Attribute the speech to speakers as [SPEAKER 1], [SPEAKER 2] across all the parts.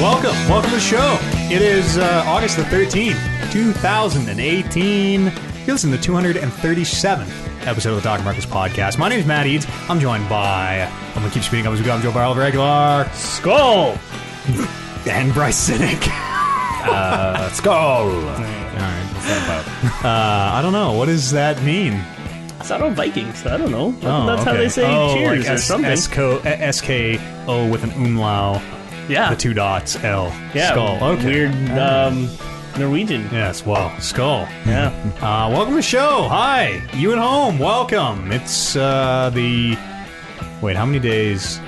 [SPEAKER 1] Welcome to the show. It is uh, August the 13th, 2018. You're listening to the 237th episode of the Doc Marcus podcast. My name is Matt Eads. I'm joined by, I'm going to keep speeding up as we go. I'm Joe Barrel of Regular Oh!
[SPEAKER 2] Skull!
[SPEAKER 1] and Bryce Sinek.
[SPEAKER 2] Uh, skull!
[SPEAKER 1] All right. Uh, I don't know. What does that mean?
[SPEAKER 2] Sound on Vikings. I don't know.
[SPEAKER 1] Oh,
[SPEAKER 2] That's how they say cheers or something.
[SPEAKER 1] S K O with an umlau,
[SPEAKER 2] yeah.
[SPEAKER 1] the two dots, L.
[SPEAKER 2] yeah.
[SPEAKER 1] Skull. Okay.
[SPEAKER 2] Weird um, Norwegian.
[SPEAKER 1] Yes, wow. Skull.
[SPEAKER 2] Yeah.
[SPEAKER 1] Uh, welcome to the show. Hi, you at home. Welcome. It's uh, the. Wait, how many days?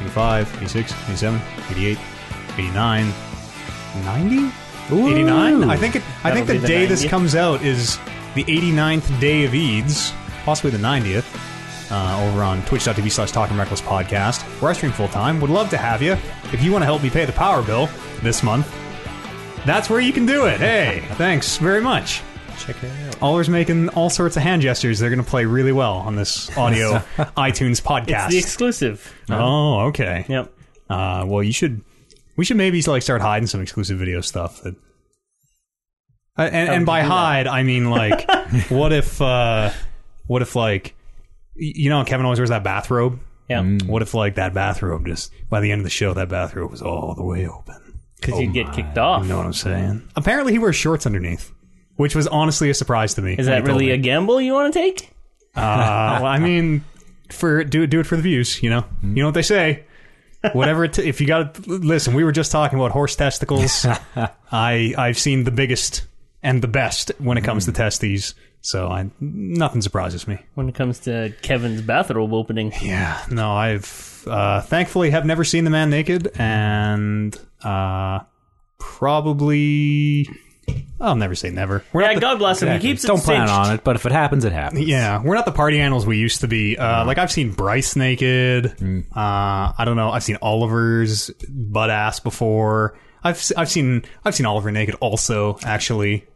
[SPEAKER 1] 85, 86, 87, 88, 89, 90? 89? I think it, I think the,
[SPEAKER 2] That'll be the
[SPEAKER 1] day this
[SPEAKER 2] 90th.
[SPEAKER 1] comes out is the 89th day of Eads, possibly the 90th. Uh, over on twitch.tv slash talking reckless podcast where i stream full time would love to have you if you want to help me pay the power bill this month that's where you can do it hey thanks very much
[SPEAKER 3] Check it out.
[SPEAKER 1] Allers making all sorts of hand gestures. They're going to play really well on this audio iTunes
[SPEAKER 2] It's the
[SPEAKER 1] podcast.
[SPEAKER 2] exclusive.
[SPEAKER 1] oh, okay.
[SPEAKER 2] Yep.
[SPEAKER 1] Uh, well, you should. We should maybe like start hiding some exclusive video stuff. That, Uh, and and by hide, I mean like, what if, uh, what if like, y- you know, how Kevin always wears that bathrobe.
[SPEAKER 2] Yeah. Because
[SPEAKER 1] What if like that bathrobe just by the end of the show that bathrobe was all the way open? Oh
[SPEAKER 2] you'd get kicked off.
[SPEAKER 1] You know what I'm saying? Apparently, he wears shorts underneath, which was honestly a surprise to me.
[SPEAKER 2] Is that really a gamble you want to take?
[SPEAKER 1] Uh, well, I mean, for do it, do it for the views. You know, you know what they say. Whatever it t- if you got to listen, we were just talking about horse testicles. I I've seen the biggest and the best when it comes to testes, so I nothing surprises me.
[SPEAKER 2] When it comes to Kevin's bathrobe opening,
[SPEAKER 1] Yeah, no, I've uh, thankfully have never seen the man naked, and uh, probably I'll never say never. We're
[SPEAKER 2] yeah,
[SPEAKER 1] not the-
[SPEAKER 2] God bless him.
[SPEAKER 3] Exactly.
[SPEAKER 2] He keeps it
[SPEAKER 3] Don't plan
[SPEAKER 2] staged.
[SPEAKER 3] on it, but if it happens, it happens.
[SPEAKER 1] Yeah, we're not the party animals we used to be. Uh, like I've seen Bryce naked. Uh, I don't know. I've seen Oliver's butt ass before. I've s- I've seen I've seen Oliver naked also. Actually,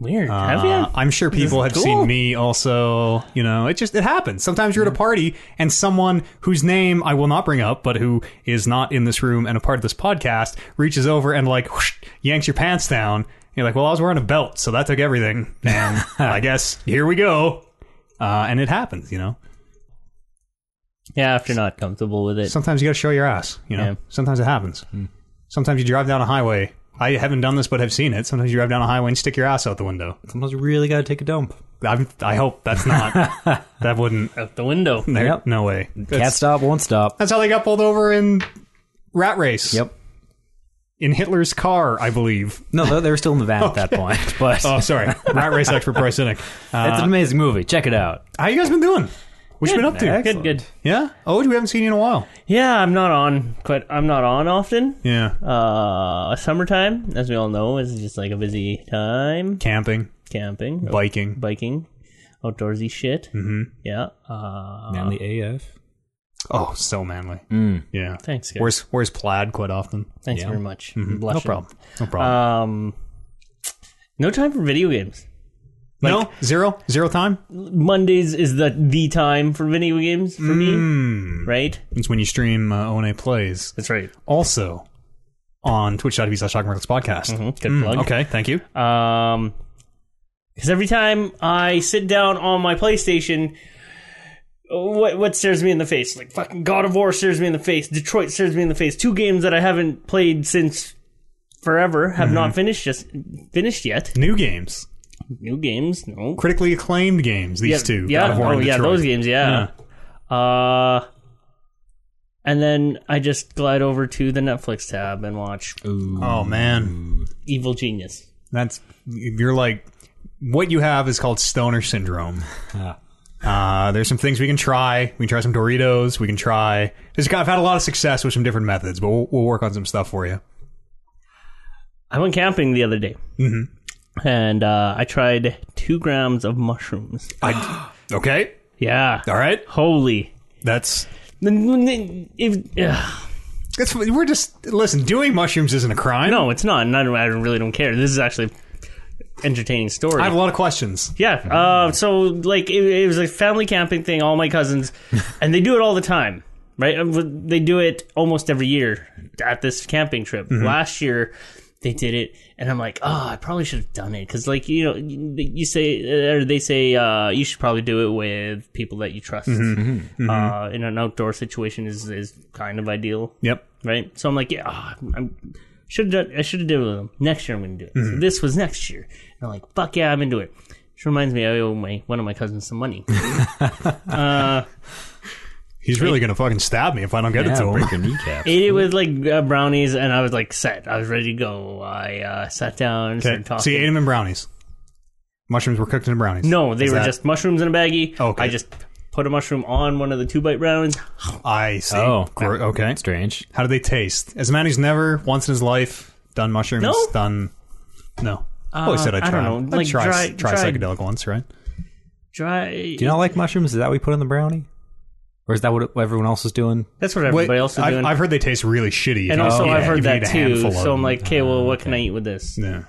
[SPEAKER 2] Weird. Have
[SPEAKER 1] Uh,
[SPEAKER 2] you?
[SPEAKER 1] I'm sure people have
[SPEAKER 2] cool.
[SPEAKER 1] seen me also. You know, it just it happens. Sometimes you're at a party and someone whose name I will not bring up, but who is not in this room and a part of this podcast, reaches over and like whoosh, yanks your pants down. You're like, well, I was wearing a belt, so that took everything. And I guess here we go. Uh, and it happens, you know.
[SPEAKER 2] Yeah, if you're not comfortable with it.
[SPEAKER 1] Sometimes you got to show your ass. You know,
[SPEAKER 2] Yeah. Hmm.
[SPEAKER 1] sometimes it happens. Sometimes you drive down a highway. I haven't done this, but have seen it. Sometimes you drive down a highway and stick your ass out the window.
[SPEAKER 3] Sometimes you really got to take a dump.
[SPEAKER 1] I, I hope that's not. that wouldn't.
[SPEAKER 2] Out the window.
[SPEAKER 1] There,
[SPEAKER 3] Yep.
[SPEAKER 1] No way.
[SPEAKER 3] Can't
[SPEAKER 1] That's,
[SPEAKER 3] stop, won't stop.
[SPEAKER 1] that's how they got pulled over in Rat Race.
[SPEAKER 3] Yep.
[SPEAKER 1] In Hitler's car, I believe.
[SPEAKER 3] No, they- they were still in the van at that point. But
[SPEAKER 1] Oh, sorry. Rat Race expert Bryce Sinek.
[SPEAKER 3] it's
[SPEAKER 1] Uh,
[SPEAKER 3] an amazing movie. Check it out.
[SPEAKER 1] how you guys been doing? What you been up to?
[SPEAKER 2] Good, good.
[SPEAKER 1] Yeah. Oh, we haven't seen you in a while.
[SPEAKER 2] Yeah, I'm not on quite. I'm not on often.
[SPEAKER 1] Yeah.
[SPEAKER 2] Uh, summertime, as we all know, is just like a busy time.
[SPEAKER 1] Camping,
[SPEAKER 2] Camping,
[SPEAKER 1] biking.
[SPEAKER 2] biking, outdoorsy shit. Mm-hmm. Yeah. Uh,
[SPEAKER 3] Manly AF.
[SPEAKER 1] Oh, so manly. Yeah.
[SPEAKER 2] thanks, guys.
[SPEAKER 1] Where's Where's plaid quite often?
[SPEAKER 2] Thanks very much.
[SPEAKER 1] Mm-hmm. No
[SPEAKER 2] Blushing.
[SPEAKER 1] problem. No problem.
[SPEAKER 2] Um, no time for video games.
[SPEAKER 1] no zero zero time.
[SPEAKER 2] Mondays is the the time for video games for
[SPEAKER 1] Mm.
[SPEAKER 2] me. Right.
[SPEAKER 1] It's when you stream uh, ONA plays.
[SPEAKER 2] That's right.
[SPEAKER 1] Also on Twitch.tv slash Talking Reckless Podcast.
[SPEAKER 2] Good
[SPEAKER 1] Mm,
[SPEAKER 2] Mm-hmm. plug.
[SPEAKER 1] okay, thank you.
[SPEAKER 2] Um, because every time I sit down on my PlayStation, what what stares me in the face? Like fucking God of War stares me in the face. Detroit stares me in the face. Two games that I haven't played since forever have
[SPEAKER 1] Mm-hmm.
[SPEAKER 2] not finished just finished yet.
[SPEAKER 1] New games,
[SPEAKER 2] New games, no.
[SPEAKER 1] critically acclaimed games. These two.
[SPEAKER 2] yeah,
[SPEAKER 1] God of War
[SPEAKER 2] oh
[SPEAKER 1] and
[SPEAKER 2] yeah,
[SPEAKER 1] Detroit.
[SPEAKER 2] those games, yeah. Uh, and then I just glide over to the Netflix tab and watch
[SPEAKER 1] Oh man,
[SPEAKER 2] Evil Genius.
[SPEAKER 1] that's you're like what you have is called stoner syndrome. Uh, there's some things we can try. We can try some Doritos. We can try. This guy, I've had a lot of success with some different methods, but we'll, we'll work on some stuff for you.
[SPEAKER 2] I went camping the other day, mm-hmm. and uh, I tried two grams of mushrooms.
[SPEAKER 1] Okay.
[SPEAKER 2] Yeah,
[SPEAKER 1] All right.
[SPEAKER 2] holy.
[SPEAKER 1] That's
[SPEAKER 2] If, ugh.
[SPEAKER 1] that's we're just listen. Doing mushrooms isn't a crime.
[SPEAKER 2] no, it's not, and I, don't, I really don't care. This is actually entertaining story.
[SPEAKER 1] I have a lot of questions.
[SPEAKER 2] yeah, uh, so like it, it was a family camping thing. All my cousins, and they do it all the time. right? And w- They do it almost every year at this camping trip. Last year, they did it, and I'm like, oh, I probably should have done it because, like, you know, you you say or they say uh, you should probably do it with people that you trust. Uh, in an outdoor situation is is kind of ideal
[SPEAKER 1] Yep.
[SPEAKER 2] right? So I'm like, yeah, ah, I'm, should have I should have done it with them. Next year I'm going to do it.
[SPEAKER 1] Mm-hmm.
[SPEAKER 2] So this was next year, and I'm like, fuck yeah, I'm into it. Which reminds me, I owe my one of my cousins some money.
[SPEAKER 1] He's really gonna fucking stab me if I don't get it to
[SPEAKER 3] Yeah,
[SPEAKER 1] him.
[SPEAKER 3] break your kneecap.
[SPEAKER 2] Ate it with like uh, brownies, and I was like set. I was ready to go. I uh, sat down, started
[SPEAKER 1] Okay. So
[SPEAKER 2] talking.
[SPEAKER 1] you ate him in brownies. Mushrooms were cooked in brownies.
[SPEAKER 2] no, they
[SPEAKER 1] Is
[SPEAKER 2] were
[SPEAKER 1] that-
[SPEAKER 2] just mushrooms in a baggie.
[SPEAKER 1] Okay.
[SPEAKER 2] I just put a mushroom on one of the two bite rounds.
[SPEAKER 1] I see.
[SPEAKER 3] Oh,
[SPEAKER 1] Gro- okay.
[SPEAKER 3] Strange.
[SPEAKER 1] How do they taste? As a man who's never once in his life done mushrooms,
[SPEAKER 2] No?
[SPEAKER 1] done. No. I always
[SPEAKER 2] Uh,
[SPEAKER 1] said I'd
[SPEAKER 2] I
[SPEAKER 1] try.
[SPEAKER 2] don't know,
[SPEAKER 1] I'd
[SPEAKER 2] like
[SPEAKER 1] try,
[SPEAKER 2] dry-
[SPEAKER 1] try
[SPEAKER 2] dried-
[SPEAKER 1] psychedelic once, right?
[SPEAKER 2] Dry.
[SPEAKER 3] Do you not like mushrooms? Is that what we put in the brownie? Or is that what everyone else is doing?
[SPEAKER 2] That's what everybody
[SPEAKER 1] Wait,
[SPEAKER 2] else is
[SPEAKER 1] I've,
[SPEAKER 2] doing.
[SPEAKER 1] I've heard they taste really shitty. if
[SPEAKER 2] and
[SPEAKER 1] you-
[SPEAKER 2] also,
[SPEAKER 1] yeah,
[SPEAKER 2] I've
[SPEAKER 1] if
[SPEAKER 2] heard
[SPEAKER 1] you
[SPEAKER 2] that
[SPEAKER 1] eat a
[SPEAKER 2] too.
[SPEAKER 1] handful of
[SPEAKER 2] So I'm
[SPEAKER 1] them. oh,
[SPEAKER 2] like, okay, well, what can I eat with this?
[SPEAKER 1] yeah.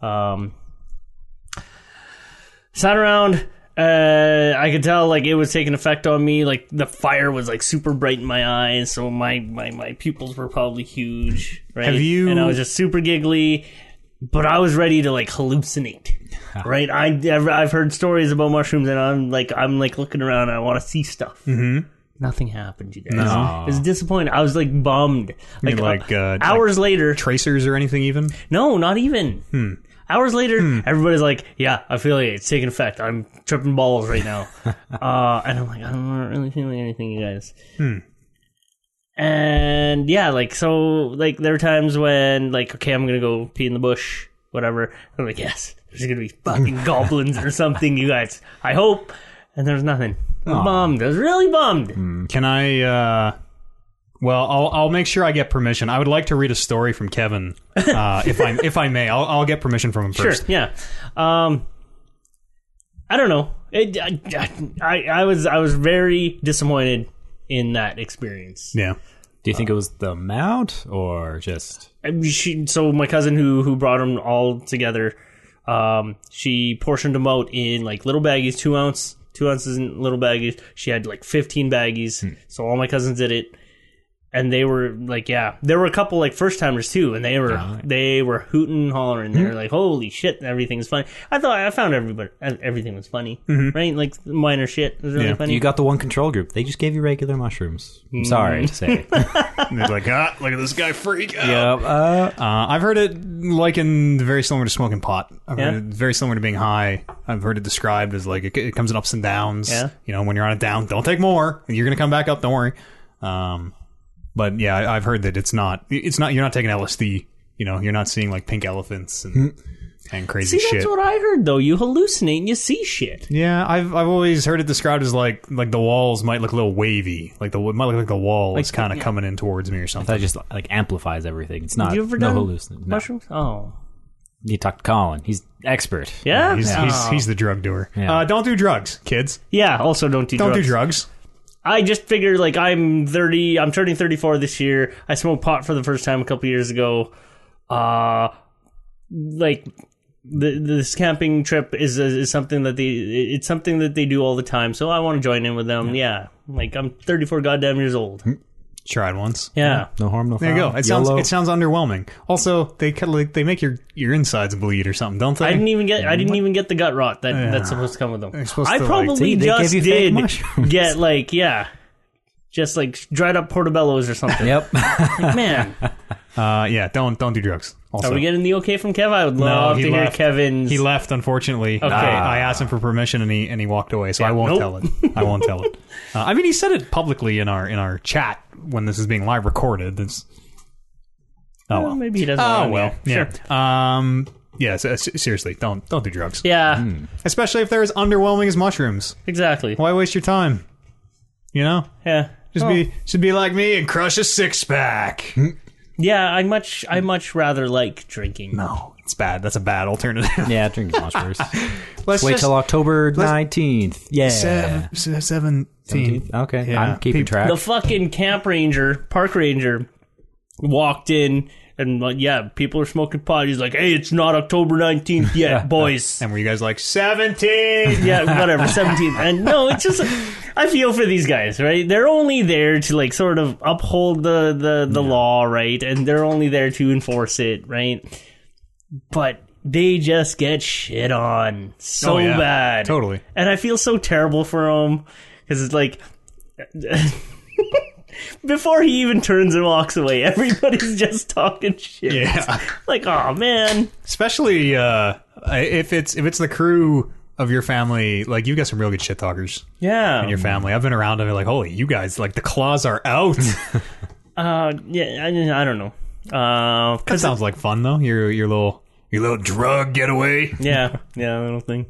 [SPEAKER 2] Um, sat around. Uh, I could tell like it was taking effect on me. Like the fire was like super bright in my eyes, so my my my pupils were probably huge. Right?
[SPEAKER 1] Have you-
[SPEAKER 2] And I was just super giggly, but I was ready to like hallucinate. right? I I've, I've heard stories about mushrooms, and I'm like I'm like looking around. and I want to see stuff. Mm-hmm. Nothing happened, you guys.
[SPEAKER 1] No.
[SPEAKER 2] It was disappointing. I was like bummed.
[SPEAKER 1] mean,
[SPEAKER 2] Like,
[SPEAKER 1] like, uh,
[SPEAKER 2] hours later,
[SPEAKER 1] Tracers or anything, even?
[SPEAKER 2] no, not even. Hours later, everybody's like, "Yeah, I feel it. It's taking effect. I'm tripping balls right now," uh, and I'm like, "I'm not really feeling anything, you guys." And yeah, like so, like there were times when, like, okay, I'm gonna go pee in the bush, whatever. I'm like, yes, there's gonna be fucking goblins or something, you guys. I hope. And there's nothing. I was bummed. I was really bummed.
[SPEAKER 1] Can I? Uh, well, I'll, I'll make sure I get permission. I would like to read a story from Kevin, uh, if I if I may. I'll, I'll get permission from him
[SPEAKER 2] Sure.
[SPEAKER 1] first.
[SPEAKER 2] Yeah. Um, I don't know. It, I, I I was I was very disappointed in that experience.
[SPEAKER 1] Yeah.
[SPEAKER 3] Do you
[SPEAKER 2] Uh.
[SPEAKER 3] think it was the amount or just
[SPEAKER 2] I mean, she, so my cousin who who brought them all together, um, she portioned them out in like little baggies, two ounce, two ounces in little baggies. She had like fifteen baggies,
[SPEAKER 1] Hmm.
[SPEAKER 2] so all my cousins did it, and they were like, yeah, there were a couple like first timers too, and they were they were hooting and hollering.
[SPEAKER 1] Hmm.
[SPEAKER 2] They were like, holy shit, everything's funny. I thought I found everybody everything was funny, right? Like minor shit was really
[SPEAKER 1] Mm-hmm. Yeah.
[SPEAKER 2] funny.
[SPEAKER 3] you got the one control group? They just gave you regular mushrooms. I'm sorry
[SPEAKER 2] Mm.
[SPEAKER 3] to say.
[SPEAKER 1] And they're like, ah, look at this guy freak out.
[SPEAKER 3] yeah, uh,
[SPEAKER 1] Uh, I've heard it likened very similar to smoking pot. I've heard
[SPEAKER 2] Yeah.
[SPEAKER 1] it very similar to being high. I've heard it described as like it, it comes in ups and downs.
[SPEAKER 2] Yeah.
[SPEAKER 1] You know, when you're on a down, don't take more. You're gonna come back up. Don't worry. Um, but yeah, I, I've heard that it's not. It's not. You're not taking LSD. You know, you're not seeing like pink elephants and and crazy
[SPEAKER 2] See, that's
[SPEAKER 1] shit.
[SPEAKER 2] what I heard though. You hallucinate and you see shit.
[SPEAKER 1] yeah, I've I've always heard it described as like like the walls might look a little wavy. Like the it might look like the wall is kind of coming in towards me or something.
[SPEAKER 3] that just like amplifies everything. It's not
[SPEAKER 2] you ever
[SPEAKER 3] no
[SPEAKER 2] done
[SPEAKER 3] hallucin. No.
[SPEAKER 2] Mushrooms? Oh.
[SPEAKER 3] You talk to Colin. He's expert.
[SPEAKER 2] Yeah?
[SPEAKER 1] He's,
[SPEAKER 2] yeah.
[SPEAKER 1] he's, he's the drug doer.
[SPEAKER 3] Yeah.
[SPEAKER 1] Uh, don't do drugs, kids.
[SPEAKER 2] Yeah, also don't do
[SPEAKER 1] Don't
[SPEAKER 2] drugs.
[SPEAKER 1] do drugs.
[SPEAKER 2] I just figured like I'm 30, I'm turning 34 this year. I smoked pot for the first time a couple years ago. Uh like the, this camping trip is, is is something that they it's something that they do all the time. So I want to join in with them. Yeah. Like I'm 34 goddamn years old.
[SPEAKER 1] Tried once.
[SPEAKER 2] Yeah.
[SPEAKER 3] No harm, no
[SPEAKER 1] There
[SPEAKER 3] foul.
[SPEAKER 1] you go. It sounds
[SPEAKER 3] YOLO.
[SPEAKER 1] it sounds underwhelming. Also, they kind of like they make your your insides bleed or something, don't they?
[SPEAKER 2] I didn't even get I didn't even get the gut rot that, that's supposed to come with them.
[SPEAKER 1] supposed
[SPEAKER 2] I
[SPEAKER 1] to, like,
[SPEAKER 2] probably
[SPEAKER 3] see, they
[SPEAKER 2] just
[SPEAKER 3] give you fake
[SPEAKER 2] did
[SPEAKER 3] mushrooms.
[SPEAKER 2] get like yeah. Just like dried up portobellos or something.
[SPEAKER 3] Yep.
[SPEAKER 2] Man.
[SPEAKER 1] uh, yeah, don't don't do drugs. Also,
[SPEAKER 2] Are we getting the okay from Kev? I would love
[SPEAKER 1] he
[SPEAKER 2] to
[SPEAKER 1] left.
[SPEAKER 2] hear Kevin's.
[SPEAKER 1] he left unfortunately. Okay, I asked him for permission and he and he walked away, so I won't
[SPEAKER 2] nope.
[SPEAKER 1] tell it. I won't tell it. Uh, I mean, he said it publicly in our in our chat when this is being live recorded. It's, oh
[SPEAKER 2] Well,
[SPEAKER 1] well.
[SPEAKER 2] maybe he doesn't. want
[SPEAKER 1] Oh
[SPEAKER 2] him
[SPEAKER 1] well.
[SPEAKER 2] here.
[SPEAKER 1] Yeah.
[SPEAKER 2] Sure.
[SPEAKER 1] Um. Yeah. se- se- seriously, don't don't do drugs,
[SPEAKER 2] Yeah.
[SPEAKER 1] Hmm. especially if they're as underwhelming as mushrooms.
[SPEAKER 2] Exactly.
[SPEAKER 1] Why waste your time? You know.
[SPEAKER 2] Yeah.
[SPEAKER 1] Just be should be like me and crush a six pack.
[SPEAKER 2] Yeah. I much. I much rather like drinking.
[SPEAKER 1] No, it's bad. That's a bad alternative.
[SPEAKER 3] yeah, drink as much first.
[SPEAKER 1] Let's
[SPEAKER 3] Wait
[SPEAKER 1] just
[SPEAKER 3] till October nineteenth. Yeah.
[SPEAKER 1] sev- se- seventeen. Oh.
[SPEAKER 3] Seventeenth? Okay,
[SPEAKER 1] Yeah.
[SPEAKER 3] I'm keeping
[SPEAKER 1] People-
[SPEAKER 3] track.
[SPEAKER 2] The fucking camp ranger, park ranger, walked in And like, yeah, people are smoking pot. He's like, hey, it's not October 19th yet, boys.
[SPEAKER 1] And were you guys like seventeen?
[SPEAKER 2] yeah, whatever, 17th. And no, it's just, I feel for these guys, right? They're only there to like sort of uphold the, the, the law, right? And they're only there to enforce it, right? But they just get shit on so
[SPEAKER 1] Oh, yeah.
[SPEAKER 2] bad.
[SPEAKER 1] Totally.
[SPEAKER 2] And I feel so terrible for him because it's like, before he even turns and walks away, everybody's just talking shit.
[SPEAKER 1] Yeah.
[SPEAKER 2] Like, oh man.
[SPEAKER 1] Especially uh, if it's if it's the crew of your family, like you've got some real good shit talkers
[SPEAKER 2] Yeah.
[SPEAKER 1] in your family. I've been around them, like holy, you guys, like the claws are out.
[SPEAKER 2] Uh, yeah, I, I don't know. Uh,
[SPEAKER 1] that sounds like fun though. Your your little your little drug getaway.
[SPEAKER 2] yeah, yeah, little thing.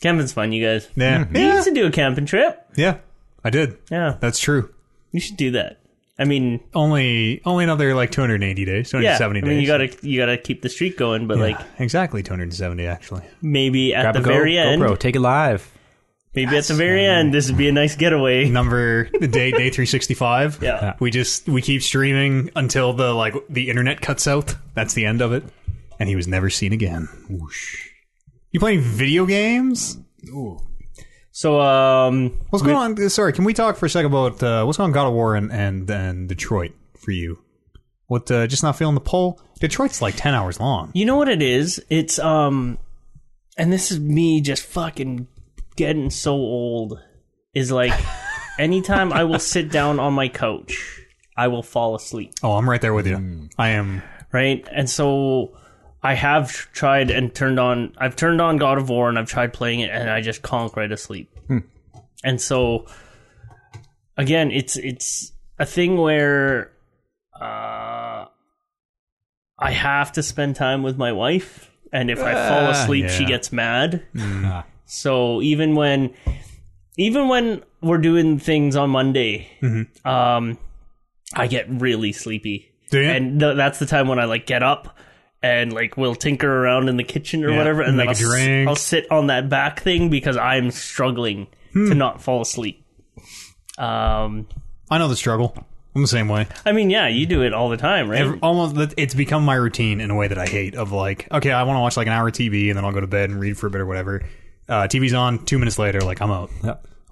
[SPEAKER 2] Camping's fun, you guys.
[SPEAKER 1] Yeah,
[SPEAKER 2] You
[SPEAKER 1] yeah,
[SPEAKER 2] used to do a camping trip.
[SPEAKER 1] yeah. I did.
[SPEAKER 2] Yeah,
[SPEAKER 1] That's true.
[SPEAKER 2] you should do that. I mean,
[SPEAKER 1] Only only another like 280 days,
[SPEAKER 2] yeah,
[SPEAKER 1] 270
[SPEAKER 2] I mean,
[SPEAKER 1] days.
[SPEAKER 2] you gotta you gotta keep the streak going, but like
[SPEAKER 1] Yeah, exactly 270 actually.
[SPEAKER 2] maybe at
[SPEAKER 3] Grab
[SPEAKER 2] the
[SPEAKER 3] a Go-
[SPEAKER 2] very end,
[SPEAKER 3] GoPro, take it live.
[SPEAKER 2] maybe at the very end, this would be a nice getaway.
[SPEAKER 1] number the day day 365
[SPEAKER 2] Yeah.
[SPEAKER 1] we just we keep streaming until the like the internet cuts out that's the end of it and he was never seen again Whoosh. you playing video games
[SPEAKER 2] So, um,
[SPEAKER 1] what's going on sorry can we talk for a second about uh, what's going on god of war and and, and detroit for you what uh, just not feeling the pull detroit's like 10 hours long
[SPEAKER 2] You know what it is? It's um and this is me just fucking getting so old is like anytime I will sit down on my couch, I will fall asleep,
[SPEAKER 1] oh i'm right there with you
[SPEAKER 2] Hmm.
[SPEAKER 1] i am
[SPEAKER 2] right? And so I have tried and turned on I've turned on God of War and I've tried playing it and I just conk right asleep. And so again, it's it's a thing where uh, I have to spend time with my wife, and if I fall asleep, she
[SPEAKER 1] yeah.
[SPEAKER 2] gets mad.
[SPEAKER 3] Mm. Ah,
[SPEAKER 2] so even when, even when we're doing things on Monday, um, I get really sleepy,
[SPEAKER 1] Do ya?
[SPEAKER 2] and th- that's the time when I like get up. And like we'll tinker around in the kitchen or
[SPEAKER 1] Yeah,
[SPEAKER 2] whatever, and then I'll,
[SPEAKER 1] make a
[SPEAKER 2] s-
[SPEAKER 1] drink.
[SPEAKER 2] I'll sit on that back thing because I'm struggling
[SPEAKER 1] Hmm.
[SPEAKER 2] to not fall asleep. Um,
[SPEAKER 1] i know the struggle i'm the same way
[SPEAKER 2] I mean, yeah, you do it all the time, right?
[SPEAKER 1] Every, almost that- it's become my routine in a way that I hate. Of like, okay, I want to watch like an hour of TV and then I'll go to bed and read for a bit or whatever. Uh, TV's on. Two minutes later, like I'm out.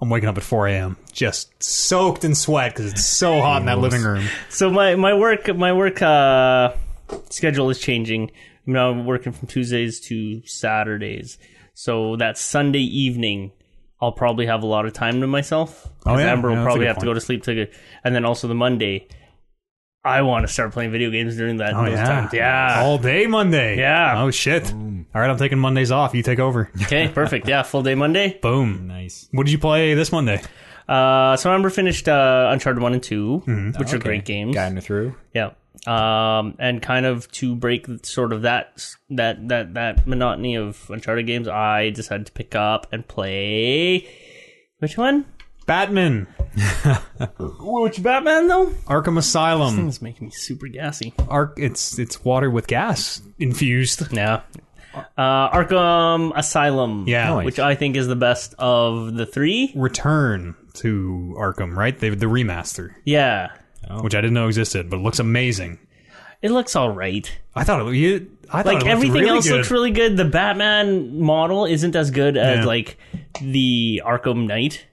[SPEAKER 1] I'm waking up at 4 a.m. just soaked in sweat because it's so hot in that living room.
[SPEAKER 2] so my my work my work uh, schedule is changing. I'm now working from Tuesdays to Saturdays, so that Sunday evening I'll probably have a lot of time to myself.
[SPEAKER 1] Oh,
[SPEAKER 2] 'Cause
[SPEAKER 1] yeah.
[SPEAKER 2] Amber
[SPEAKER 1] Yeah,
[SPEAKER 2] will
[SPEAKER 1] that's a
[SPEAKER 2] probably
[SPEAKER 1] good
[SPEAKER 2] have to
[SPEAKER 1] point.
[SPEAKER 2] go to sleep to get, and then also the Monday. I want to start playing video games during that
[SPEAKER 1] Oh,
[SPEAKER 2] those times. Oh, Yeah.
[SPEAKER 1] all day Monday.
[SPEAKER 2] Yeah.
[SPEAKER 1] Oh shit. All right, I'm taking Mondays off. You take over.
[SPEAKER 2] Okay. Perfect. Yeah. Full day Monday.
[SPEAKER 1] Boom.
[SPEAKER 3] Nice.
[SPEAKER 1] What did you play this Monday?
[SPEAKER 2] Uh, so Amber finished uh, Uncharted one and 2
[SPEAKER 1] Mm-hmm.
[SPEAKER 2] which are great games.
[SPEAKER 3] Guiding her through.
[SPEAKER 2] Yeah. Um, and kind of to break sort of that that that that monotony of Uncharted games, I decided to pick up and play. Which one?
[SPEAKER 1] Batman,
[SPEAKER 2] Which Batman though?
[SPEAKER 1] Arkham Asylum.
[SPEAKER 2] This is making me super gassy.
[SPEAKER 1] Arc. It's it's water with gas infused.
[SPEAKER 2] Yeah. Uh, Arkham Asylum.
[SPEAKER 1] Yeah.
[SPEAKER 2] Which I think is the best of the three.
[SPEAKER 1] Return to Arkham, right? They, the remaster.
[SPEAKER 2] Yeah.
[SPEAKER 1] which I didn't know existed, but it looks amazing.
[SPEAKER 2] It looks all right.
[SPEAKER 1] I thought it. You, I thought
[SPEAKER 2] Like
[SPEAKER 1] Oh, it looked
[SPEAKER 2] everything
[SPEAKER 1] really
[SPEAKER 2] else
[SPEAKER 1] good.
[SPEAKER 2] looks really good. The Batman model isn't as good as
[SPEAKER 1] Yeah.
[SPEAKER 2] like the Arkham Knight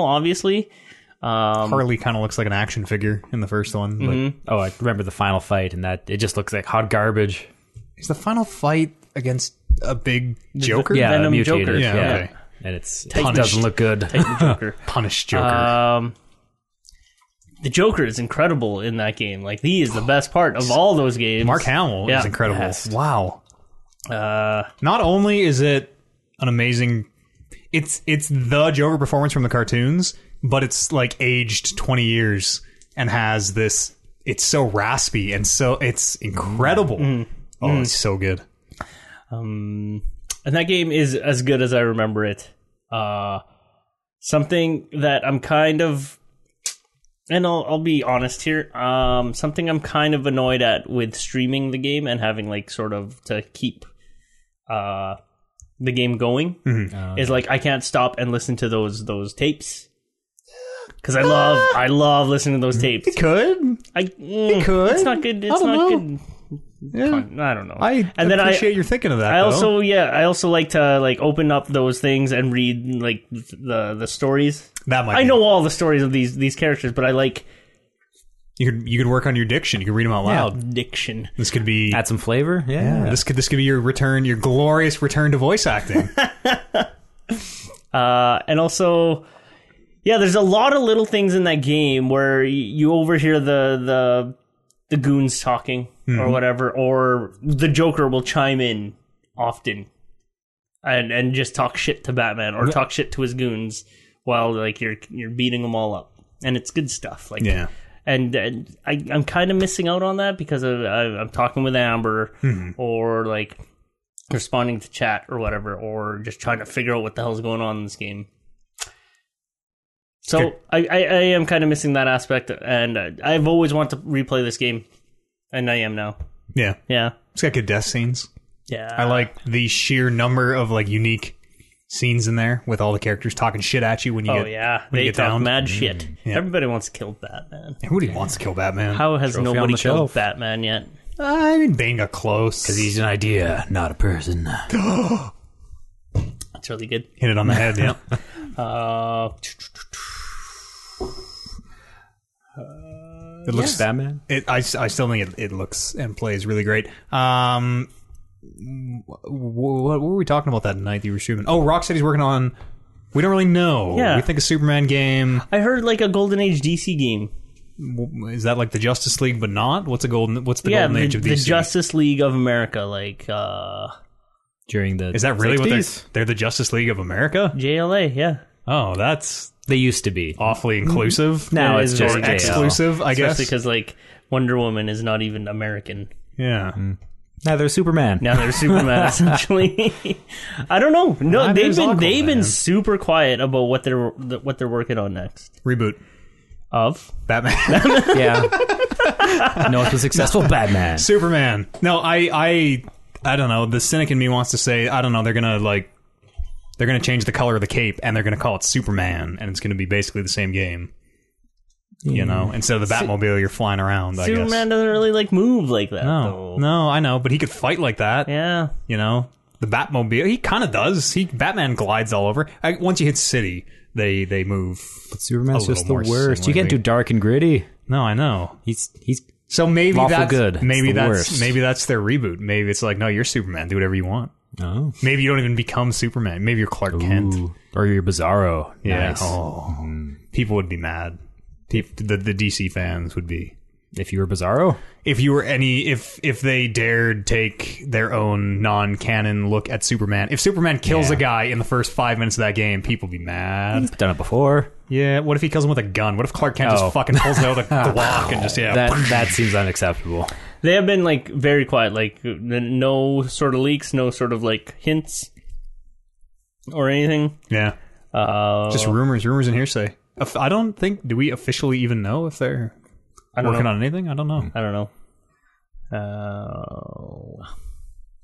[SPEAKER 2] obviously. Um,
[SPEAKER 1] Harley kind of looks like an action figure in the first one. But
[SPEAKER 2] Mm-hmm.
[SPEAKER 3] Oh, I remember the final fight, and that it just looks like hot garbage.
[SPEAKER 1] is the final fight against a big Joker?
[SPEAKER 3] Yeah,
[SPEAKER 2] Venom
[SPEAKER 3] mutated.
[SPEAKER 2] Joker.
[SPEAKER 1] Yeah,
[SPEAKER 3] Yeah,
[SPEAKER 1] okay.
[SPEAKER 3] and it's it
[SPEAKER 1] Punished.
[SPEAKER 3] doesn't look good.
[SPEAKER 2] the Joker.
[SPEAKER 1] punished Joker.
[SPEAKER 2] Um, the Joker is incredible in that game. Like he is the best part of all those games.
[SPEAKER 1] Mark Hamill
[SPEAKER 2] yeah.
[SPEAKER 1] is incredible.
[SPEAKER 3] Yes.
[SPEAKER 1] Wow.
[SPEAKER 2] Uh,
[SPEAKER 1] Not only is it an amazing, it's it's the Joker performance from the cartoons, but it's like aged twenty years and has this. It's so raspy and so it's incredible.
[SPEAKER 2] Mm-hmm.
[SPEAKER 1] Oh,
[SPEAKER 2] Mm.
[SPEAKER 1] it's so good.
[SPEAKER 2] um, and that game is as good as I remember it. Uh, something that I'm kind of, and I'll I'll be honest here. Um, something I'm kind of annoyed at with streaming the game and having like sort of to keep, uh,
[SPEAKER 1] Mm-hmm.
[SPEAKER 2] the game going is like I can't stop and listen to those those tapes. because I love
[SPEAKER 1] Ah!
[SPEAKER 2] I love listening to those tapes.
[SPEAKER 1] Could
[SPEAKER 2] I mm,
[SPEAKER 1] could.
[SPEAKER 2] It's not good. It's
[SPEAKER 1] I don't
[SPEAKER 2] not
[SPEAKER 1] know.
[SPEAKER 2] good.
[SPEAKER 1] yeah.
[SPEAKER 2] I don't know.
[SPEAKER 1] I
[SPEAKER 2] and then I
[SPEAKER 1] appreciate your thinking of that.
[SPEAKER 2] I
[SPEAKER 1] though.
[SPEAKER 2] also yeah I also like to like open up those things and read like the the stories.
[SPEAKER 1] that might
[SPEAKER 2] I
[SPEAKER 1] be-
[SPEAKER 2] know all the stories of these these characters, but I like
[SPEAKER 1] you could you could work on your diction. You could read them out loud.
[SPEAKER 2] diction.
[SPEAKER 1] This could be
[SPEAKER 3] Add some flavor. Yeah.
[SPEAKER 1] yeah, this could this could be your return, your glorious return to voice acting.
[SPEAKER 2] Uh, and also, yeah, there's a lot of little things in that game where y- you overhear the the the goons talking or whatever, or the Joker will chime in often and and just talk shit to Batman or talk shit to his goons while like you're you're beating them all up, and it's good stuff. Like
[SPEAKER 1] yeah.
[SPEAKER 2] and, and I, I'm kind of missing out on that because of, I, I'm talking with Amber
[SPEAKER 1] Mm-hmm.
[SPEAKER 2] or like responding to chat or whatever, or just trying to figure out what the hell's going on in this game. So I, I, I am kind of missing that aspect, and uh, I've always wanted to replay this game, and I am now.
[SPEAKER 1] Yeah.
[SPEAKER 2] Yeah,
[SPEAKER 1] It's got good death scenes.
[SPEAKER 2] yeah.
[SPEAKER 1] I like the sheer number of like unique scenes in there with all the characters talking shit at you when you
[SPEAKER 2] Oh
[SPEAKER 1] get
[SPEAKER 2] yeah,
[SPEAKER 1] when
[SPEAKER 2] they
[SPEAKER 1] you get
[SPEAKER 2] talk
[SPEAKER 1] down. Mm-hmm.
[SPEAKER 2] mad shit.
[SPEAKER 1] yeah.
[SPEAKER 2] Everybody wants to kill Batman.
[SPEAKER 1] Everybody wants to kill Batman. Uh,
[SPEAKER 2] How has
[SPEAKER 3] Trophy on
[SPEAKER 2] nobody
[SPEAKER 3] the
[SPEAKER 2] killed
[SPEAKER 3] shelf.
[SPEAKER 2] Batman yet?
[SPEAKER 1] I mean, Bane got close because
[SPEAKER 3] He's an idea, not a person.
[SPEAKER 2] That's really good.
[SPEAKER 1] hit it on the head. Yeah.
[SPEAKER 2] Uh,
[SPEAKER 3] It looks Batman.
[SPEAKER 1] It, I, I still think it, it looks and plays really great. Um, what, what were we talking about that night that you were streaming? Oh, Rocksteady's working on. We don't really know.
[SPEAKER 2] Yeah.
[SPEAKER 1] We think a Superman game.
[SPEAKER 2] I heard like a Golden Age DC game.
[SPEAKER 1] W- Is that like the Justice League, but not? What's a golden? What's the
[SPEAKER 2] yeah,
[SPEAKER 1] golden
[SPEAKER 2] the,
[SPEAKER 1] age of
[SPEAKER 2] the
[SPEAKER 1] DC?
[SPEAKER 2] Justice League of America, like uh,
[SPEAKER 3] During the
[SPEAKER 1] Is that really what they're?
[SPEAKER 3] 60s?
[SPEAKER 1] They're the Justice League of America.
[SPEAKER 2] JLA. Yeah,
[SPEAKER 1] Oh, that's
[SPEAKER 3] they used to be?
[SPEAKER 1] awfully inclusive.
[SPEAKER 3] Now
[SPEAKER 2] It
[SPEAKER 3] it's
[SPEAKER 2] is
[SPEAKER 3] just
[SPEAKER 1] Or
[SPEAKER 2] very
[SPEAKER 3] JL.
[SPEAKER 1] exclusive, I guess.
[SPEAKER 2] especially because like Wonder Woman is not even American.
[SPEAKER 1] yeah,
[SPEAKER 3] Mm. Now they're Superman.
[SPEAKER 2] Now they're Superman essentially. I don't know. No,
[SPEAKER 1] Neither
[SPEAKER 2] they've
[SPEAKER 1] is
[SPEAKER 2] been they've
[SPEAKER 1] Aquaman.
[SPEAKER 2] been super quiet about what they're what they're working on next.
[SPEAKER 1] reboot
[SPEAKER 2] Of
[SPEAKER 1] Batman.
[SPEAKER 3] yeah. no one's been successful. Batman.
[SPEAKER 1] Superman. No, I, I, I don't know. The cynic in me wants to say, I don't know. They're gonna like, they're gonna change the color of the cape, and they're gonna call it Superman, and it's gonna be basically the same game. You
[SPEAKER 3] Hmm.
[SPEAKER 1] know, instead of the Batmobile, you're flying around. I
[SPEAKER 2] Superman
[SPEAKER 1] guess.
[SPEAKER 2] doesn't really like move like that.
[SPEAKER 1] No,
[SPEAKER 2] though.
[SPEAKER 1] no, I know, but he could fight like that.
[SPEAKER 2] Yeah.
[SPEAKER 1] You know, the Batmobile. He kind of does. He Batman glides all over. I, once you hit city, they they move.
[SPEAKER 3] Superman's
[SPEAKER 1] A little
[SPEAKER 3] just the
[SPEAKER 1] more
[SPEAKER 3] worst. You can't do
[SPEAKER 1] similarly.
[SPEAKER 3] dark and gritty.
[SPEAKER 1] No, I know.
[SPEAKER 3] He's he's
[SPEAKER 1] So maybe
[SPEAKER 3] Lawful
[SPEAKER 1] that's
[SPEAKER 3] good. It's
[SPEAKER 1] Maybe
[SPEAKER 3] the
[SPEAKER 1] that's
[SPEAKER 3] worst.
[SPEAKER 1] maybe that's their reboot. Maybe it's like, no, you're Superman. Do whatever you want.
[SPEAKER 3] oh
[SPEAKER 1] Maybe you don't even become Superman. Maybe you're Clark Kent.
[SPEAKER 3] or you're Bizarro.
[SPEAKER 1] Yeah.
[SPEAKER 3] Nice.
[SPEAKER 1] Oh. People would be mad. Peop the, the DC fans would be.
[SPEAKER 3] If you were Bizarro,
[SPEAKER 1] If you were any, if if they dared take their own non-canon look at Superman, if Superman kills a guy in the first five minutes of that game, people would be mad.
[SPEAKER 3] he's done it before.
[SPEAKER 1] Yeah. What if he kills him with a gun? What if Clark Kent
[SPEAKER 3] Oh.
[SPEAKER 1] just fucking pulls out a Glock and just yeah?
[SPEAKER 3] That that seems unacceptable.
[SPEAKER 2] They have been like very quiet, like n- no sort of leaks, no sort of like hints or anything.
[SPEAKER 1] yeah.
[SPEAKER 2] Uh,
[SPEAKER 1] Just rumors, rumors, and hearsay. If- I don't think do we officially even know if they're
[SPEAKER 2] I don't
[SPEAKER 1] working
[SPEAKER 2] know.
[SPEAKER 1] on anything. I don't know.
[SPEAKER 2] I don't know. Uh,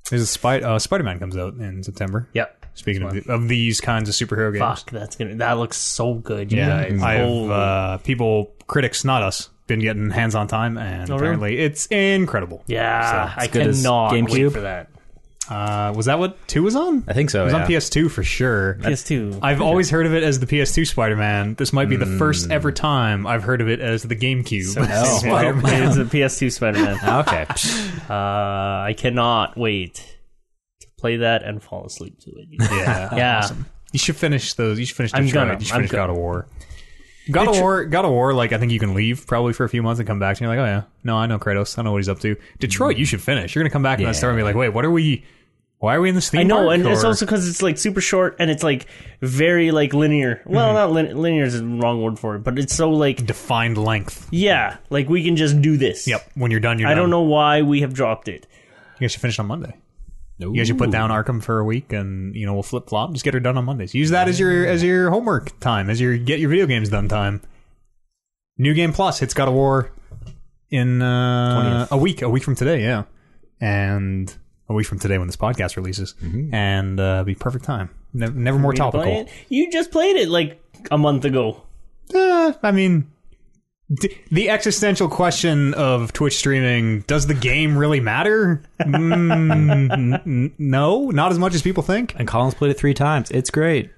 [SPEAKER 1] There's a Spider uh, Spider Man comes out in September.
[SPEAKER 2] yep.
[SPEAKER 1] Speaking of, the, of these kinds of superhero games,
[SPEAKER 2] Fuck, that's gonna. That looks so good, you
[SPEAKER 1] yeah,
[SPEAKER 2] guys.
[SPEAKER 1] I've
[SPEAKER 2] Holy-
[SPEAKER 1] uh, people, critics, not us, been getting hands on time, and
[SPEAKER 2] Oh, really?
[SPEAKER 1] apparently it's incredible.
[SPEAKER 2] yeah, I
[SPEAKER 3] good as
[SPEAKER 2] cannot wait
[SPEAKER 3] GameCube.
[SPEAKER 2] for that.
[SPEAKER 1] Uh, was that what two was on?
[SPEAKER 3] I think so.
[SPEAKER 1] it was
[SPEAKER 3] yeah.
[SPEAKER 1] on PS2 for sure.
[SPEAKER 2] PS2.
[SPEAKER 1] I've always heard of it as the PS2 Spider Man. This might be the first ever time I've heard of it as the GameCube
[SPEAKER 3] Oh,
[SPEAKER 1] Spider Man.
[SPEAKER 2] it's a PS2 Spider-Man.
[SPEAKER 3] Ah, okay. Psh,
[SPEAKER 2] Uh, I cannot wait to play that and fall asleep to it.
[SPEAKER 1] Yeah,
[SPEAKER 2] Yeah.
[SPEAKER 1] You should finish those. You should finish.
[SPEAKER 2] I'm
[SPEAKER 1] Detroit.
[SPEAKER 2] gonna-
[SPEAKER 1] You should
[SPEAKER 2] I'm
[SPEAKER 1] finish
[SPEAKER 2] gonna.
[SPEAKER 1] God of War. God of War. God of War. Like I think you can leave probably for a few months and come back and you're like, oh yeah, no, I know Kratos. I know what he's up to. Detroit. You should finish. You're gonna come back and then start and be like, wait, what are we? Why are we in this theme?
[SPEAKER 2] I know, and
[SPEAKER 1] park?
[SPEAKER 2] it's
[SPEAKER 1] Or-
[SPEAKER 2] also because it's like super short and it's like very like linear.
[SPEAKER 1] Mm-hmm.
[SPEAKER 2] Well, not lin- linear is the wrong word for it, but it's so like
[SPEAKER 1] defined length.
[SPEAKER 2] yeah, like we can just do this.
[SPEAKER 1] Yep. Um, When you're done, you're.
[SPEAKER 2] I
[SPEAKER 1] done.
[SPEAKER 2] don't know why we have dropped it.
[SPEAKER 1] You guys should finish on Monday.
[SPEAKER 3] no.
[SPEAKER 1] You guys should put down Arkham for a week, and you know we'll flip flop. Just get her done on Mondays. Use that as your as your homework time, as your get your video games done time. New game plus hits God of War in uh, a week, a week from today, yeah, and a week from today when this podcast releases, and uh, be perfect time. Ne- never more
[SPEAKER 2] You Mm-hmm. play
[SPEAKER 1] topical.
[SPEAKER 2] it? You just played it like a month ago.
[SPEAKER 1] Eh, I mean, d- the existential question of Twitch streaming: Does the game really matter? Mm, n- n- no, not as much as people think.
[SPEAKER 3] And Collins played it three times. It's great.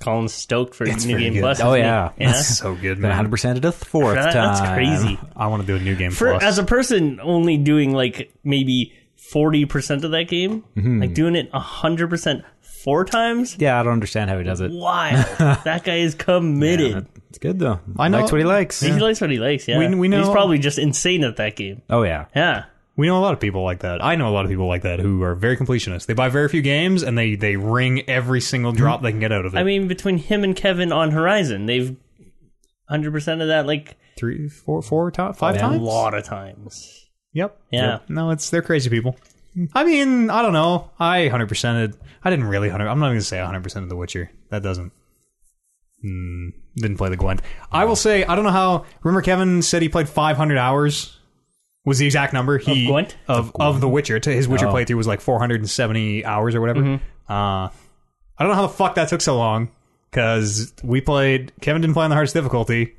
[SPEAKER 2] Colin's stoked for
[SPEAKER 1] It's
[SPEAKER 2] New
[SPEAKER 1] pretty
[SPEAKER 2] Game
[SPEAKER 1] good.
[SPEAKER 2] Plus.
[SPEAKER 3] Oh,
[SPEAKER 2] isn't he?
[SPEAKER 3] yeah.
[SPEAKER 2] yeah.
[SPEAKER 1] So good,
[SPEAKER 3] Been
[SPEAKER 1] man.
[SPEAKER 3] 100 percent a fourth
[SPEAKER 2] That-
[SPEAKER 3] time.
[SPEAKER 2] that's crazy.
[SPEAKER 1] I want to do a new game
[SPEAKER 2] For
[SPEAKER 1] plus.
[SPEAKER 2] as a person only doing like maybe forty percent of that game, like doing it hundred percent four times.
[SPEAKER 3] Yeah, I don't understand how he does it.
[SPEAKER 2] Wild. that guy is committed.
[SPEAKER 3] Yeah, it's good though.
[SPEAKER 1] I know-
[SPEAKER 3] Likes what he likes.
[SPEAKER 2] He likes what he likes. Yeah,
[SPEAKER 1] We- we
[SPEAKER 2] And he's
[SPEAKER 1] know-
[SPEAKER 2] probably just insane at that game.
[SPEAKER 3] Oh yeah.
[SPEAKER 2] Yeah,
[SPEAKER 1] we know a lot of people like that. I know a lot of people like that who are very completionists. They buy very few games and they they wring every single drop they can get out of it.
[SPEAKER 2] Hmm. I mean between him and Kevin on Horizon, they've hundred percent of that like
[SPEAKER 1] three, four, four, to- five
[SPEAKER 2] a
[SPEAKER 1] times.
[SPEAKER 2] lot of times.
[SPEAKER 1] Yep.
[SPEAKER 2] Yeah.
[SPEAKER 1] Yep. No, it's they're crazy people. I mean, I don't know. I hundred percented. I didn't really hundred. I'm not going to say hundred percent of The Witcher. That doesn't. Mm, didn't play the Gwent. I will say I don't know how. Remember, Kevin said he played 500 hours. Was the exact number he
[SPEAKER 2] Of Gwent? Oh.
[SPEAKER 1] of of, The Witcher? To his Witcher playthrough was like 470 hours or whatever.
[SPEAKER 2] Mm-hmm.
[SPEAKER 1] Uh, I don't know how the fuck that took so long because we played. Kevin didn't play on the hardest difficulty.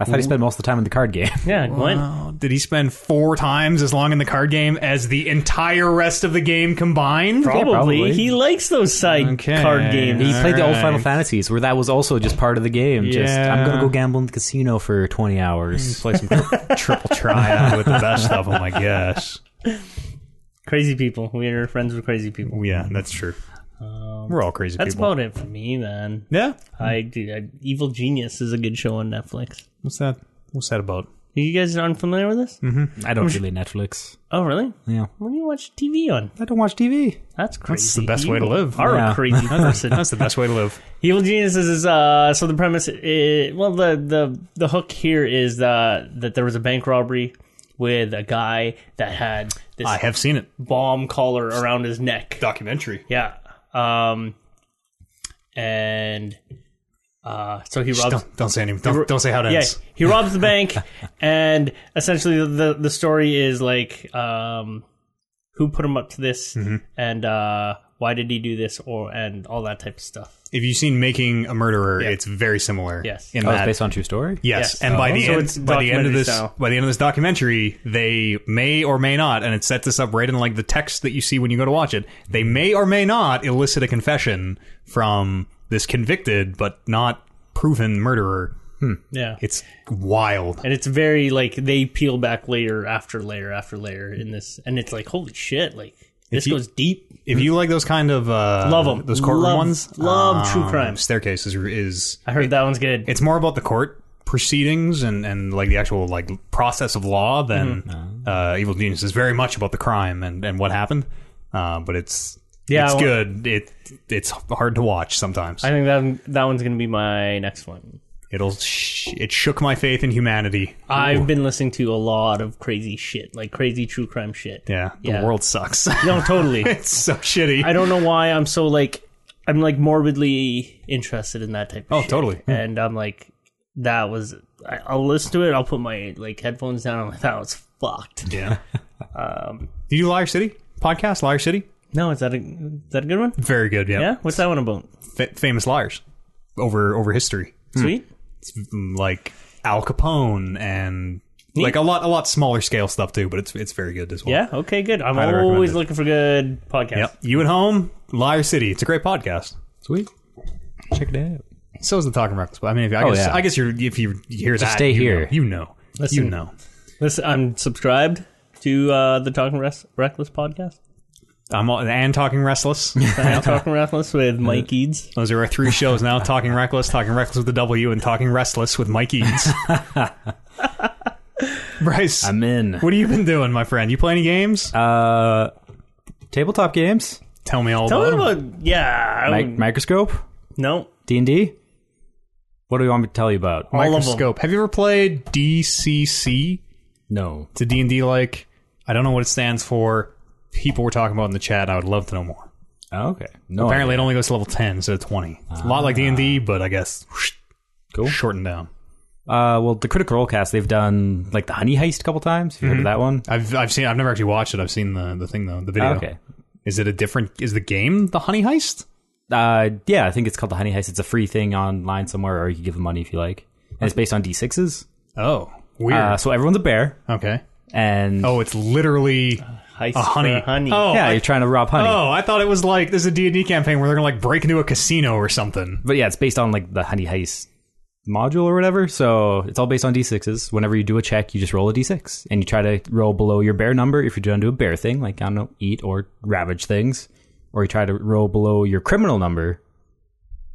[SPEAKER 3] I thought he spent most of the time in the card game.
[SPEAKER 2] Yeah, Gwen.
[SPEAKER 1] Did he spend four times as long in the card game as the entire rest of the game combined?
[SPEAKER 2] Probably.
[SPEAKER 3] probably.
[SPEAKER 2] he likes those side
[SPEAKER 1] Okay.
[SPEAKER 2] card games.
[SPEAKER 3] He
[SPEAKER 1] All
[SPEAKER 3] played the old
[SPEAKER 1] right.
[SPEAKER 3] Final Fantasies, where that was also just part of the game. Just
[SPEAKER 1] Yeah.
[SPEAKER 3] I'm gonna go gamble in the casino for 20 hours.
[SPEAKER 1] Play some tri- triple triad with the best of them, I guess.
[SPEAKER 2] Crazy people. We are friends with crazy people.
[SPEAKER 1] Oh, Yeah, that's true. We're all crazy
[SPEAKER 2] That's
[SPEAKER 1] people.
[SPEAKER 2] about it for me, man.
[SPEAKER 1] yeah.
[SPEAKER 2] I dude, I, Evil Genius is a good show on Netflix.
[SPEAKER 1] What's that? What's that about?
[SPEAKER 2] Are you guys unfamiliar with this?
[SPEAKER 1] Mm-hmm.
[SPEAKER 3] I don't really Netflix.
[SPEAKER 2] Oh, really?
[SPEAKER 3] Yeah,
[SPEAKER 2] What do you watch TV on?
[SPEAKER 3] I don't watch TV.
[SPEAKER 2] That's crazy.
[SPEAKER 1] the best
[SPEAKER 2] You
[SPEAKER 1] way to live.
[SPEAKER 2] Are a
[SPEAKER 3] Yeah.
[SPEAKER 2] crazy person.
[SPEAKER 1] That's the best way to live.
[SPEAKER 2] Evil Genius is uh. So the premise, is, well, the the the hook here is uh, that there was a bank robbery with a guy that had this
[SPEAKER 1] I have seen it.
[SPEAKER 2] bomb collar around his neck.
[SPEAKER 1] Documentary.
[SPEAKER 2] Yeah. Um. And uh, so he robs.
[SPEAKER 1] Don't, don't say anything. Don't, don't say how it
[SPEAKER 2] Yeah,
[SPEAKER 1] ends.
[SPEAKER 2] he robs the bank, and essentially the, the the story is like, um, who put him up to this,
[SPEAKER 1] Mm-hmm.
[SPEAKER 2] and uh, why did he do this, or and all that type of stuff.
[SPEAKER 1] If you've seen Making a Murderer, it's very similar.
[SPEAKER 2] Yes.
[SPEAKER 1] In
[SPEAKER 3] Oh, it's
[SPEAKER 1] that
[SPEAKER 3] based on true story.
[SPEAKER 1] Yes,
[SPEAKER 2] Yes.
[SPEAKER 1] and by
[SPEAKER 2] Oh.
[SPEAKER 1] the
[SPEAKER 2] So it's
[SPEAKER 1] end, by the end of
[SPEAKER 2] documentary
[SPEAKER 1] this,
[SPEAKER 2] style.
[SPEAKER 1] by the end of this documentary, they may or may not, and it sets this up right in like the text that you see when you go to watch it. They
[SPEAKER 2] Mm-hmm.
[SPEAKER 1] may or may not elicit a confession from this convicted but not proven murderer.
[SPEAKER 2] Yeah,
[SPEAKER 1] It's wild.
[SPEAKER 2] and it's very like they peel back layer after layer after layer in this, and it's like holy shit, like this
[SPEAKER 1] you-
[SPEAKER 2] goes deep.
[SPEAKER 1] If you like those kind of uh,
[SPEAKER 2] Mm-hmm. Love 'em.
[SPEAKER 1] those courtroom
[SPEAKER 2] Love-
[SPEAKER 1] ones, um,
[SPEAKER 2] love true crime.
[SPEAKER 1] Staircase is, is
[SPEAKER 2] I heard that one's good.
[SPEAKER 1] it's more about the court proceedings and, and like the actual like process of law than
[SPEAKER 2] Mm-hmm.
[SPEAKER 1] uh, Evil Genius is very much about the crime and, and what happened. Uh, but it's
[SPEAKER 2] Yeah,
[SPEAKER 1] it's
[SPEAKER 2] I wa-
[SPEAKER 1] good. It it's hard to watch sometimes.
[SPEAKER 2] I think that that one's gonna be my next one.
[SPEAKER 1] It'll sh- it shook my faith in humanity.
[SPEAKER 2] I've been listening to a lot of crazy shit, like crazy true crime shit.
[SPEAKER 1] Yeah, the
[SPEAKER 2] Yeah.
[SPEAKER 1] world sucks.
[SPEAKER 2] No, totally.
[SPEAKER 1] it's so shitty.
[SPEAKER 2] I don't know why I'm so like I'm like morbidly interested in that type of
[SPEAKER 1] Oh,
[SPEAKER 2] shit.
[SPEAKER 1] totally.
[SPEAKER 2] And I'm like that was I, I'll listen to it, I'll put my like headphones down, I'm like, that was fucked.
[SPEAKER 1] yeah. um, Did you do Liar City podcast? Liar City,
[SPEAKER 2] No, is that a is that a good one?
[SPEAKER 1] very good. Yeah,
[SPEAKER 2] Yeah? What's that one about?
[SPEAKER 1] Fa- famous liars over over history.
[SPEAKER 2] Sweet?
[SPEAKER 1] like Al Capone and like a lot a lot smaller scale stuff too, but it's it's very good as well.
[SPEAKER 2] Yeah, okay, good. I'm
[SPEAKER 1] Highly recommend
[SPEAKER 2] always
[SPEAKER 1] it.
[SPEAKER 2] looking for good podcasts.
[SPEAKER 1] Yep. You at home, Liar City. It's a great podcast.
[SPEAKER 3] Sweet. Check it out.
[SPEAKER 1] So is the Talking Reckless. But I mean, if, I
[SPEAKER 3] Oh,
[SPEAKER 1] guess
[SPEAKER 3] yeah.
[SPEAKER 1] I guess you're if you hear that,
[SPEAKER 3] stay
[SPEAKER 1] you
[SPEAKER 3] here.
[SPEAKER 1] know, you know,
[SPEAKER 2] Listen.
[SPEAKER 1] you know.
[SPEAKER 2] Listen, I'm subscribed to uh, the Talking Res- Reckless podcast.
[SPEAKER 1] I'm all, and Talking Restless.
[SPEAKER 2] I'm Talking Reckless with Mike Eads.
[SPEAKER 1] Those are our three shows now: Talking Reckless, Talking Reckless with the W, and Talking Restless with Mike Eads. Bryce,
[SPEAKER 3] I'm in.
[SPEAKER 1] what have you been doing, my friend? You play any games?
[SPEAKER 3] Uh, tabletop games,
[SPEAKER 1] Tell me all
[SPEAKER 2] Tell
[SPEAKER 1] about.
[SPEAKER 2] me
[SPEAKER 1] them.
[SPEAKER 2] about yeah. I
[SPEAKER 3] Mi-
[SPEAKER 2] would-
[SPEAKER 3] microscope,
[SPEAKER 2] no,
[SPEAKER 3] D and D. What do you want me to tell you about?
[SPEAKER 2] all of 'em.
[SPEAKER 1] Microscope. Have you ever played DCC?
[SPEAKER 3] No.
[SPEAKER 1] It's a D&D like. I don't know what it stands for. People were talking about it in the chat. I would love to know more.
[SPEAKER 3] Oh, okay. No.
[SPEAKER 1] Apparently, it only goes to level 10 instead of 20. It's a lot like D&D, but I guess whoosh,
[SPEAKER 3] Ah. Cool.
[SPEAKER 1] shortened down.
[SPEAKER 3] Uh, well, the Critical Role cast they've done like the Honey Heist a couple times. Have you heard of that one?
[SPEAKER 1] I've I've seen I've never actually watched it. I've seen the, the thing though, the video.
[SPEAKER 3] Okay.
[SPEAKER 1] Is it a different is the game the honey heist?
[SPEAKER 3] Uh, yeah, I think it's called the Honey Heist. It's a free thing online somewhere, or you can give them money if you like. And and it's based on D6s.
[SPEAKER 1] Oh, weird.
[SPEAKER 3] Uh, so everyone's a bear,
[SPEAKER 1] okay.
[SPEAKER 3] and
[SPEAKER 1] Oh, it's literally
[SPEAKER 2] Heist
[SPEAKER 1] a honey.
[SPEAKER 2] for honey.
[SPEAKER 1] Oh,
[SPEAKER 3] yeah,
[SPEAKER 1] I-
[SPEAKER 3] you're trying to rob honey.
[SPEAKER 1] oh, I thought it was like there's a D and D campaign where they're gonna like break into a casino or something.
[SPEAKER 3] But yeah, it's based on like the honey heist module or whatever. So it's all based on d6s. Whenever you do a check, you just roll a d6 and you try to roll below your bear number if you're trying to do a bear thing, like I don't know, eat or ravage things, or you try to roll below your criminal number.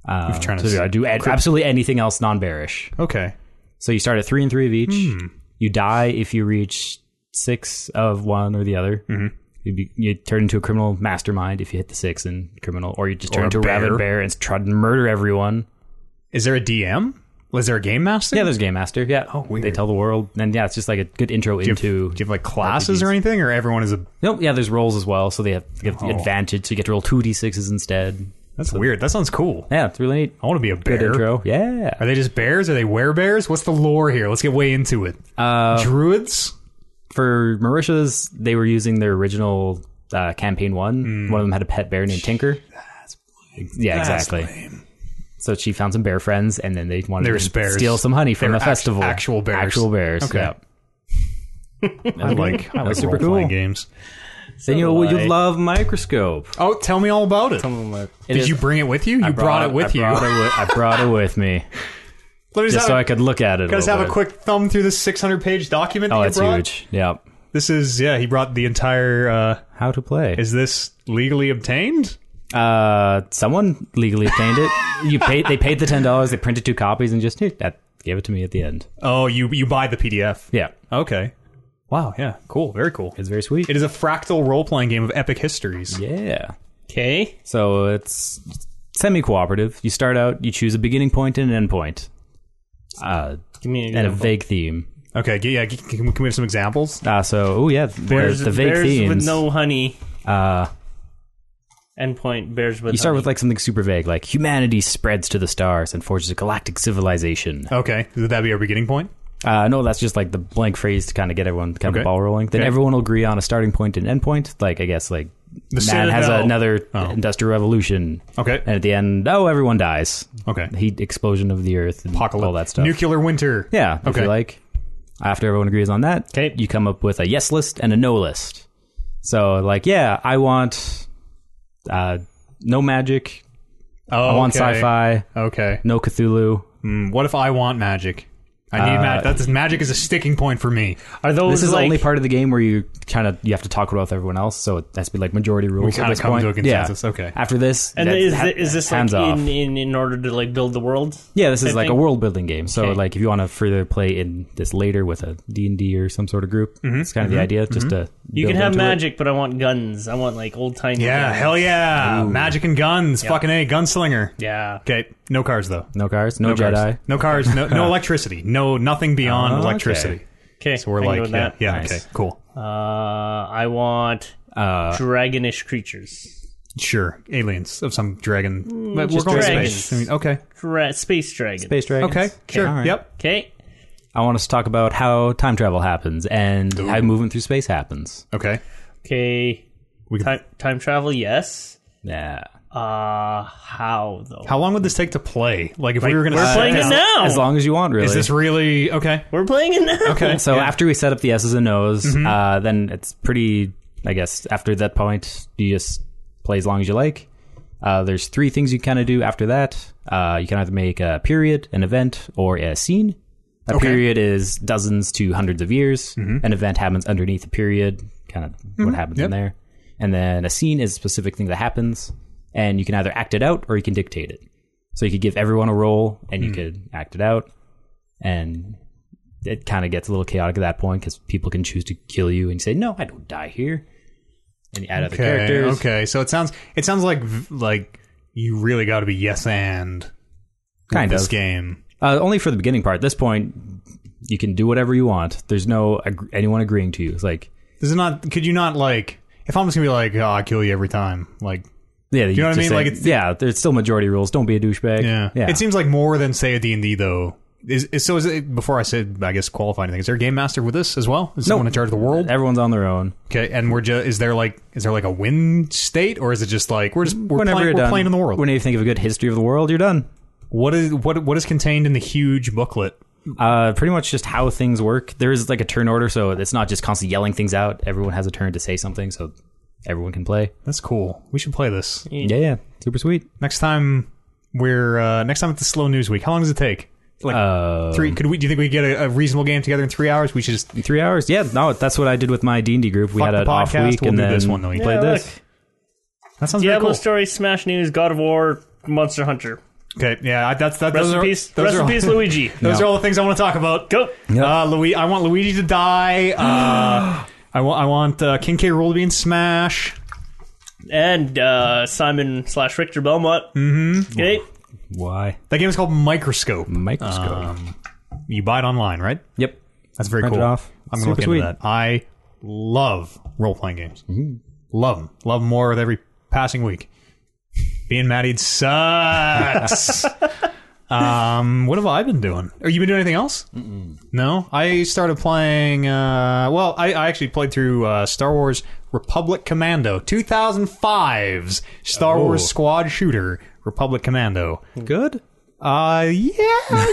[SPEAKER 3] Uh,
[SPEAKER 1] trying to
[SPEAKER 3] so
[SPEAKER 1] s-
[SPEAKER 3] I do ad- absolutely anything else non-bearish.
[SPEAKER 1] Okay.
[SPEAKER 3] So you start at three and three of each.
[SPEAKER 1] Hmm.
[SPEAKER 3] You die if you reach six of one or the other. Mm-hmm. You, be, you turn into a criminal mastermind if you hit the six and criminal, or you just turn
[SPEAKER 1] Or a
[SPEAKER 3] into a rabid
[SPEAKER 1] bear.
[SPEAKER 3] bear and try to murder everyone.
[SPEAKER 1] Is there a DM? Is there a game master?
[SPEAKER 3] Yeah, there's Game Master. Yeah. Oh,
[SPEAKER 1] weird.
[SPEAKER 3] They tell the world. And yeah, it's just like a good intro
[SPEAKER 1] Do you, have,
[SPEAKER 3] into.
[SPEAKER 1] do you have like classes or anything, or everyone is a?
[SPEAKER 3] Nope. Yeah, there's rolls as well. So they have, they have the
[SPEAKER 1] Oh.
[SPEAKER 3] advantage. So you get to roll 2d6s instead.
[SPEAKER 1] That's weird. That sounds cool.
[SPEAKER 3] Yeah, it's really neat.
[SPEAKER 1] I want to be a
[SPEAKER 3] Good
[SPEAKER 1] bear.
[SPEAKER 3] intro. Yeah.
[SPEAKER 1] Are they just bears? Are they bears? What's the lore here? Let's get way into it. Uh, Druids.
[SPEAKER 3] for Mauritius, they were using their original uh, campaign one.
[SPEAKER 1] Hmm.
[SPEAKER 3] One of them had a pet bear named Tinker. Yeah, exactly. So she found some bear friends, and then they wanted
[SPEAKER 1] They were
[SPEAKER 3] to
[SPEAKER 1] bears.
[SPEAKER 3] steal some honey from
[SPEAKER 1] They were
[SPEAKER 3] a
[SPEAKER 1] act-
[SPEAKER 3] festival.
[SPEAKER 1] actual bears.
[SPEAKER 3] Actual bears.
[SPEAKER 1] Okay.
[SPEAKER 3] yeah.
[SPEAKER 1] I like, I like
[SPEAKER 3] super
[SPEAKER 1] role-playing
[SPEAKER 3] cool.
[SPEAKER 1] games.
[SPEAKER 3] Then you
[SPEAKER 2] do I.
[SPEAKER 3] you love Microscope.
[SPEAKER 1] Oh, tell me all about it.
[SPEAKER 3] It
[SPEAKER 1] Did
[SPEAKER 3] is-
[SPEAKER 1] you bring it with you? You
[SPEAKER 3] I
[SPEAKER 1] brought, it with you.
[SPEAKER 3] I Brought it with, I brought it with me
[SPEAKER 1] Let me
[SPEAKER 3] just so
[SPEAKER 1] have,
[SPEAKER 3] I could look at it.
[SPEAKER 1] let us
[SPEAKER 3] little
[SPEAKER 1] have a
[SPEAKER 3] bit.
[SPEAKER 1] quick thumb through this 600 page document.
[SPEAKER 3] Oh,
[SPEAKER 1] that you
[SPEAKER 3] it's
[SPEAKER 1] brought.
[SPEAKER 3] huge. Yeah.
[SPEAKER 1] This is yeah. He brought the entire. Uh,
[SPEAKER 3] How to play?
[SPEAKER 1] is this legally obtained?
[SPEAKER 3] Uh, someone legally obtained it. You paid. They paid the ten dollars. They printed two copies and just hey, that gave it to me at the end.
[SPEAKER 1] Oh, you you buy the PDF.
[SPEAKER 3] Yeah.
[SPEAKER 1] Okay. Wow. Yeah. Cool. Very cool.
[SPEAKER 3] It's very sweet.
[SPEAKER 1] It is a fractal role playing game of epic histories.
[SPEAKER 3] yeah.
[SPEAKER 2] Okay.
[SPEAKER 3] So it's semi cooperative. You start out, you choose a beginning point and an end point, uh,
[SPEAKER 2] Give me an
[SPEAKER 3] and a
[SPEAKER 2] example.
[SPEAKER 3] vague theme.
[SPEAKER 1] Okay. g- Yeah. g- Can we can we have some examples?
[SPEAKER 3] Uh, so, oh, yeah, the,
[SPEAKER 2] Bears,
[SPEAKER 3] the vague
[SPEAKER 2] bears with
[SPEAKER 3] themes.
[SPEAKER 2] no honey.
[SPEAKER 3] uh,
[SPEAKER 2] Endpoint bears with.
[SPEAKER 3] you start
[SPEAKER 2] honey.
[SPEAKER 3] with like something super vague, like humanity spreads to the stars and forges a galactic civilization.
[SPEAKER 1] Okay. Would that be our beginning point?
[SPEAKER 3] Uh, no, that's just like the blank phrase to kind of get everyone kind
[SPEAKER 1] Okay.
[SPEAKER 3] of ball rolling. Then
[SPEAKER 1] Okay.
[SPEAKER 3] everyone will agree on a starting point and end point. Like I guess like
[SPEAKER 1] The
[SPEAKER 3] man has
[SPEAKER 1] Citadel.
[SPEAKER 3] another
[SPEAKER 1] Oh.
[SPEAKER 3] industrial revolution,
[SPEAKER 1] Okay.
[SPEAKER 3] and at the end, oh, everyone dies.
[SPEAKER 1] Okay.
[SPEAKER 3] Heat explosion of the earth, and
[SPEAKER 1] Apocalypse.
[SPEAKER 3] all that stuff.
[SPEAKER 1] Nuclear winter.
[SPEAKER 3] yeah, if
[SPEAKER 1] Okay.
[SPEAKER 3] you like. After everyone agrees on that,
[SPEAKER 2] Okay.
[SPEAKER 3] you come up with a yes list and a no list. So like, yeah, I want uh, no magic.
[SPEAKER 1] Oh,
[SPEAKER 3] I want
[SPEAKER 1] okay.
[SPEAKER 3] sci-fi.
[SPEAKER 1] Okay.
[SPEAKER 3] No Cthulhu.
[SPEAKER 1] Mm, What if I want magic? I need
[SPEAKER 3] Uh,
[SPEAKER 1] magic. That's magic is a sticking point for me.
[SPEAKER 2] Are those
[SPEAKER 3] This is
[SPEAKER 2] like,
[SPEAKER 3] the only part of the game where you kind of you have to talk with everyone else, so it has to be like majority rules. at
[SPEAKER 1] kinda
[SPEAKER 3] this
[SPEAKER 1] come
[SPEAKER 3] point.
[SPEAKER 1] to a consensus,
[SPEAKER 3] Yeah.
[SPEAKER 1] okay.
[SPEAKER 3] After this,
[SPEAKER 2] And
[SPEAKER 3] that-
[SPEAKER 2] is,
[SPEAKER 3] ha-
[SPEAKER 2] thi- is this like
[SPEAKER 3] hands off?
[SPEAKER 2] in, in in order to like build the world?
[SPEAKER 3] yeah, this is
[SPEAKER 2] I
[SPEAKER 3] like a
[SPEAKER 2] think-
[SPEAKER 3] world building game. So
[SPEAKER 2] Okay.
[SPEAKER 3] like if you want to further play in this later with a D and D or some sort of group, it's kind of the idea. Just to
[SPEAKER 2] Mm-hmm. You
[SPEAKER 3] build
[SPEAKER 2] can have
[SPEAKER 3] into it.
[SPEAKER 2] magic, but I want guns. I want like old timey.
[SPEAKER 1] Yeah,
[SPEAKER 2] guns.
[SPEAKER 1] hell yeah. Magic and guns. Fucking A, gunslinger.
[SPEAKER 2] yeah.
[SPEAKER 1] Okay, no cars though.
[SPEAKER 3] No cars, no, Jedi.
[SPEAKER 1] Cars. No cars, no, no electricity. No nothing beyond
[SPEAKER 3] Oh, okay.
[SPEAKER 1] electricity.
[SPEAKER 2] Okay,
[SPEAKER 1] So we're
[SPEAKER 2] I can go
[SPEAKER 1] like
[SPEAKER 2] with
[SPEAKER 1] yeah,
[SPEAKER 2] that.
[SPEAKER 1] yeah
[SPEAKER 3] Nice.
[SPEAKER 1] okay, cool.
[SPEAKER 2] Uh, I want
[SPEAKER 3] Uh,
[SPEAKER 2] dragonish creatures,
[SPEAKER 1] Sure. Aliens of some dragon. But
[SPEAKER 2] just
[SPEAKER 1] to
[SPEAKER 2] dragons.
[SPEAKER 1] space. I mean, okay.
[SPEAKER 2] Dra- space dragon.
[SPEAKER 3] space dragons.
[SPEAKER 1] Okay, sure.
[SPEAKER 3] All right.
[SPEAKER 1] Yep.
[SPEAKER 2] Okay,
[SPEAKER 3] I want us to talk about how time travel happens and how movement through space happens.
[SPEAKER 1] Okay.
[SPEAKER 2] okay.
[SPEAKER 1] We can,
[SPEAKER 2] Time time travel, yes.
[SPEAKER 3] Yeah.
[SPEAKER 2] Uh, how though?
[SPEAKER 1] how long would this take to play? Like if we were going to
[SPEAKER 2] We're playing it
[SPEAKER 1] Oh.
[SPEAKER 2] now.
[SPEAKER 3] As long as you want, really.
[SPEAKER 1] Is this really okay?
[SPEAKER 2] We're playing it now.
[SPEAKER 1] Okay. Mm-hmm.
[SPEAKER 3] So after we set up the S's and O's, uh, then it's pretty. I guess after that point, you just play as long as you like. Uh, there's three things you kind of do after that. Uh, you can either make a period, an event, or a scene. A
[SPEAKER 1] Okay. Mm-hmm.
[SPEAKER 3] period is dozens to hundreds of years. An event happens underneath the period, kind of what happens in
[SPEAKER 1] Yep.
[SPEAKER 3] there. And then a scene is a specific thing that happens, and you can either act it out or you can dictate it. So you could give everyone a role, and
[SPEAKER 1] Hmm.
[SPEAKER 3] you could act it out, and it kind of gets a little chaotic at that point because people can choose to kill you and say, "No, I don't die here," and you add other
[SPEAKER 1] Okay,
[SPEAKER 3] characters.
[SPEAKER 1] Okay, so it sounds it sounds like like you really got to be yes and with
[SPEAKER 3] Kind
[SPEAKER 1] this
[SPEAKER 3] of.
[SPEAKER 1] game.
[SPEAKER 3] Uh, only for the beginning part. At this point, you can do whatever you want. There's no ag- anyone agreeing to you. It's like,
[SPEAKER 1] This is not. Could you not like? If I'm just gonna be like, oh, I kill you every time. Like,
[SPEAKER 3] yeah, you,
[SPEAKER 1] know what I
[SPEAKER 3] just
[SPEAKER 1] mean?
[SPEAKER 3] say-
[SPEAKER 1] Like, it's-
[SPEAKER 3] yeah, there's still majority rules. Don't be a douchebag.
[SPEAKER 1] yeah,
[SPEAKER 3] yeah.
[SPEAKER 1] It seems like more than say a D and D though. Is, is so? Is it, before I said, I guess qualify anything. Is there a game master with this as well? Is someone in charge of the world?
[SPEAKER 3] Everyone's on their own.
[SPEAKER 1] Okay, and we're just. Is there like? Is there like a win state, or is it just like we're just we're,
[SPEAKER 3] Whenever
[SPEAKER 1] playing,
[SPEAKER 3] you're
[SPEAKER 1] we're
[SPEAKER 3] done,
[SPEAKER 1] playing in the world?
[SPEAKER 3] Whenever you think of a good history of the world, you're done.
[SPEAKER 1] What is what what is contained in the huge booklet?
[SPEAKER 3] uh, pretty much just how things work. There is like a turn order, so it's not just constantly yelling things out. Everyone has a turn to say something, so everyone can play.
[SPEAKER 1] That's cool. We should play this
[SPEAKER 3] Yeah, yeah, super sweet.
[SPEAKER 1] next time. We're uh, next time at the slow news week. How long does it take? Like
[SPEAKER 3] Uh,
[SPEAKER 1] three? Could we? Do you think we could get a, a reasonable game together in three hours? We should just
[SPEAKER 3] three hours. Yeah, no, that's what I did with my D and D group. We
[SPEAKER 1] Fuck
[SPEAKER 3] had
[SPEAKER 1] the
[SPEAKER 3] an off
[SPEAKER 1] podcast,
[SPEAKER 3] week,
[SPEAKER 1] we'll
[SPEAKER 3] and
[SPEAKER 1] do
[SPEAKER 3] then
[SPEAKER 1] this one, though.
[SPEAKER 3] we
[SPEAKER 1] Yeah,
[SPEAKER 3] played
[SPEAKER 2] look.
[SPEAKER 3] this.
[SPEAKER 1] that sounds very
[SPEAKER 2] Diablo
[SPEAKER 1] cool.
[SPEAKER 2] story, Smash News, God of War, Monster Hunter.
[SPEAKER 1] Okay, yeah, I- that's that.
[SPEAKER 2] Rest
[SPEAKER 1] those
[SPEAKER 2] in
[SPEAKER 1] are,
[SPEAKER 2] peace.
[SPEAKER 1] Those
[SPEAKER 2] Rest
[SPEAKER 1] are
[SPEAKER 2] in
[SPEAKER 1] all,
[SPEAKER 2] peace, Luigi.
[SPEAKER 1] Those are all the things I want to talk about.
[SPEAKER 2] Go.
[SPEAKER 1] Uh, Louis, I want Luigi to die. Uh, I want I want uh, King K. Rule to be in Smash.
[SPEAKER 2] And uh, Simon slash Richter Belmont. Mm-hmm. Okay.
[SPEAKER 3] Why
[SPEAKER 1] That game is called Microscope.
[SPEAKER 3] microscope?
[SPEAKER 1] You buy it online, right?
[SPEAKER 3] yep,
[SPEAKER 1] That's very
[SPEAKER 3] Print it
[SPEAKER 1] cool.
[SPEAKER 3] off.
[SPEAKER 1] I'm gonna look
[SPEAKER 3] Super
[SPEAKER 1] into
[SPEAKER 3] sweet. Mm-hmm.
[SPEAKER 1] that. I love role playing games. Love them. Love 'em more with every passing week. Being Maddie sucks. um, what have I been doing? Are you been doing anything else? No, I started playing. Uh, well, I, I actually played through uh, Star Wars Republic Commando 2005's Star
[SPEAKER 3] Oh.
[SPEAKER 1] Wars Squad Shooter Republic Commando.
[SPEAKER 3] good.
[SPEAKER 1] Uh, yeah,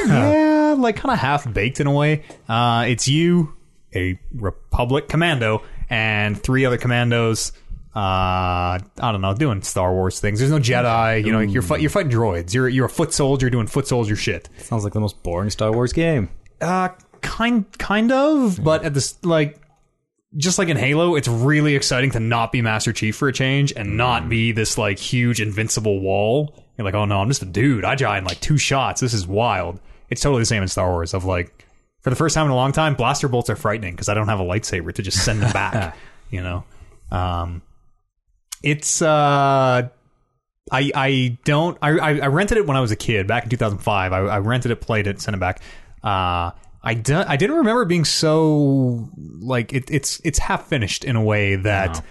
[SPEAKER 1] yeah, like kind of half baked in a way. Uh, it's you, a Republic commando, and three other commandos. Uh, I don't know, doing Star Wars things. There's no Jedi. You know, you're fight, you're fighting droids. You're you're a foot soldier doing foot soldier shit.
[SPEAKER 3] Sounds like the most boring Star Wars game.
[SPEAKER 1] Uh, kind kind of, but at this like. Just like in Halo, it's really exciting to not be Master Chief for a change and not be this like huge invincible wall. You're like, oh no, I'm just a dude. I die in like two shots. This is wild. It's totally the same in Star Wars. Of like, for the first time in a long time, blaster bolts are frightening because I don't have a lightsaber to just send them back. you know, um, it's uh, I I don't I, I I rented it when I was a kid back in 2005. I, I rented it, played it, sent it back. Uh, I don't I didn't remember it being so like it, it's it's half finished in a way that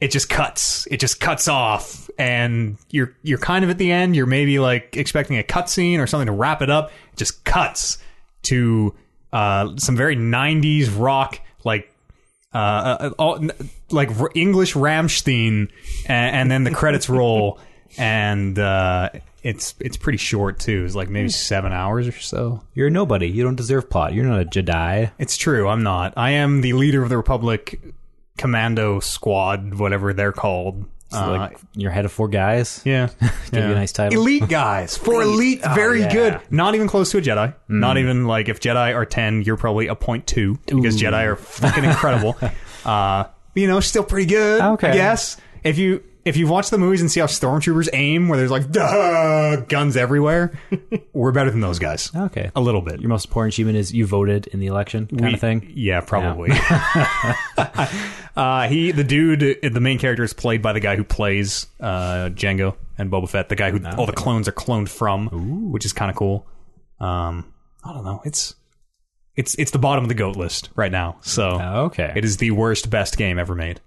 [SPEAKER 1] it just cuts it just cuts off and you're you're kind of at the end. You're maybe like expecting a cutscene or something to wrap it up. It just cuts to uh, some very 90s rock like uh, uh, all, n- like r- English Ramstein, and, and then the credits roll, and uh, it's it's pretty short too. It's like maybe seven hours or so.
[SPEAKER 3] You're a nobody. You don't deserve plot. You're not a Jedi.
[SPEAKER 1] It's true. I'm not. I am the leader of the Republic Commando Squad, whatever they're called. Uh,
[SPEAKER 3] like you're head of four guys.
[SPEAKER 1] yeah,
[SPEAKER 3] Give
[SPEAKER 1] yeah.
[SPEAKER 3] you a nice title.
[SPEAKER 1] Elite guys for elite, very
[SPEAKER 3] yeah. Mm-hmm.
[SPEAKER 1] good. Not even close to a Jedi. Not even like if Jedi are ten, you're probably a point two because Jedi are fucking incredible. uh, you know, still pretty good.
[SPEAKER 3] Okay.
[SPEAKER 1] I guess if you if you've watched the movies and see how stormtroopers aim, where there's like duh, guns everywhere, we're better than those guys.
[SPEAKER 3] Okay.
[SPEAKER 1] a little bit.
[SPEAKER 3] Your most important achievement is you voted in the election, kind of thing.
[SPEAKER 1] Yeah, probably. uh, he, the dude, the main character is played by the guy who plays uh, Django and Boba Fett, the guy who all the clones are cloned from, which is kind of cool. Um, I don't know. It's it's it's the bottom of the goat list right now. So
[SPEAKER 3] Okay.
[SPEAKER 1] it is the worst best game ever made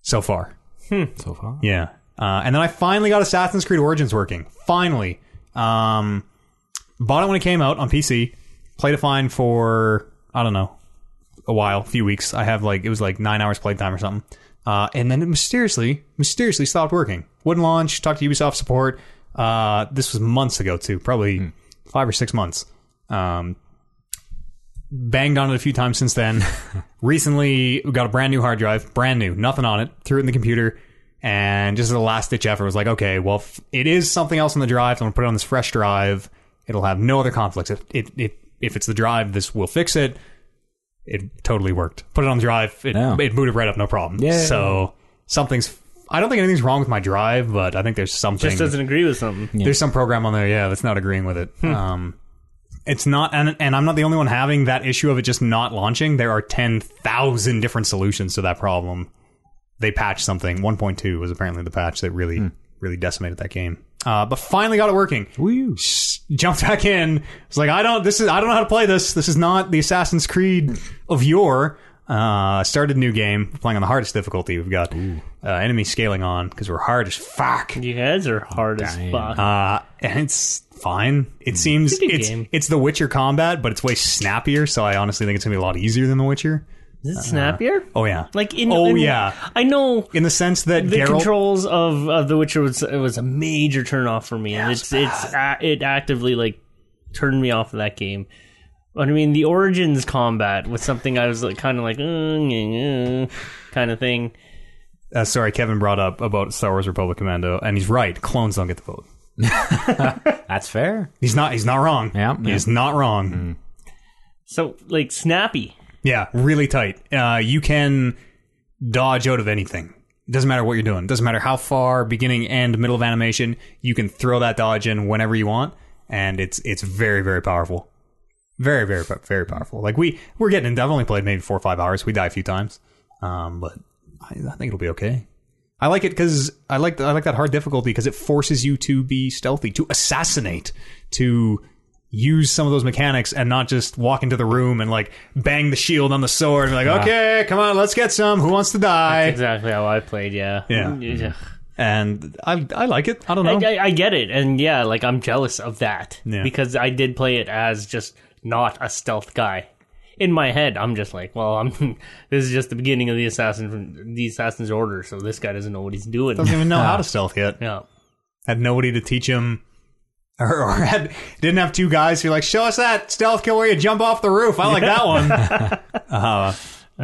[SPEAKER 1] so far.
[SPEAKER 3] so far.
[SPEAKER 1] Yeah. Uh, and then I finally got Assassin's Creed Origins working. Finally. Um, bought it when it came out on PC. Played it fine for, I don't know, a while, a few weeks. I have like, it was like nine hours playtime or something. Uh, and then it mysteriously, mysteriously stopped working. Wouldn't launch, talked to Ubisoft support. Uh, this was months ago too, probably five or six months. Um, banged on it a few times since then. Recently, we got a brand new hard drive, brand new, nothing on it. Threw it in the computer, and just as a last ditch effort, was like, okay, well, if it is something else on the drive. so I'm gonna put it on this fresh drive. It'll have no other conflicts. If if if, if it's the drive, this will fix it. It totally worked. Put it on the drive. It,
[SPEAKER 3] Yeah.
[SPEAKER 1] it booted right up, no problem.
[SPEAKER 3] Yeah.
[SPEAKER 1] So something's. I don't think anything's wrong with my drive, but I think there's something.
[SPEAKER 2] Just doesn't agree with something.
[SPEAKER 1] There's some program on there, yeah, that's not agreeing with it. Um, it's not, and, and I'm not the only one having that issue of it just not launching. There are 10,000 different solutions to that problem. They patched something. 1.2 was apparently the patch that really, really decimated that game. Uh, but finally got it working.
[SPEAKER 3] Woo.
[SPEAKER 1] S- Jumped back in. It's like I don't. This is I don't know how to play this. This is not the Assassin's Creed of yore. Uh, started new game. We're playing on the hardest difficulty. We've got uh, enemy scaling on because we're hard as fuck.
[SPEAKER 2] You guys are hard as fuck.
[SPEAKER 1] Uh, and it's fine.
[SPEAKER 3] Hmm.
[SPEAKER 1] It seems
[SPEAKER 2] good
[SPEAKER 1] it's
[SPEAKER 2] game.
[SPEAKER 1] it's the Witcher combat, but it's way snappier. So I honestly think it's gonna be a lot easier than the Witcher.
[SPEAKER 2] Is it snappier?
[SPEAKER 1] Oh yeah,
[SPEAKER 2] Like in
[SPEAKER 1] oh
[SPEAKER 2] in-
[SPEAKER 1] yeah,
[SPEAKER 2] I know
[SPEAKER 1] in the sense that
[SPEAKER 2] the
[SPEAKER 1] Geralt.
[SPEAKER 2] controls of, of The Witcher was it was a major turn off for me, and it's it's a, it actively like turned me off of that game. But I mean, the Origins combat was something I was like, kind of like, "Mm, kind of thing.
[SPEAKER 1] Uh, sorry, Kevin brought up about Star Wars Republic Commando, and he's right. Clones don't get the vote.
[SPEAKER 3] That's fair.
[SPEAKER 1] He's not. He's not wrong.
[SPEAKER 3] Yeah, yeah. Hmm.
[SPEAKER 1] he's not wrong.
[SPEAKER 2] So like snappy.
[SPEAKER 1] Yeah, really tight. Uh, you can dodge out of anything. Doesn't matter what you're doing. Doesn't matter how far, beginning and middle of animation. You can throw that dodge in whenever you want, and it's it's very very powerful. Very very po- very powerful. Like we we're getting. into I've only played maybe four or five hours. We die a few times, um, but I, I think it'll be okay. I like it because I like I like that hard difficulty because it forces you to be stealthy, to assassinate, to use some of those mechanics and not just walk into the room and like bang the shield on the sword and be like, okay, come on, let's get some. Who wants to die?
[SPEAKER 2] Exactly how I played. Yeah. Mm,
[SPEAKER 1] Yeah.
[SPEAKER 2] Yeah.
[SPEAKER 1] And I I like it. I don't know.
[SPEAKER 2] I, I, I get it, and yeah, like I'm jealous of that
[SPEAKER 1] Yeah.
[SPEAKER 2] because I did play it as just not a stealth guy. In my head, I'm just like, well, I'm. This is just the beginning of the assassin, the assassin's order. So this guy doesn't know what he's doing.
[SPEAKER 1] Doesn't even know how to stealth yet.
[SPEAKER 2] yeah,
[SPEAKER 1] Had nobody to teach him. Or, or had, didn't have two guys who were like show us that stealth kill where you jump off the roof. I like that one.
[SPEAKER 2] I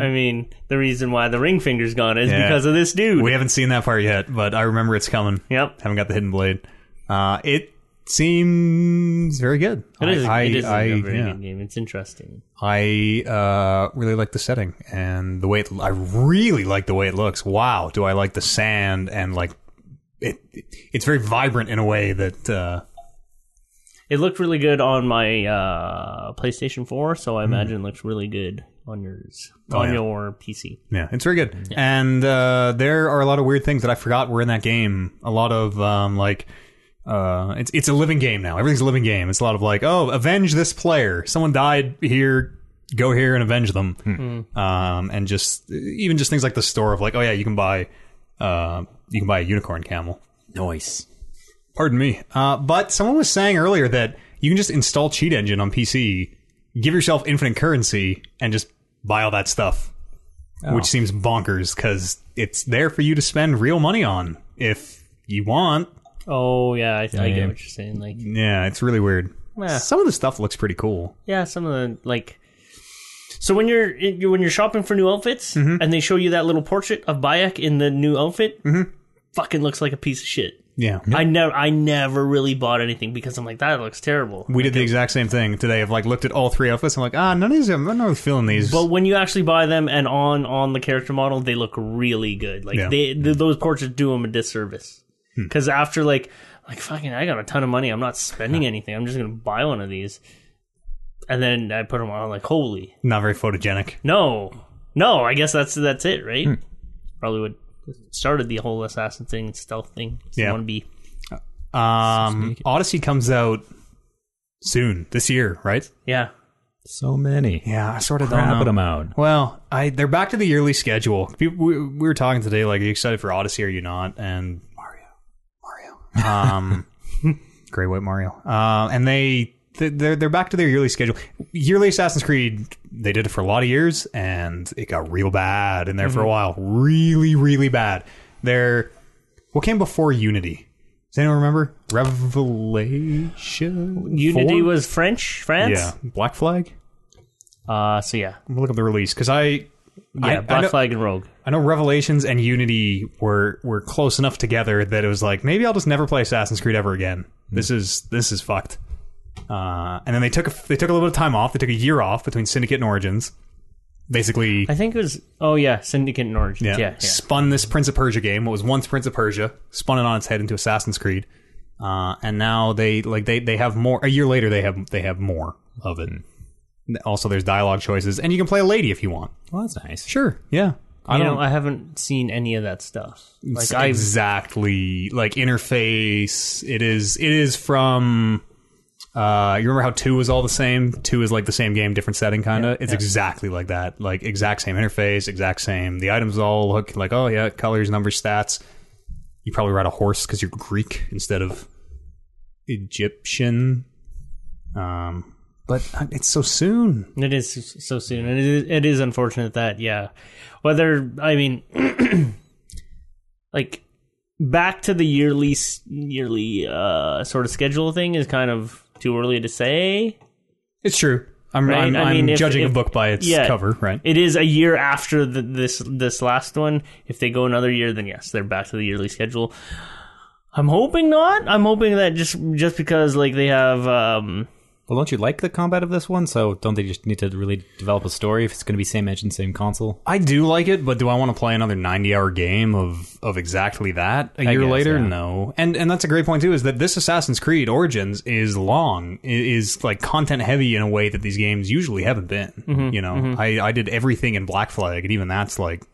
[SPEAKER 2] mean, the reason why the ring finger's gone is
[SPEAKER 1] Yeah.
[SPEAKER 2] because of this dude.
[SPEAKER 1] We haven't seen that part yet, but I remember it's coming.
[SPEAKER 2] Yep.
[SPEAKER 1] Haven't got the hidden blade. Uh, it seems very good.
[SPEAKER 2] it is.
[SPEAKER 1] I,
[SPEAKER 2] it is
[SPEAKER 1] I,
[SPEAKER 2] a very
[SPEAKER 1] yeah.
[SPEAKER 2] good game. It's interesting.
[SPEAKER 1] I uh, really like the setting and the way it. I really like the way it looks. Wow, do I like the sand and like it? It's very vibrant in a way that uh,
[SPEAKER 2] It looked really good on my uh, PlayStation 4, so I imagine it looks really good on yours,
[SPEAKER 1] Hmm. Oh,
[SPEAKER 2] on
[SPEAKER 1] yeah.
[SPEAKER 2] your PC.
[SPEAKER 1] yeah, it's very good. And uh, there are a lot of weird things that I forgot were in that game. A lot of um, like. Uh, it's it's a living game now. Everything's a living game. It's a lot of like, oh, avenge this player. Someone died here. Go here and avenge them. Um, and just even just things like the store of like, oh yeah, you can buy, uh, you can buy a unicorn camel.
[SPEAKER 3] Nice.
[SPEAKER 1] Pardon me. Uh, but someone was saying earlier that you can just install Cheat Engine on PC, give yourself infinite currency, and just buy all that stuff, which seems bonkers because it's there for you to spend real money on if you want.
[SPEAKER 2] Oh yeah, I, I
[SPEAKER 3] yeah.
[SPEAKER 2] get what you're saying. Like
[SPEAKER 1] Yeah, it's really weird.
[SPEAKER 2] Yeah.
[SPEAKER 1] Some of the stuff looks pretty cool.
[SPEAKER 2] yeah, some of the like. So when you're you- when you're shopping for new outfits
[SPEAKER 1] Mm-hmm.
[SPEAKER 2] and they show you that little portrait of Bayek in the new outfit, fucking looks like a piece of shit.
[SPEAKER 1] Mm-hmm. Yeah.
[SPEAKER 2] I never I never really bought anything because I'm like that looks terrible.
[SPEAKER 1] We did the exact same thing today. I've like looked at all three outfits. I'm like, ah, none of these. I'm not really feeling these.
[SPEAKER 2] But when you actually buy them and on on the character model, they look really good. Like
[SPEAKER 1] Yeah. Hmm.
[SPEAKER 2] they th- those portraits do them a disservice because after like like fucking, I got a ton of money. I'm not spending anything. I'm just gonna buy one of these, and then I put them on. Like holy
[SPEAKER 1] not very photogenic.
[SPEAKER 2] no, no. I guess that's that's it, right?
[SPEAKER 1] Hmm.
[SPEAKER 2] Probably what started the whole assassin thing, stealth thing.
[SPEAKER 1] Yeah.
[SPEAKER 2] want to be
[SPEAKER 1] Um, Odyssey comes out soon this year, right?
[SPEAKER 2] yeah.
[SPEAKER 3] So many.
[SPEAKER 1] Yeah, I sort of don't know.
[SPEAKER 3] Crap them out.
[SPEAKER 1] Well, I they're back to the yearly schedule. People, we, we were talking today, like, are you excited for Odyssey? Are you not? And Mario, Mario, um, Great White Mario. Uh, and they th- they're they're back to their yearly schedule. Yearly Assassin's Creed, they did it for a lot of years, and it got real bad in there for a while. Really, really bad. They're what came before Unity? Does anyone remember Revelation?
[SPEAKER 2] Unity
[SPEAKER 1] four?
[SPEAKER 2] was French, France.
[SPEAKER 1] yeah, Black Flag.
[SPEAKER 2] Uh, so yeah,
[SPEAKER 1] I'm gonna look up the release because I. I-
[SPEAKER 2] yeah.
[SPEAKER 1] I
[SPEAKER 2] Black
[SPEAKER 1] know-
[SPEAKER 2] Flag and Rogue.
[SPEAKER 1] I know Revelations and Unity were were close enough together that it was like maybe I'll just never play Assassin's Creed ever again.
[SPEAKER 2] Hmm.
[SPEAKER 1] This is this is fucked. Uh, and then they took a, they took a little bit of time off. They took a year off between Syndicate and Origins. Basically,
[SPEAKER 2] I think it was. Oh yeah, Syndicate and Origins.
[SPEAKER 1] yeah,
[SPEAKER 2] Yeah, yeah.
[SPEAKER 1] spun this Prince of Persia game, what was once Prince of Persia, spun it on its head into Assassin's Creed. Uh, and now they like they they have more. A year later, they have they have more of it. Also, there's dialogue choices, and you can play a lady if you want.
[SPEAKER 3] Well, that's nice.
[SPEAKER 1] Sure, yeah. I
[SPEAKER 2] you
[SPEAKER 1] don't
[SPEAKER 2] know, I haven't seen any of that stuff. Like
[SPEAKER 1] It's
[SPEAKER 2] I,
[SPEAKER 1] exactly like interface. It is it is from uh you remember how two was all the same? Two is like the same game, different setting kinda. it's exactly like that. Like exact same interface, exact same. The items all look like oh yeah, colors, numbers, stats. You probably ride a horse because you're Greek instead of Egyptian. Um but uh, it's so soon.
[SPEAKER 2] it is so soon, and it is, it is unfortunate that yeah, whether I mean, like back to the yearly s- yearly uh, sort of schedule thing is kind of too early to say.
[SPEAKER 1] It's true. I'm,
[SPEAKER 2] Right?
[SPEAKER 1] I'm,
[SPEAKER 2] I
[SPEAKER 1] I'm
[SPEAKER 2] mean, if-
[SPEAKER 1] judging
[SPEAKER 2] if-
[SPEAKER 1] a book by its
[SPEAKER 2] yeah.
[SPEAKER 1] cover, right?
[SPEAKER 2] It is a year after the, this this last one. If they go another year, then yes, they're back to the yearly schedule. I'm hoping not. I'm hoping that just just because like they have um
[SPEAKER 3] Well, don't you like the combat of this one? So don't they just need to really develop a story if it's going to be same engine, same console?
[SPEAKER 1] I do like it, but do I want to play another 90-hour game of of exactly that a year
[SPEAKER 3] guess,
[SPEAKER 1] later?
[SPEAKER 3] yeah.
[SPEAKER 1] No. And and that's a great point too is that this Assassin's Creed Origins is long, i- is like content heavy in a way that these games usually haven't been.
[SPEAKER 3] Mm-hmm,
[SPEAKER 1] You know, I I did everything in Black Flag and even that's like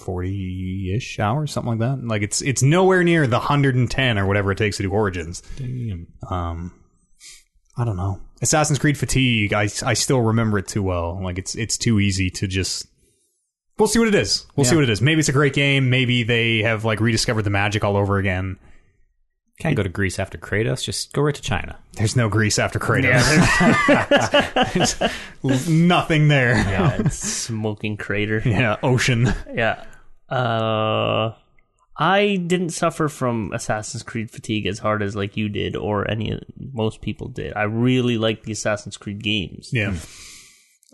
[SPEAKER 1] 40-ish hours, something like that. Like it's it's nowhere near the 110 or whatever it takes to do Origins. I don't know. Assassin's Creed fatigue. I, I still remember it too well. Like it's it's too easy to just. We'll see what it is. We'll see
[SPEAKER 3] Yeah.
[SPEAKER 1] what it is. Maybe it's a great game. Maybe they have like rediscovered the magic all over again.
[SPEAKER 3] Can't go to Greece after Kratos. Just go right to China.
[SPEAKER 1] There's no Greece after Kratos. There's nothing there. Yeah.
[SPEAKER 2] God, smoking crater.
[SPEAKER 1] ocean.
[SPEAKER 2] Yeah. Uh, I didn't suffer from Assassin's Creed fatigue as hard as like you did or any most people did. I really liked the Assassin's Creed games.
[SPEAKER 1] Yeah,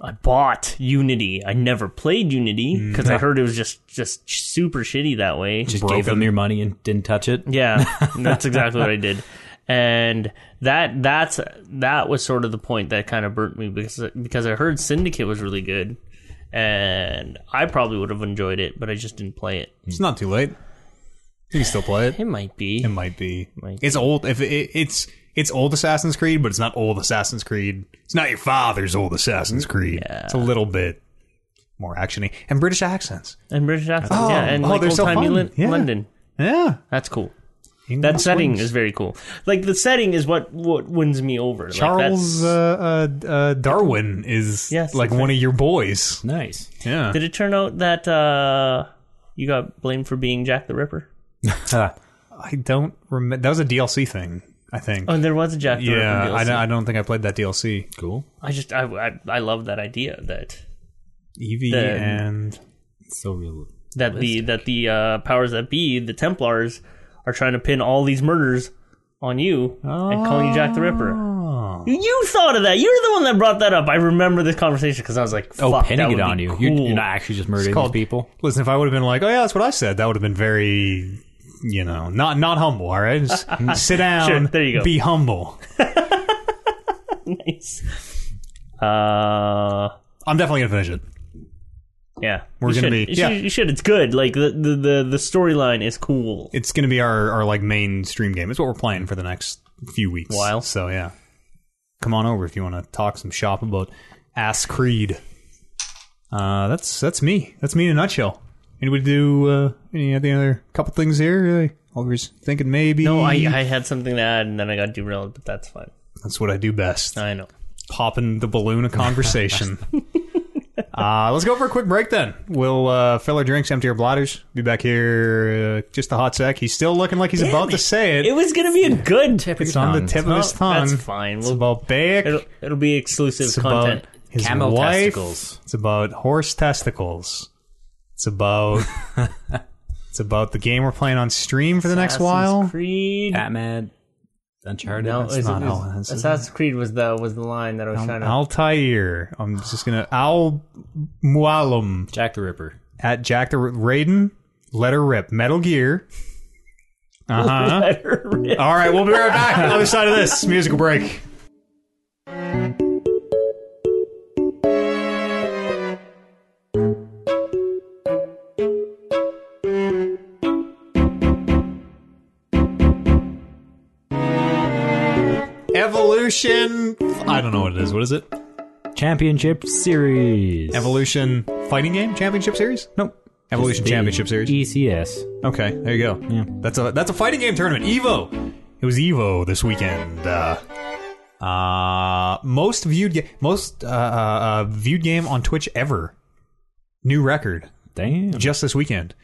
[SPEAKER 2] I bought Unity. I never played Unity because I heard it was just just super shitty that way.
[SPEAKER 3] Just gave them your money and didn't touch it.
[SPEAKER 2] Yeah, that's exactly what I did, and that that's that was sort of the point that kind of burnt me because because I heard Syndicate was really good, and I probably would have enjoyed it, but I just didn't play it.
[SPEAKER 1] it's not too late. You can still play it.
[SPEAKER 2] It might be.
[SPEAKER 1] It might be.
[SPEAKER 2] Might
[SPEAKER 1] It's old. If it, it's it's old Assassin's Creed, but it's not old Assassin's Creed. It's not your father's old
[SPEAKER 2] Mm,
[SPEAKER 1] Assassin's Creed. It's a little bit more actiony and British accents.
[SPEAKER 2] And British accent,
[SPEAKER 1] Oh,
[SPEAKER 2] yeah, and
[SPEAKER 1] oh,
[SPEAKER 2] like
[SPEAKER 1] they're
[SPEAKER 2] old
[SPEAKER 1] so
[SPEAKER 2] timey
[SPEAKER 1] fun.
[SPEAKER 2] Lon-
[SPEAKER 1] Yeah.
[SPEAKER 2] London.
[SPEAKER 1] Yeah,
[SPEAKER 2] That's cool.
[SPEAKER 1] English
[SPEAKER 2] That setting
[SPEAKER 1] ones.
[SPEAKER 2] is very cool. Like the setting is what what wins me over. Like,
[SPEAKER 1] Charles
[SPEAKER 2] that's-
[SPEAKER 1] uh, uh, uh, Darwin is
[SPEAKER 2] Yes,
[SPEAKER 1] like one of your boys.
[SPEAKER 3] Nice.
[SPEAKER 1] Yeah,
[SPEAKER 2] did it turn out that uh, you got blamed for being Jack the Ripper?
[SPEAKER 3] Ah,
[SPEAKER 1] I don't remember. That was a DLC thing, I think.
[SPEAKER 2] Oh, there was a Jack the Ripper.
[SPEAKER 1] yeah,
[SPEAKER 2] DLC.
[SPEAKER 1] I don't, I don't think I played that DLC.
[SPEAKER 3] cool.
[SPEAKER 2] I just I, I I love that idea that
[SPEAKER 1] Evie
[SPEAKER 2] The-
[SPEAKER 1] and
[SPEAKER 3] It's so real.
[SPEAKER 2] that the that the uh, powers that be the Templars are trying to pin all these murders on you and calling you Jack the Ripper.
[SPEAKER 1] oh,
[SPEAKER 2] You thought of that. You're the one that brought that up. I remember this conversation because I was like,
[SPEAKER 3] Oh,
[SPEAKER 2] "Fuck, that
[SPEAKER 3] pinning
[SPEAKER 2] would
[SPEAKER 3] it on
[SPEAKER 2] be
[SPEAKER 3] you.
[SPEAKER 2] Cool.
[SPEAKER 3] You're, you're not actually just murdering these
[SPEAKER 1] called-
[SPEAKER 3] people.
[SPEAKER 1] Listen, if I would have been like, "Oh yeah, that's what I said," that would have been very, you know, not not humble. All right, Just sit down.
[SPEAKER 2] Sure, there you go.
[SPEAKER 1] Be humble.
[SPEAKER 2] nice. Uh,
[SPEAKER 1] I'm definitely gonna finish it.
[SPEAKER 2] yeah,
[SPEAKER 1] We're
[SPEAKER 2] You
[SPEAKER 1] gonna
[SPEAKER 2] should.
[SPEAKER 1] be-
[SPEAKER 2] You
[SPEAKER 1] yeah.
[SPEAKER 2] should, you should. It's good. Like the the the, the storyline is cool.
[SPEAKER 1] It's gonna be our our like mainstream game. It's what we're playing for the next few weeks.
[SPEAKER 2] While.
[SPEAKER 1] So yeah, come on over if you want to talk some shop about Ass Creed. Uh, that's that's me. That's me in a nutshell. Anybody do uh, any any other couple things here? Uh, I was thinking maybe.
[SPEAKER 2] No, Oh, I I had something to add and then I got derailed, but that's fine.
[SPEAKER 1] That's what I do best.
[SPEAKER 2] I know.
[SPEAKER 1] popping the balloon of conversation. uh, let's go for a quick break then. We'll uh, fill our drinks, empty our bladders. Be back here uh, just a hot sec. He's still looking like he's about to say it.
[SPEAKER 2] It was gonna be a good. Oh,
[SPEAKER 1] it's on the
[SPEAKER 3] tongue.
[SPEAKER 1] tip of his tongue.
[SPEAKER 2] That's fine.
[SPEAKER 1] It's
[SPEAKER 2] We'll-
[SPEAKER 1] about Beck.
[SPEAKER 2] It'll, it'll be exclusive
[SPEAKER 1] It's
[SPEAKER 2] content.
[SPEAKER 1] about his
[SPEAKER 3] Camel
[SPEAKER 1] wife.
[SPEAKER 3] testicles.
[SPEAKER 1] It's about horse testicles. It's about it's about the game we're playing on stream for the next
[SPEAKER 2] Assassin's
[SPEAKER 1] while. Ah,
[SPEAKER 2] Creed.
[SPEAKER 3] Batman, Uncharted.
[SPEAKER 2] No,
[SPEAKER 3] That's
[SPEAKER 2] is
[SPEAKER 1] not
[SPEAKER 2] it,
[SPEAKER 1] how
[SPEAKER 2] is-
[SPEAKER 1] it is.
[SPEAKER 2] Assassin's Creed was the was the line that I was trying to.
[SPEAKER 1] Altair. I'm just gonna Al Mualum.
[SPEAKER 3] Jack the Ripper.
[SPEAKER 1] at Jack the Raiden. Let her rip. Metal Gear. Uh huh. All right, we'll be right back. on the other side of this musical break. Evolution. I don't know what it is. What is it?
[SPEAKER 3] Championship Series.
[SPEAKER 1] Evolution Fighting Game Championship Series?
[SPEAKER 3] Nope.
[SPEAKER 1] Evolution
[SPEAKER 3] Just the E
[SPEAKER 1] Championship Series.
[SPEAKER 3] ECS.
[SPEAKER 1] Okay, there you go.
[SPEAKER 3] Yeah.
[SPEAKER 1] That's a that's a fighting game tournament. Evo. It was Evo this weekend. Uh, uh most viewed ga- most uh, uh, uh, viewed game on Twitch ever. New record
[SPEAKER 3] Damn.
[SPEAKER 1] just this weekend.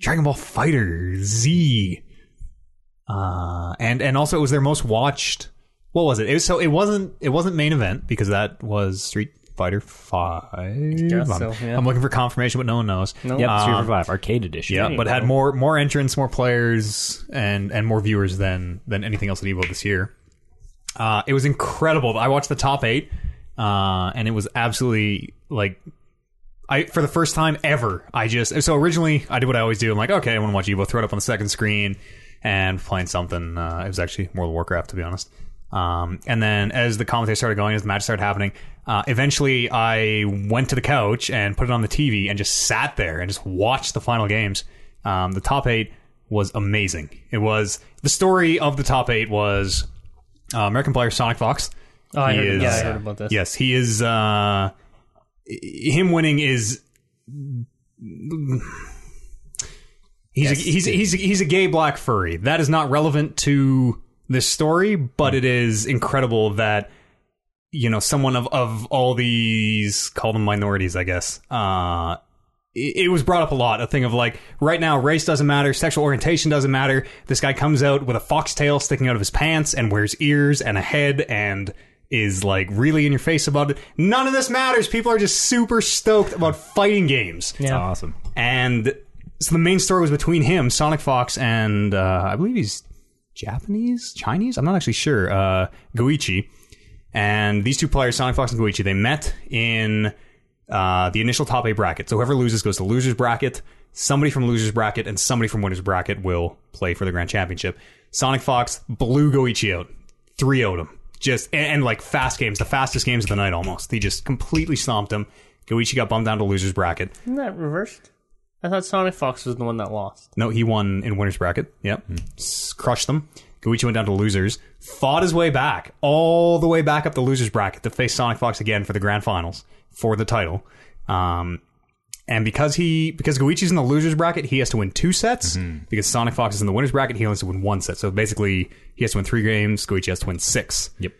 [SPEAKER 1] Dragon Ball Fighter Z. Uh, and and also it was their most watched. What was it? It was so it wasn't it wasn't main event because that was Street Fighter Five. I'm,
[SPEAKER 2] guess so, yeah.
[SPEAKER 1] I'm looking for confirmation, but no one knows.
[SPEAKER 3] Yep,
[SPEAKER 1] Um,
[SPEAKER 3] Street Fighter 5 Arcade Edition.
[SPEAKER 1] yeah, but had more more entrants, more players, and and more viewers E than than anything else at Evo this year. Uh, it was incredible. I watched the top eight, uh, and it was absolutely like I for the first time ever. I just so originally I did what I always do. I'm like, okay, I want to watch Evo. Throw it up on the second screen and playing something. Uh, it was actually World of Warcraft, to be honest. Um, and then as the commentary started going, as the match started happening, uh, eventually I went to the couch and put it on the TV and just sat there and just watched the final games. Um, the top eight was amazing. It was the story of the top eight was uh, American player Sonic Fox.
[SPEAKER 2] Oh, I
[SPEAKER 1] He
[SPEAKER 2] heard-
[SPEAKER 1] is-
[SPEAKER 2] yeah, I heard about this.
[SPEAKER 1] Yes, he is. Uh, him winning is. He's a, he's he's he's a gay black furry. That is not relevant to this story, but it is incredible that you know someone of of all these call them minorities, I guess. Uh, it it was brought up a lot a thing of like right now race doesn't matter sexual orientation doesn't matter this guy comes out with a foxtail sticking out of his pants and wears ears and a head and is like really in your face about it none of this matters people are just super stoked about fighting games
[SPEAKER 3] It's
[SPEAKER 2] Yeah.
[SPEAKER 3] awesome.
[SPEAKER 1] and so the main story was between him sonic fox and uh, i believe he's japanese chinese i'm not actually sure uh, goichi and these two players sonic fox and goichi they met in uh, the initial top eight bracket. So whoever loses goes to losers bracket. Somebody from losers bracket and somebody from winners bracket will play for the grand championship. Sonic Fox blew Goichi out, three would him, just and, and like fast games, the fastest games of the night almost. He just completely stomped him. Goichi got bumped down to losers bracket.
[SPEAKER 2] Isn't that reversed? I thought Sonic Fox was the one that lost.
[SPEAKER 1] No, he won in winners bracket. Yep, S- crushed them. Goichi went down to losers, fought his way back all the way back up the losers bracket to face Sonic Fox again for the grand finals for the title. Um, and because he because Goichi's in the losers bracket, he has to win two sets. Because Sonic Fox is in the winners bracket, he only has to win one set. So basically, he has to win three games. Goichi has to win six.
[SPEAKER 3] Yep.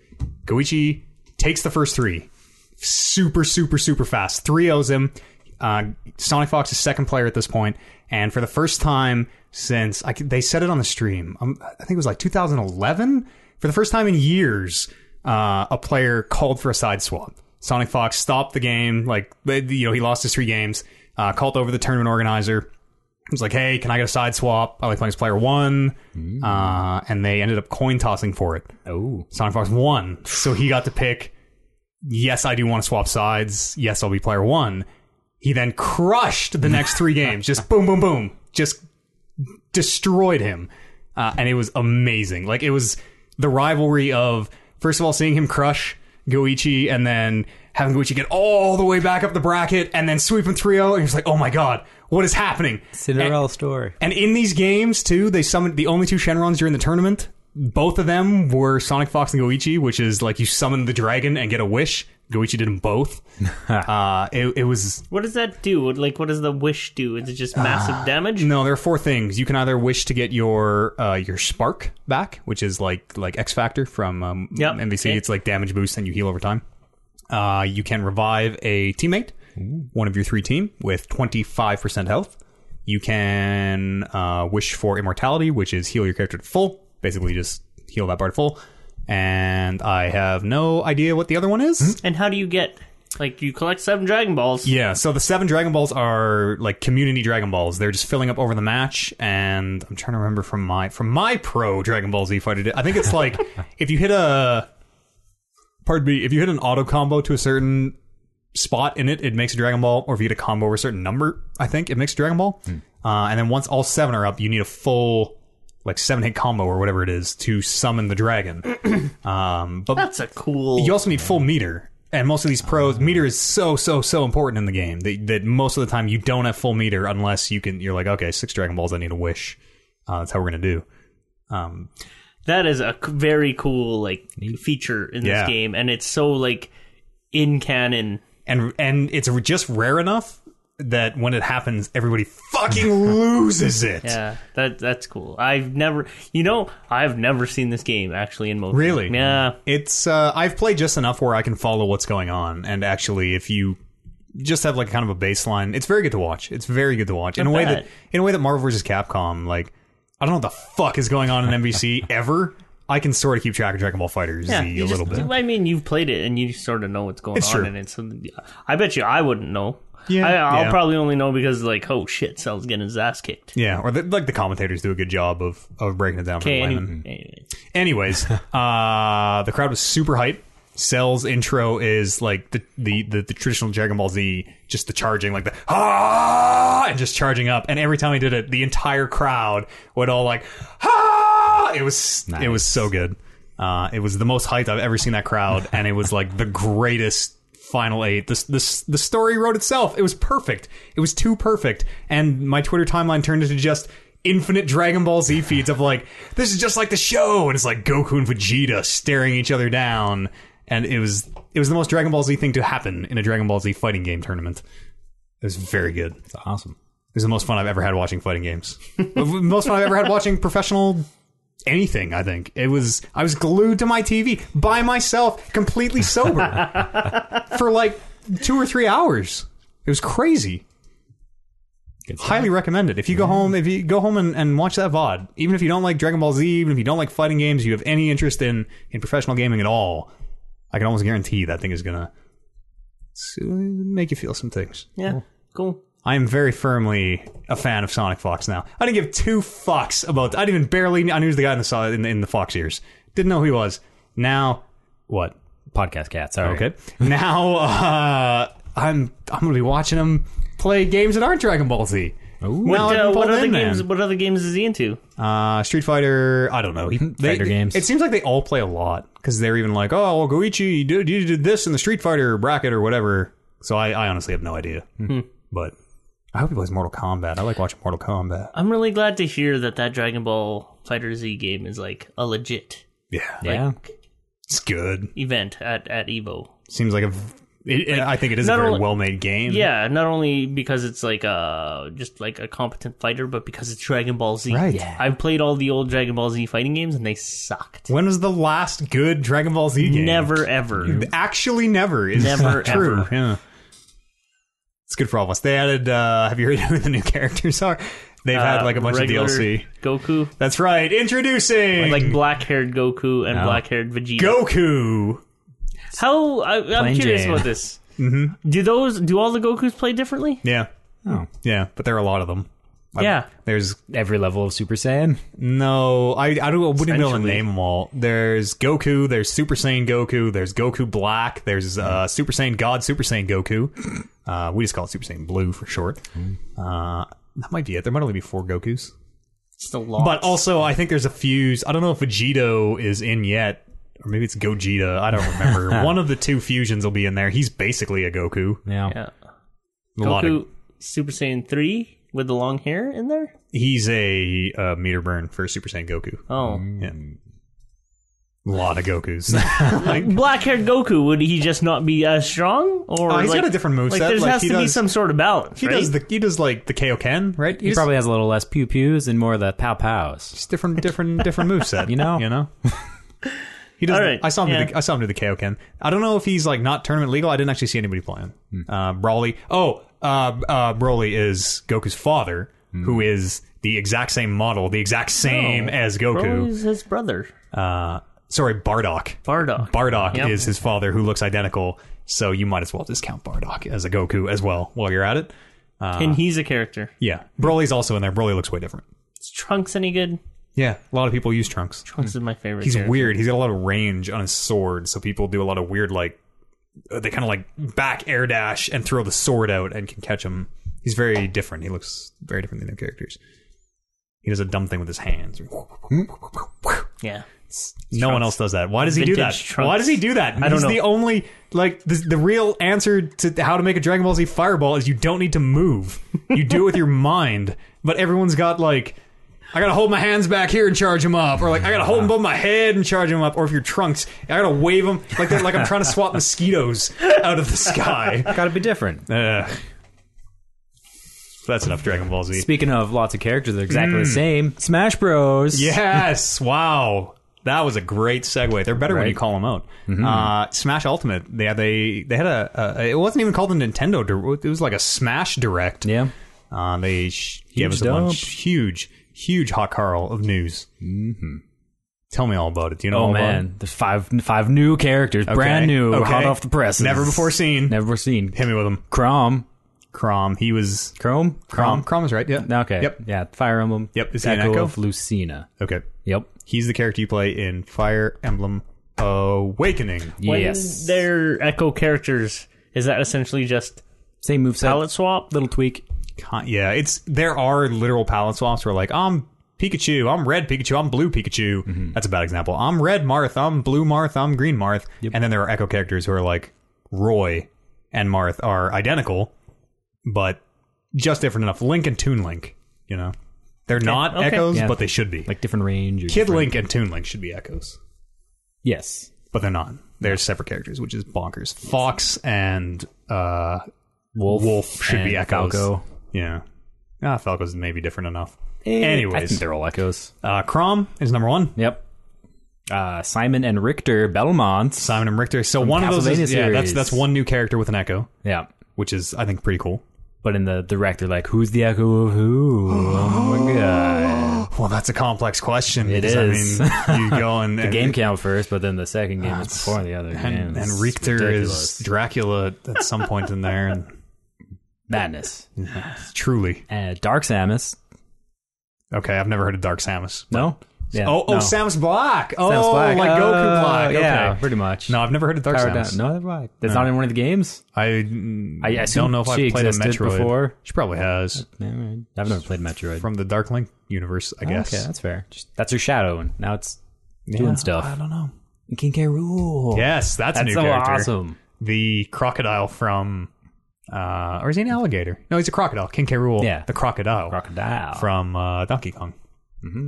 [SPEAKER 1] Goichi takes the first three. Super, super, super fast. 3 0s him. Uh, Sonic Fox is second player at this point, and for the first time since I, c- they said it on the stream, um, I think it was like 2011. For the first time in years, uh, a player called for a side swap. Sonic Fox stopped the game, like they- you know he lost his three games. Uh, called over the tournament organizer, was like, "Hey, can I get a side swap? I like playing as player one," uh, and they ended up coin tossing for it.
[SPEAKER 3] Oh,
[SPEAKER 1] Sonic Fox won. So he got to pick, yes, I do want to swap sides. Yes, I'll be player one. He then crushed the next three games. Just boom, boom, boom. Just destroyed him. Uh, and it was amazing. Like, it was the rivalry of, first of all, seeing him crush Goichi and then having Goichi get all the way back up the bracket and then sweep him 3 0. And he was like, oh my God, what is happening?
[SPEAKER 3] Cinderella story.
[SPEAKER 1] And in these games too, they summoned the only two Shenrons during the tournament. Both of them were Sonic Fox and Goichi, which is like you summon the dragon and get a wish. Goichi did them both. uh, it, it was
[SPEAKER 2] What does that do? What- Like, what does the wish do? Is it just
[SPEAKER 1] Ah.
[SPEAKER 2] massive damage?
[SPEAKER 1] no. There are four things you can either wish to get your uh, your spark back, which is like like X Factor from um,
[SPEAKER 2] Yep.
[SPEAKER 1] NBC.
[SPEAKER 2] Okay.
[SPEAKER 1] It's like damage boost and you heal over time. Uh, you can revive a teammate, one of your three team, with 25% health. You can uh, wish for immortality, which is heal your character to full. Basically, just heal that bar to full. And I have no idea what the other one is.
[SPEAKER 2] And how do you get? Like, you collect seven Dragon Balls.
[SPEAKER 1] Yeah, so the seven Dragon Balls are like community Dragon Balls. They're just filling up over the match, and I'm trying to remember from my from my pro Dragon Ball Z fighter. I think it's like if you hit a pardon me, if you hit an auto combo to a certain spot in it, it makes a Dragon Ball, or if you hit a combo over a certain number, I think it makes a Dragon Ball. Uh, and then once all seven are up, you need a full like seven hit combo or whatever it is to summon the dragon. um, but
[SPEAKER 2] That's a cool.
[SPEAKER 1] you also need full meter. And most of these pros, meter is so so so important in the game that, that most of the time you don't have full meter unless you can. You're like, okay, six Dragon Balls, I need a wish. Uh, that's how we're gonna do. Um,
[SPEAKER 2] that is a c- very cool like feature in
[SPEAKER 1] Yeah.
[SPEAKER 2] this game, and it's so like in canon.
[SPEAKER 1] and and it's just rare enough that when it happens, everybody fucking loses it.
[SPEAKER 2] Yeah, that that's cool. I've never, you know, I've never seen this game actually in motion.
[SPEAKER 1] Really?
[SPEAKER 2] Yeah.
[SPEAKER 1] It's uh, I've played just enough where I can follow what's going on, and actually, if you just have like kind of a baseline, it's very good to watch. It's very good to watch in a way that
[SPEAKER 2] bad.
[SPEAKER 1] in a way that Marvel vs. Capcom, like I don't know what the fuck is going on in NBC ever. I can sort of keep track of Dragon Ball Fighters
[SPEAKER 2] Yeah,
[SPEAKER 1] Z
[SPEAKER 2] you
[SPEAKER 1] a
[SPEAKER 2] just-
[SPEAKER 1] little bit.
[SPEAKER 2] I mean, you've played it and you sort of know what's going
[SPEAKER 1] It's
[SPEAKER 2] on
[SPEAKER 1] true.
[SPEAKER 2] in it. So I bet you I wouldn't know.
[SPEAKER 1] Yeah.
[SPEAKER 2] I, I'll
[SPEAKER 1] Yeah.
[SPEAKER 2] probably only know because like, oh shit, Cell's getting his ass kicked.
[SPEAKER 1] Yeah, or the, like the commentators do a good job of of breaking it down for the
[SPEAKER 2] Okay,
[SPEAKER 1] layman.
[SPEAKER 2] any- anyway.
[SPEAKER 1] Anyways, uh, the crowd was super hype. Cell's intro is like the, the the the traditional Dragon Ball Z, just the charging, like the ah, and just charging up. And every time he did it, the entire crowd would all like ah. It was it was so good. Uh, it was the most hyped I've ever seen that crowd, and it was like the greatest final eight. This this the story wrote itself. It was perfect. It was too perfect. And my Twitter timeline turned into just infinite Dragon Ball Z feeds of like, this is just like the show, and it's like Goku and Vegeta staring each other down. And it was it was the most Dragon Ball Z thing to happen in a Dragon Ball Z fighting game tournament. It was very good. It
[SPEAKER 3] It's awesome.
[SPEAKER 1] was the most fun I've ever had watching fighting games. most fun I've ever had watching professional anything, I think. It was I was glued to my TV by myself, completely sober for like two or three hours. It was crazy.
[SPEAKER 3] Good stuff.
[SPEAKER 1] Highly recommend it. If you go home, if you go home and, and watch that VOD, even if you don't like Dragon Ball Z, even if you don't like fighting games, you have any interest in, in professional gaming at all, I can almost guarantee that thing is gonna s- uh, make you feel some things.
[SPEAKER 2] Yeah, cool.
[SPEAKER 1] I am very firmly a fan of Sonic Fox now. I didn't give two fucks about. I didn't even barely. I knew he was the guy in the saw in, the- in the Fox ears. Didn't know who he was. Now what?
[SPEAKER 3] Podcast cat. Sorry.
[SPEAKER 1] Okay. Now uh, I'm I'm gonna be watching him play games that aren't Dragon Ball Z. Now
[SPEAKER 2] What,
[SPEAKER 1] I've
[SPEAKER 2] uh,
[SPEAKER 1] been
[SPEAKER 2] what
[SPEAKER 1] pulled
[SPEAKER 2] other
[SPEAKER 1] in,
[SPEAKER 2] games?
[SPEAKER 1] man.
[SPEAKER 2] What other games is he into?
[SPEAKER 1] Uh, Street Fighter. I don't know. He, they,
[SPEAKER 3] Fighter games.
[SPEAKER 1] It seems like they all play a lot because they're even like, oh, well, Goichi, you did, you did this in the Street Fighter bracket or whatever. So I, I honestly have no idea.
[SPEAKER 2] Hmm.
[SPEAKER 1] But I hope he plays Mortal Kombat. I like watching Mortal Kombat.
[SPEAKER 2] I'm really glad to hear that that Dragon Ball Fighter Z game is like a legit
[SPEAKER 1] Yeah,
[SPEAKER 3] Yeah.
[SPEAKER 1] it's good.
[SPEAKER 2] event at at Evo.
[SPEAKER 1] Seems like a. v- It, it- I think it is a
[SPEAKER 2] not
[SPEAKER 1] very
[SPEAKER 2] only-
[SPEAKER 1] well-made game.
[SPEAKER 2] Yeah, not only because it's like uh just like a competent fighter, but because it's Dragon Ball Z.
[SPEAKER 1] Right.
[SPEAKER 2] Yeah. I've played all the old Dragon Ball Z fighting games and they sucked.
[SPEAKER 1] When was the last good Dragon Ball Z game?
[SPEAKER 2] Never ever.
[SPEAKER 1] Actually, never is
[SPEAKER 2] Never,
[SPEAKER 1] true.
[SPEAKER 2] ever.
[SPEAKER 1] Yeah, it's good for all of us. They added. uh Have you heard who the new characters are? They've had
[SPEAKER 2] Uh,
[SPEAKER 1] like a bunch of
[SPEAKER 2] regular
[SPEAKER 1] DLC.
[SPEAKER 2] Goku,
[SPEAKER 1] That's right. Introducing
[SPEAKER 2] like black-haired Goku and black-haired Vegeta.
[SPEAKER 1] Goku.
[SPEAKER 2] How I, I'm
[SPEAKER 3] Plain
[SPEAKER 2] curious
[SPEAKER 3] Jane.
[SPEAKER 2] about this. mm-hmm. Do those? Do all the Goku's play differently?
[SPEAKER 1] Yeah,
[SPEAKER 3] Oh.
[SPEAKER 1] yeah, but there are a lot of them.
[SPEAKER 2] yeah.
[SPEAKER 1] There's
[SPEAKER 3] Every level of Super Saiyan.
[SPEAKER 1] no, I I don't I wouldn't be able to
[SPEAKER 2] Essentially.
[SPEAKER 1] name them all. There's Goku. There's Super Saiyan Goku. There's Goku Black. There's
[SPEAKER 2] Mm.
[SPEAKER 1] uh, Super Saiyan God. Super Saiyan Goku. Uh, we just call it Super Saiyan Blue for short.
[SPEAKER 2] Mm.
[SPEAKER 1] Uh, that might be it. There might only be four Gokus.
[SPEAKER 2] It's a lot.
[SPEAKER 1] But also, I think there's a fuse. I don't know if Vegito is in yet, or maybe it's Gogeta. I don't remember. One of the two fusions will be in there. He's basically a Goku.
[SPEAKER 3] Yeah.
[SPEAKER 2] yeah.
[SPEAKER 1] A lot of-
[SPEAKER 2] Goku Super Saiyan three with the long hair in there.
[SPEAKER 1] he's a uh, meter burn for Super Saiyan Goku.
[SPEAKER 2] Oh,
[SPEAKER 1] Yeah. A lot of Gokus. like,
[SPEAKER 2] black-haired Goku would he just not be as strong? Or
[SPEAKER 1] Uh, he's
[SPEAKER 2] like,
[SPEAKER 1] got a different moveset.
[SPEAKER 2] Like there
[SPEAKER 1] Like,
[SPEAKER 2] has
[SPEAKER 1] he
[SPEAKER 2] to be
[SPEAKER 1] does-
[SPEAKER 2] some sort of balance.
[SPEAKER 1] he
[SPEAKER 2] right?
[SPEAKER 1] does the he does like the Kaioken, right?
[SPEAKER 3] He
[SPEAKER 1] He's
[SPEAKER 3] probably has a little less pew pews and more of the pow pows.
[SPEAKER 1] just different different different moveset.
[SPEAKER 3] You know?
[SPEAKER 1] you know. He does.
[SPEAKER 2] All right,
[SPEAKER 1] I saw him.
[SPEAKER 2] yeah.
[SPEAKER 1] Do the, I saw him do the Kaioken. I don't know if he's like not tournament legal. I didn't actually see anybody playing.
[SPEAKER 2] Hmm.
[SPEAKER 1] Uh, Broly. Oh, uh, uh, Broly is Goku's father,
[SPEAKER 2] Hmm.
[SPEAKER 1] who is the exact same model, the exact same as Goku.
[SPEAKER 2] Oh, Broly's his brother
[SPEAKER 1] Uh, sorry, Bardock.
[SPEAKER 2] Bardock.
[SPEAKER 1] Bardock
[SPEAKER 2] Yep.
[SPEAKER 1] is his father, who looks identical. So you might as well discount Bardock as a Goku as well while you're at it.
[SPEAKER 2] and he's a character.
[SPEAKER 1] Yeah, Broly's also in there. Broly looks way different.
[SPEAKER 2] Is Trunks any good?
[SPEAKER 1] Yeah, a lot of people use Trunks.
[SPEAKER 2] Trunks is my favorite.
[SPEAKER 1] He's
[SPEAKER 2] character.
[SPEAKER 1] weird. He's got a lot of range on his sword, so people do a lot of weird like uh, they kind of like back air dash and throw the sword out and can catch him. He's very different. He looks very different than the other characters. He does a dumb thing with his hands. Hmm?
[SPEAKER 2] Yeah.
[SPEAKER 1] No one else does that. Why does he do that?
[SPEAKER 2] Vintage Trunks.
[SPEAKER 1] Why does he do that?
[SPEAKER 2] I don't
[SPEAKER 1] He's
[SPEAKER 2] know.
[SPEAKER 1] the only like the, the real answer to how to make a Dragon Ball Z fireball is you don't need to move. You do it with your mind. But everyone's got like I gotta hold my hands back here and charge them up, or like I gotta hold them above my head and charge them up, or if you're trunks, I gotta wave them like they're, like I'm trying to swat mosquitoes out of the sky.
[SPEAKER 3] Got to be different.
[SPEAKER 1] Ugh. That's enough Dragon Ball Z.
[SPEAKER 3] Speaking of lots of characters that are exactly the same, Smash Bros.
[SPEAKER 1] Yes. wow. That was a great segue. They're better when
[SPEAKER 3] Right. Mm-hmm.
[SPEAKER 1] you call them out. Uh, Smash Ultimate. They had they they had a, a it wasn't even called a Nintendo. Direct. It was like a Smash Direct.
[SPEAKER 3] Yeah.
[SPEAKER 1] Uh, they sh- gave
[SPEAKER 3] Huge
[SPEAKER 1] us a bunch huge huge hot carl of news. Mm-hmm. Tell me all about it. Do you know?
[SPEAKER 3] Oh
[SPEAKER 1] all about
[SPEAKER 3] man, there's five five new characters,
[SPEAKER 1] it?
[SPEAKER 3] brand
[SPEAKER 1] Okay.
[SPEAKER 3] new,
[SPEAKER 1] Okay.
[SPEAKER 3] hot off the press,
[SPEAKER 1] Never before seen.
[SPEAKER 3] Never before seen.
[SPEAKER 1] Hit me with him.
[SPEAKER 3] Crom,
[SPEAKER 1] Crom. He was
[SPEAKER 3] Chrome,
[SPEAKER 1] Crom. Crom is right. Yeah.
[SPEAKER 3] Okay.
[SPEAKER 1] Yep.
[SPEAKER 3] Yeah. Fire Emblem.
[SPEAKER 1] Yep, is he an
[SPEAKER 3] Echo
[SPEAKER 1] Echo?
[SPEAKER 3] of Lucina.
[SPEAKER 1] Okay.
[SPEAKER 3] Yep.
[SPEAKER 1] He's the character you play in Fire Emblem Awakening.
[SPEAKER 2] When
[SPEAKER 3] yes.
[SPEAKER 2] they're echo characters, is that essentially just
[SPEAKER 3] Same moveset.
[SPEAKER 2] palette swap?
[SPEAKER 3] Little tweak.
[SPEAKER 1] Con- yeah, it's there are literal palette swaps where like I'm Pikachu, I'm red Pikachu, I'm blue Pikachu.
[SPEAKER 3] Mm-hmm.
[SPEAKER 1] That's a bad example. I'm red Marth, I'm blue Marth, I'm green Marth. And then there are echo characters who are like Roy and Marth are identical, but just different enough. Link and Toon Link, you know. They're not
[SPEAKER 2] okay.
[SPEAKER 1] echoes,
[SPEAKER 3] Yeah.
[SPEAKER 1] but they should be.
[SPEAKER 3] Like different range. Or
[SPEAKER 1] Kid
[SPEAKER 3] different-
[SPEAKER 1] Link and Toon Link should be echoes,
[SPEAKER 3] Yes.
[SPEAKER 1] but they're not. They're separate characters, which is bonkers. Fox and uh
[SPEAKER 3] Wolf.
[SPEAKER 1] Wolf should be
[SPEAKER 3] and
[SPEAKER 1] echoes.
[SPEAKER 3] Falco.
[SPEAKER 1] yeah. Ah, Falco's maybe different enough.
[SPEAKER 3] Eh, I
[SPEAKER 1] Anyways.
[SPEAKER 3] think they're all echoes.
[SPEAKER 1] Uh, Crom is number one.
[SPEAKER 3] Yep. Uh, Simon and Richter Belmont.
[SPEAKER 1] Simon and Richter. So one of those
[SPEAKER 3] Castlevania
[SPEAKER 1] is yeah. That's
[SPEAKER 3] series.
[SPEAKER 1] that's one new character with an echo,
[SPEAKER 3] Yeah.
[SPEAKER 1] which is I think pretty cool.
[SPEAKER 3] But in the direct, they're like, "Who's the echo of who?" Oh my god!
[SPEAKER 1] Well, that's a complex question.
[SPEAKER 3] It
[SPEAKER 1] because, I mean, you go and the
[SPEAKER 3] Game count first, but then the second game is before the other game.
[SPEAKER 1] and, and
[SPEAKER 3] It's
[SPEAKER 1] Richter
[SPEAKER 3] ridiculous.
[SPEAKER 1] is Dracula at some point in there, and
[SPEAKER 3] madness.
[SPEAKER 1] truly
[SPEAKER 3] Uh, Dark Samus.
[SPEAKER 1] okay. I've never heard of Dark Samus.
[SPEAKER 3] No. Yeah.
[SPEAKER 1] Oh, oh,
[SPEAKER 3] no.
[SPEAKER 1] Samus Black. Oh,
[SPEAKER 3] Samus Black.
[SPEAKER 1] like Goku
[SPEAKER 3] Uh,
[SPEAKER 1] Black. Okay.
[SPEAKER 3] Yeah, pretty much.
[SPEAKER 1] No, I've never heard of Dark
[SPEAKER 3] Powered
[SPEAKER 1] Samus.
[SPEAKER 3] down. No, that's right. That's not in one of the games.
[SPEAKER 1] I, mm,
[SPEAKER 3] I assume
[SPEAKER 1] don't know if
[SPEAKER 3] she
[SPEAKER 1] I've played a
[SPEAKER 3] existed
[SPEAKER 1] Metroid
[SPEAKER 3] before.
[SPEAKER 1] She probably has
[SPEAKER 3] I've never played Metroid.
[SPEAKER 1] from the Dark Link universe, I guess.
[SPEAKER 3] Okay, that's fair. Just, that's her shadow, and now it's doing
[SPEAKER 1] Yeah,
[SPEAKER 3] stuff.
[SPEAKER 1] I don't know.
[SPEAKER 3] King K. Rule.
[SPEAKER 1] Yes, that's, a
[SPEAKER 3] that's
[SPEAKER 1] new
[SPEAKER 3] so
[SPEAKER 1] character.
[SPEAKER 3] awesome.
[SPEAKER 1] the crocodile from uh or is he an alligator? No, he's a crocodile. King K. Rule.
[SPEAKER 3] Yeah.
[SPEAKER 1] The crocodile. Mm-hmm.
[SPEAKER 3] Crocodile.
[SPEAKER 1] From uh, Donkey Kong.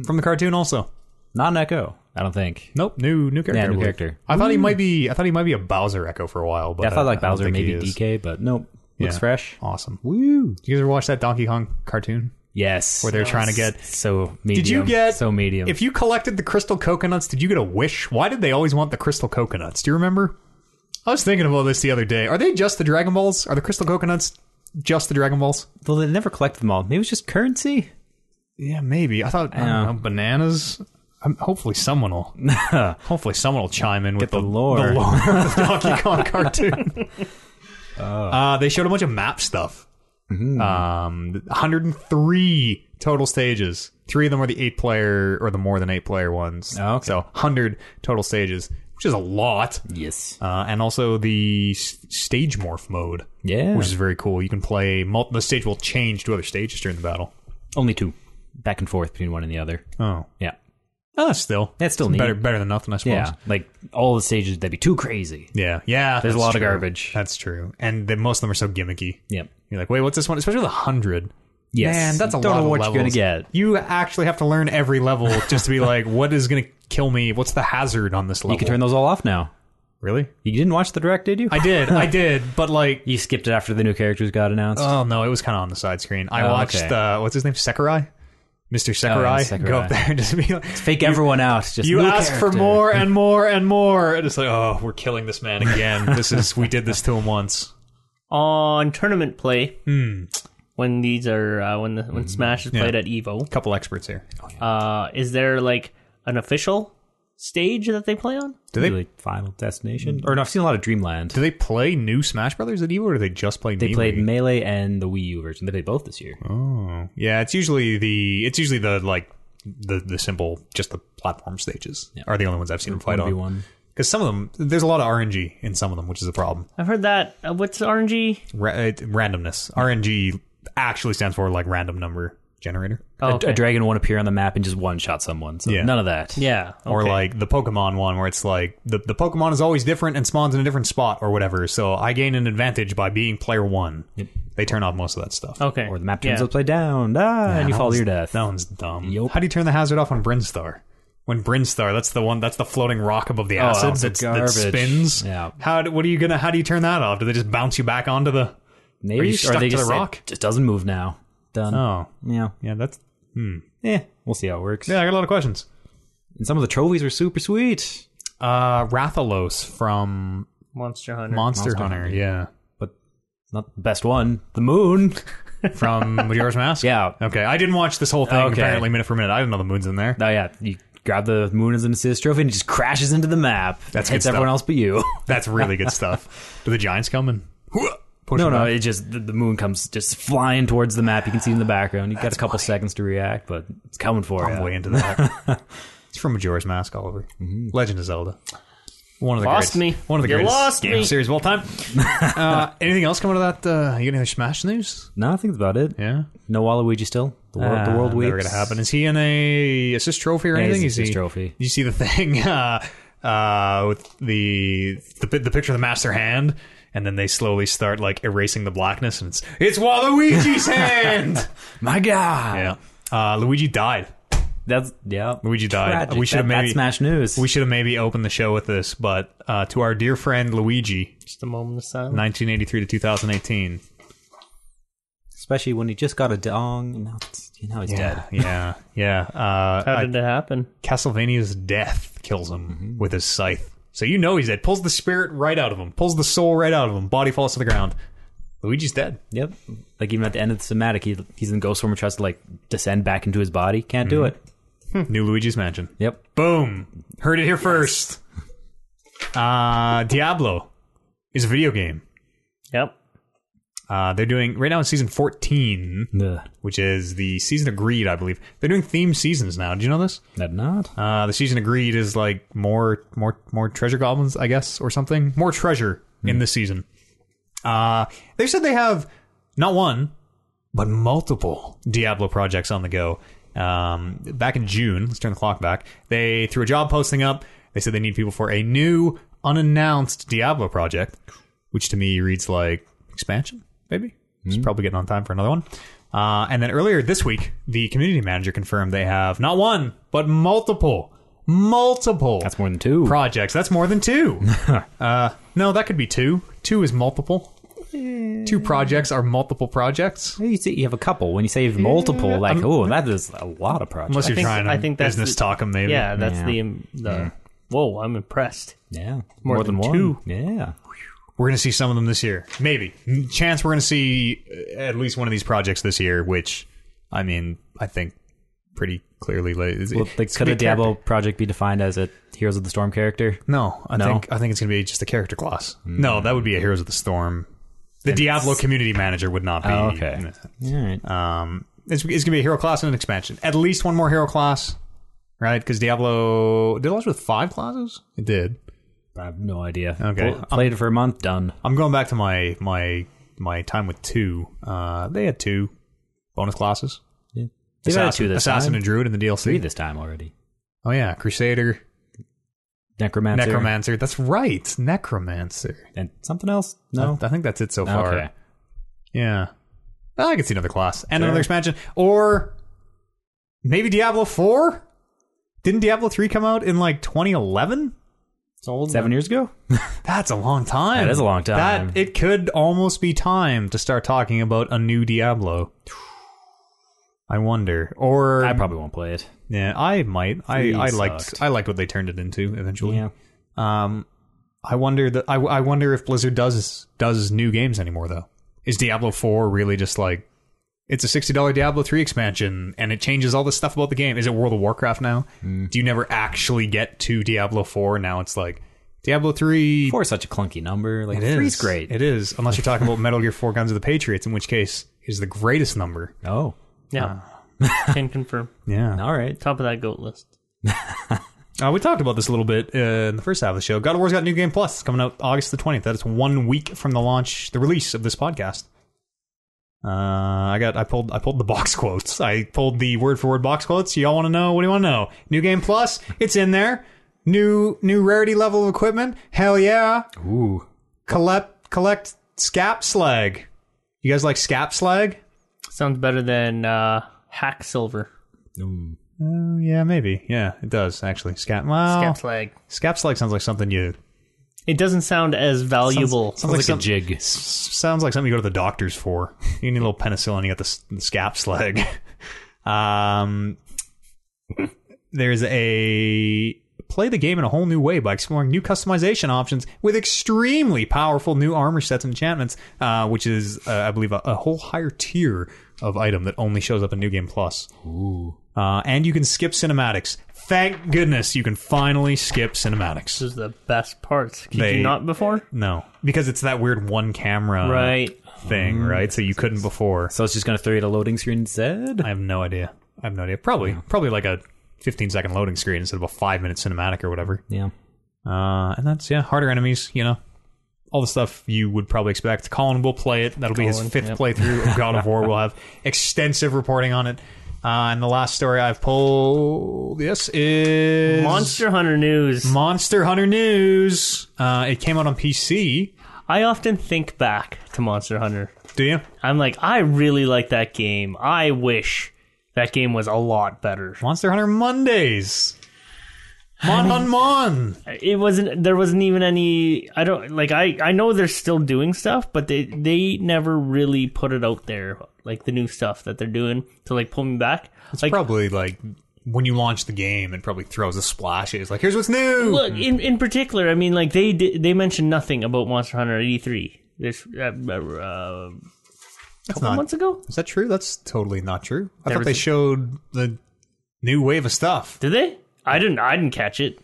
[SPEAKER 1] From the cartoon also.
[SPEAKER 3] Not an echo. I don't think.
[SPEAKER 1] Nope. New new character.
[SPEAKER 3] Yeah,
[SPEAKER 1] I
[SPEAKER 3] new
[SPEAKER 1] believe.
[SPEAKER 3] character.
[SPEAKER 1] I thought he might be I thought he might be a Bowser Echo for a while, but uh,
[SPEAKER 3] I thought like
[SPEAKER 1] don't
[SPEAKER 3] Bowser,
[SPEAKER 1] think he
[SPEAKER 3] maybe
[SPEAKER 1] is.
[SPEAKER 3] DK, but nope. Looks
[SPEAKER 1] Yeah.
[SPEAKER 3] fresh.
[SPEAKER 1] Awesome.
[SPEAKER 3] Woo!
[SPEAKER 1] Did you guys ever watch that Donkey Kong cartoon?
[SPEAKER 3] Yes.
[SPEAKER 1] Where they're trying to get
[SPEAKER 3] so medium.
[SPEAKER 1] Did you get
[SPEAKER 3] so medium?
[SPEAKER 1] If you collected the crystal coconuts, did you get a wish? Why did they always want the crystal coconuts? Do you remember? I was thinking about this the other day. Are they just the Dragon Balls? Are the crystal coconuts just the Dragon Balls?
[SPEAKER 3] well, they never collected them all. Maybe it was just currency.
[SPEAKER 1] Yeah, maybe. I thought I don't
[SPEAKER 3] Yeah.
[SPEAKER 1] know, bananas. Um, hopefully someone will. hopefully someone will chime in with
[SPEAKER 3] the lore.
[SPEAKER 1] The lore of the Donkey Kong cartoon.
[SPEAKER 3] Oh.
[SPEAKER 1] Uh, they showed a bunch of map stuff.
[SPEAKER 3] Mm-hmm.
[SPEAKER 1] Um, 103 total stages. Three of them are the eight player or the more than eight player ones.
[SPEAKER 3] Oh, okay.
[SPEAKER 1] So 100 total stages, which is a lot.
[SPEAKER 3] Yes.
[SPEAKER 1] Uh, and also the s- stage morph mode,
[SPEAKER 3] Yeah.
[SPEAKER 1] which is very cool. You can play, mul- the stage will change to other stages during the battle.
[SPEAKER 3] Only two, back and forth between one and the other.
[SPEAKER 1] Oh.
[SPEAKER 3] Yeah.
[SPEAKER 1] Oh, still.
[SPEAKER 3] That's still neat.
[SPEAKER 1] better better than nothing, I suppose.
[SPEAKER 3] Yeah. Like all the stages, that'd be too crazy.
[SPEAKER 1] Yeah. Yeah,
[SPEAKER 3] There's a
[SPEAKER 1] that's
[SPEAKER 3] lot of
[SPEAKER 1] true.
[SPEAKER 3] garbage.
[SPEAKER 1] That's true. And the, most of them are so gimmicky.
[SPEAKER 3] Yep.
[SPEAKER 1] You're like, wait, what's this one? Especially the hundred.
[SPEAKER 3] Yes.
[SPEAKER 1] Man, that's a
[SPEAKER 3] You don't
[SPEAKER 1] lot
[SPEAKER 3] know
[SPEAKER 1] of
[SPEAKER 3] what
[SPEAKER 1] levels.
[SPEAKER 3] you're gonna get.
[SPEAKER 1] You actually have to learn every level just to be like, what is gonna kill me? What's the hazard on this level?
[SPEAKER 3] You can turn those all off now.
[SPEAKER 1] really?
[SPEAKER 3] You didn't watch the direct, did you?
[SPEAKER 1] I did, I did, but like
[SPEAKER 3] you skipped it after the new characters got announced.
[SPEAKER 1] Oh no, it was kinda on the side screen. I
[SPEAKER 3] Oh,
[SPEAKER 1] watched
[SPEAKER 3] okay. Oh,
[SPEAKER 1] uh what's his name? Sakurai? Mr. Sakurai,
[SPEAKER 3] Sakurai.
[SPEAKER 1] go up there and just be like
[SPEAKER 3] Fake everyone out. Just
[SPEAKER 1] You
[SPEAKER 3] new
[SPEAKER 1] ask for
[SPEAKER 3] character.
[SPEAKER 1] more and more and more, and it's like, oh, we're killing this man again. this is we did this to him once.
[SPEAKER 2] On tournament play,
[SPEAKER 1] Hmm.
[SPEAKER 2] when these are uh, when the, when Smash is played at Evo,
[SPEAKER 1] couple experts here.
[SPEAKER 2] uh, is there like an official stage that they play on?
[SPEAKER 1] Do they
[SPEAKER 3] Really Final Destination? Or no, I've seen a lot of Dreamland.
[SPEAKER 1] do they play new Smash Brothers at Evo, or do they just play?
[SPEAKER 3] They
[SPEAKER 1] Melee?
[SPEAKER 3] played Melee and the Wii U version. They played both this year.
[SPEAKER 1] Yeah, it's usually the it's usually the like the the simple just the platform stages are the only ones I've seen them fight on.
[SPEAKER 3] 1v1.
[SPEAKER 1] Because some of them there's a lot of RNG in some of them, which is a problem.
[SPEAKER 2] I've heard that. Uh, what's RNG?
[SPEAKER 1] Ra- uh, randomness RNG actually stands for like random number generator,
[SPEAKER 2] Oh,
[SPEAKER 3] A,
[SPEAKER 2] okay.
[SPEAKER 3] a dragon won't appear on the map and just one shot someone. So
[SPEAKER 1] Yeah.
[SPEAKER 3] none of that.
[SPEAKER 2] yeah,
[SPEAKER 1] or
[SPEAKER 2] okay.
[SPEAKER 1] like the Pokemon one where it's like the the Pokemon is always different and spawns in a different spot or whatever. So I gain an advantage by being player one. They turn off most of that stuff.
[SPEAKER 2] okay,
[SPEAKER 3] Or the map
[SPEAKER 2] yeah.
[SPEAKER 3] turns upside down. Ah, and Oh, you
[SPEAKER 1] that
[SPEAKER 3] fall to
[SPEAKER 1] one's-
[SPEAKER 3] your death.
[SPEAKER 1] That one's dumb.
[SPEAKER 3] Yup.
[SPEAKER 1] How do you turn the hazard off on Brinstar? When Brinstar, that's the one, that's the floating rock above the acid
[SPEAKER 3] that's
[SPEAKER 1] that's, that
[SPEAKER 3] Oh, garbage.
[SPEAKER 1] spins.
[SPEAKER 3] Yeah.
[SPEAKER 1] How do, what are you gonna? How do you turn that off? Do they just bounce you back onto the?
[SPEAKER 3] Maybe
[SPEAKER 1] you
[SPEAKER 3] or
[SPEAKER 1] stuck
[SPEAKER 3] they
[SPEAKER 1] to the
[SPEAKER 3] just,
[SPEAKER 1] rock?
[SPEAKER 3] It just doesn't move now. Done.
[SPEAKER 1] Oh,
[SPEAKER 3] Yeah.
[SPEAKER 1] yeah. That's
[SPEAKER 3] Yeah. We'll see how it works.
[SPEAKER 1] yeah. I got a lot of questions.
[SPEAKER 3] And some of the trophies were super sweet.
[SPEAKER 1] Uh, Rathalos from
[SPEAKER 2] Monster Hunter.
[SPEAKER 1] Monster,
[SPEAKER 3] Monster
[SPEAKER 1] Hunter.
[SPEAKER 3] Hunter.
[SPEAKER 1] Yeah.
[SPEAKER 3] But not the best one. The moon.
[SPEAKER 1] From Majora's Mask.
[SPEAKER 3] Yeah.
[SPEAKER 1] Okay. I didn't watch this whole thing.
[SPEAKER 3] Okay.
[SPEAKER 1] Apparently, minute for minute. I didn't know the moon's in there.
[SPEAKER 3] Oh yeah. You grab the moon as an assist trophy and it just crashes into the map.
[SPEAKER 1] That's good
[SPEAKER 3] hits
[SPEAKER 1] stuff.
[SPEAKER 3] everyone else but you.
[SPEAKER 1] That's really good stuff. Do the giants come and? Push
[SPEAKER 3] No,
[SPEAKER 1] them
[SPEAKER 3] no,
[SPEAKER 1] back?
[SPEAKER 3] it just the, the moon comes just flying towards the map. You can see it in the background. You have got a couple seconds to react, but it's coming for
[SPEAKER 1] I'm
[SPEAKER 3] you.
[SPEAKER 1] way into that. it's from Majora's Mask, Oliver. Legend of Zelda. One of the
[SPEAKER 2] Lost
[SPEAKER 1] greatest,
[SPEAKER 2] me.
[SPEAKER 1] One of the
[SPEAKER 2] You
[SPEAKER 1] greatest
[SPEAKER 2] lost
[SPEAKER 1] game
[SPEAKER 2] me.
[SPEAKER 1] series of all time. uh, anything else coming out of that? Uh, you gonna have Smash news?
[SPEAKER 3] No, I think that's about it.
[SPEAKER 1] Yeah.
[SPEAKER 3] No Waluigi still. The world, the
[SPEAKER 1] Ah,
[SPEAKER 3] world weeps.
[SPEAKER 1] Never gonna happen. Is he in a assist trophy or
[SPEAKER 3] Yeah, he's
[SPEAKER 1] anything?
[SPEAKER 3] an
[SPEAKER 1] Is
[SPEAKER 3] assist
[SPEAKER 1] he-
[SPEAKER 3] trophy.
[SPEAKER 1] You see the thing uh, uh, with the, the pi- the picture of the master hand, and then they slowly start like erasing the blackness, and it's it's Waluigi's hand.
[SPEAKER 3] My God.
[SPEAKER 1] Yeah, uh, Luigi died.
[SPEAKER 3] That's yeah.
[SPEAKER 1] Luigi died.
[SPEAKER 3] Tragic.
[SPEAKER 1] We should have
[SPEAKER 3] That-
[SPEAKER 1] maybe
[SPEAKER 3] that's Smash news.
[SPEAKER 1] we should have maybe opened the show with this, but uh, to our dear friend Luigi,
[SPEAKER 2] Just a moment of silence.
[SPEAKER 1] 1983 to 2018.
[SPEAKER 3] Especially when he just got a dong. and Now, it's- you know he's dead.
[SPEAKER 1] Yeah, yeah. Uh,
[SPEAKER 2] How did it happen?
[SPEAKER 1] Castlevania's death kills him with his scythe. So you know he's dead. Pulls the spirit right out of him. Pulls the soul right out of him. Body falls to the ground. Luigi's dead.
[SPEAKER 3] Yep. Like even at the end of the somatic, he, he's in Ghost Form and tries to like descend back into his body. Can't
[SPEAKER 1] Mm-hmm.
[SPEAKER 3] do it.
[SPEAKER 1] New Luigi's Mansion.
[SPEAKER 3] Yep.
[SPEAKER 1] Boom. Heard it here first. Uh, Diablo is a video game.
[SPEAKER 2] Yep.
[SPEAKER 1] Uh, they're doing right now in season 14,
[SPEAKER 3] Ugh.
[SPEAKER 1] which is the season of greed, I believe. They're doing theme seasons now. Did you know this?
[SPEAKER 3] That not.
[SPEAKER 1] Uh, the season of greed is like more, more, more treasure goblins, I guess, or something. More treasure in this season. Uh, they said they have not one, but multiple Diablo projects on the go. Um, back in June, let's turn the clock back. They threw a job posting up. They said they need people for a new, unannounced Diablo project, which to me reads like expansion, maybe. It's probably getting on time for another one. Uh, and then earlier this week, the community manager confirmed they have not one, but multiple, multiple
[SPEAKER 3] That's more than two.
[SPEAKER 1] projects. That's more than two. uh, no, that could be two. Two is multiple. Two projects are multiple projects.
[SPEAKER 3] you see, you have a couple. When you say you have multiple, like oh, that is a lot of projects.
[SPEAKER 1] Unless you're
[SPEAKER 2] think-
[SPEAKER 1] trying to
[SPEAKER 2] I think that's
[SPEAKER 1] business
[SPEAKER 2] the-
[SPEAKER 1] talk 'em, maybe.
[SPEAKER 2] Yeah, that's
[SPEAKER 3] Yeah.
[SPEAKER 2] the the. Whoa, I'm impressed.
[SPEAKER 3] yeah.
[SPEAKER 2] More than two.
[SPEAKER 3] one. Yeah.
[SPEAKER 1] We're going to see some of them this year. Maybe. Chance we're going to see uh, at least one of these projects this year, which, I mean, I think pretty clearly. Like, it's-
[SPEAKER 3] Well, like,
[SPEAKER 1] it's
[SPEAKER 3] could
[SPEAKER 1] gonna
[SPEAKER 3] a
[SPEAKER 1] be character-
[SPEAKER 3] Diablo project be defined as a Heroes of the Storm character?
[SPEAKER 1] No, I
[SPEAKER 3] No?
[SPEAKER 1] think I think it's going to be just a character class. No, that would be a Heroes of the Storm. The Diablo community manager would not be.
[SPEAKER 3] Oh, okay. All right.
[SPEAKER 1] Um, it's, it's gonna be a hero class and an expansion. At least one more hero class, right? Because Diablo did it launch with five classes. It did.
[SPEAKER 3] I have no idea.
[SPEAKER 1] Okay.
[SPEAKER 3] Pl- played it for a month. Done.
[SPEAKER 1] I'm going back to my my my time with two. Uh, they had two bonus classes:
[SPEAKER 3] Yeah. They've added two this
[SPEAKER 1] assassin
[SPEAKER 3] time.
[SPEAKER 1] and druid in the DLC.
[SPEAKER 3] Three this time already.
[SPEAKER 1] Oh yeah, crusader,
[SPEAKER 3] Necromancer.
[SPEAKER 1] necromancer. That's right, necromancer.
[SPEAKER 3] And something else? No.
[SPEAKER 1] I, I think that's it so far.
[SPEAKER 3] Okay.
[SPEAKER 1] Yeah. Well, I could see another class and another expansion, or maybe Diablo Four. Didn't Diablo Three come out in like 2011?
[SPEAKER 2] It's old.
[SPEAKER 3] Seven years ago?
[SPEAKER 1] That's a long time.
[SPEAKER 3] That is a long time.
[SPEAKER 1] That it could almost be time to start talking about a new Diablo. I wonder, or
[SPEAKER 3] I probably won't play it.
[SPEAKER 1] yeah, I might. I,
[SPEAKER 3] Three
[SPEAKER 1] I liked
[SPEAKER 3] sucked.
[SPEAKER 1] I liked what they turned it into eventually.
[SPEAKER 3] Yeah.
[SPEAKER 1] Um, I wonder that I, I wonder if Blizzard does does new games anymore though. Is Diablo Four really just like it's a sixty dollar Diablo Three expansion and it changes all this stuff about the game? Is it World of Warcraft now?
[SPEAKER 3] Hmm.
[SPEAKER 1] Do you never actually get to Diablo Four? Now it's like Diablo Three.
[SPEAKER 3] Four is such a clunky number. Like
[SPEAKER 1] It is.
[SPEAKER 3] three's great.
[SPEAKER 1] It is, unless you're talking about Metal Gear Four: Guns of the Patriots, in which case it is the greatest number.
[SPEAKER 3] oh.
[SPEAKER 2] Yeah.
[SPEAKER 3] Ah.
[SPEAKER 2] Can confirm.
[SPEAKER 1] Yeah.
[SPEAKER 3] All right.
[SPEAKER 2] Top of that goat list.
[SPEAKER 1] Uh, we talked about this a little bit uh, in the first half of the show. God of War's got new game plus coming out August the twentieth. That is one week from the launch, the release of this podcast. Uh, I got, I pulled, I pulled the box quotes. I pulled the word for word box quotes. Y'all want to know? What do you want to know? New game plus, it's in there. New, new rarity level of equipment. Hell yeah!
[SPEAKER 3] Ooh.
[SPEAKER 1] Collect, collect scap slag. You guys like scap slag?
[SPEAKER 2] Sounds better than uh, hack silver.
[SPEAKER 3] Mm.
[SPEAKER 1] Oh yeah, maybe. Yeah, it does actually. Scap. Well,
[SPEAKER 3] Oh.
[SPEAKER 2] Scap slag.
[SPEAKER 1] scap slag sounds like something you
[SPEAKER 2] It doesn't sound as valuable.
[SPEAKER 1] Sounds like
[SPEAKER 3] Sounds like
[SPEAKER 1] some-
[SPEAKER 3] a jig.
[SPEAKER 1] sounds like something you go to the doctors for. You need a little penicillin. You got the, s- the scap slag. Um, there's a play the game in a whole new way by exploring new customization options with extremely powerful new armor sets and enchantments, uh, which is, uh, I believe, a, a whole higher tier of item that only shows up in New Game Plus.
[SPEAKER 3] Ooh.
[SPEAKER 1] Uh, and you can skip cinematics. Thank goodness you can finally skip cinematics.
[SPEAKER 2] This is the best part. Could
[SPEAKER 1] They-
[SPEAKER 2] you not before?
[SPEAKER 1] No, because it's that weird one
[SPEAKER 3] uh,
[SPEAKER 1] camera
[SPEAKER 2] Right.
[SPEAKER 1] thing, right? So you couldn't before.
[SPEAKER 3] So it's just going to throw you at a loading screen instead?
[SPEAKER 1] I have no idea. I have no idea. Probably, probably like a 15 second loading screen instead of a five minute cinematic or whatever.
[SPEAKER 3] yeah.
[SPEAKER 1] Uh, and that's yeah, harder enemies. You know, all the stuff you would probably expect. Colin will play it. That'll be his
[SPEAKER 2] Colin,
[SPEAKER 1] fifth
[SPEAKER 2] yep.
[SPEAKER 1] playthrough of God of War. We'll have extensive reporting on it. Uh, and the last story I've pulled, yes, is
[SPEAKER 2] Monster Hunter news.
[SPEAKER 1] Monster Hunter news. Uh, it came out on PC.
[SPEAKER 2] I often think back to Monster Hunter.
[SPEAKER 1] Do you?
[SPEAKER 2] I'm like, I really like that game. I wish that game was a lot better.
[SPEAKER 1] Monster Hunter Mondays. Mon Mon Mon.
[SPEAKER 2] It wasn't. There wasn't even any. I don't like. I I know they're still doing stuff, but they they never really put it out there. Like the new stuff that they're doing to like pull me back.
[SPEAKER 1] It's
[SPEAKER 2] like,
[SPEAKER 1] probably like when you launch the game, it probably throws the splashes. Like, here's what's new.
[SPEAKER 2] Look, in in particular, I mean, like they di- they mentioned nothing about Monster Hunter eighty three. This uh, uh,
[SPEAKER 1] That's
[SPEAKER 2] uh,
[SPEAKER 1] not.
[SPEAKER 2] months ago,
[SPEAKER 1] Is that true? That's totally not true. I
[SPEAKER 2] There
[SPEAKER 1] thought
[SPEAKER 2] was-
[SPEAKER 1] they showed the new wave of stuff.
[SPEAKER 2] did they? I didn't. I didn't catch it.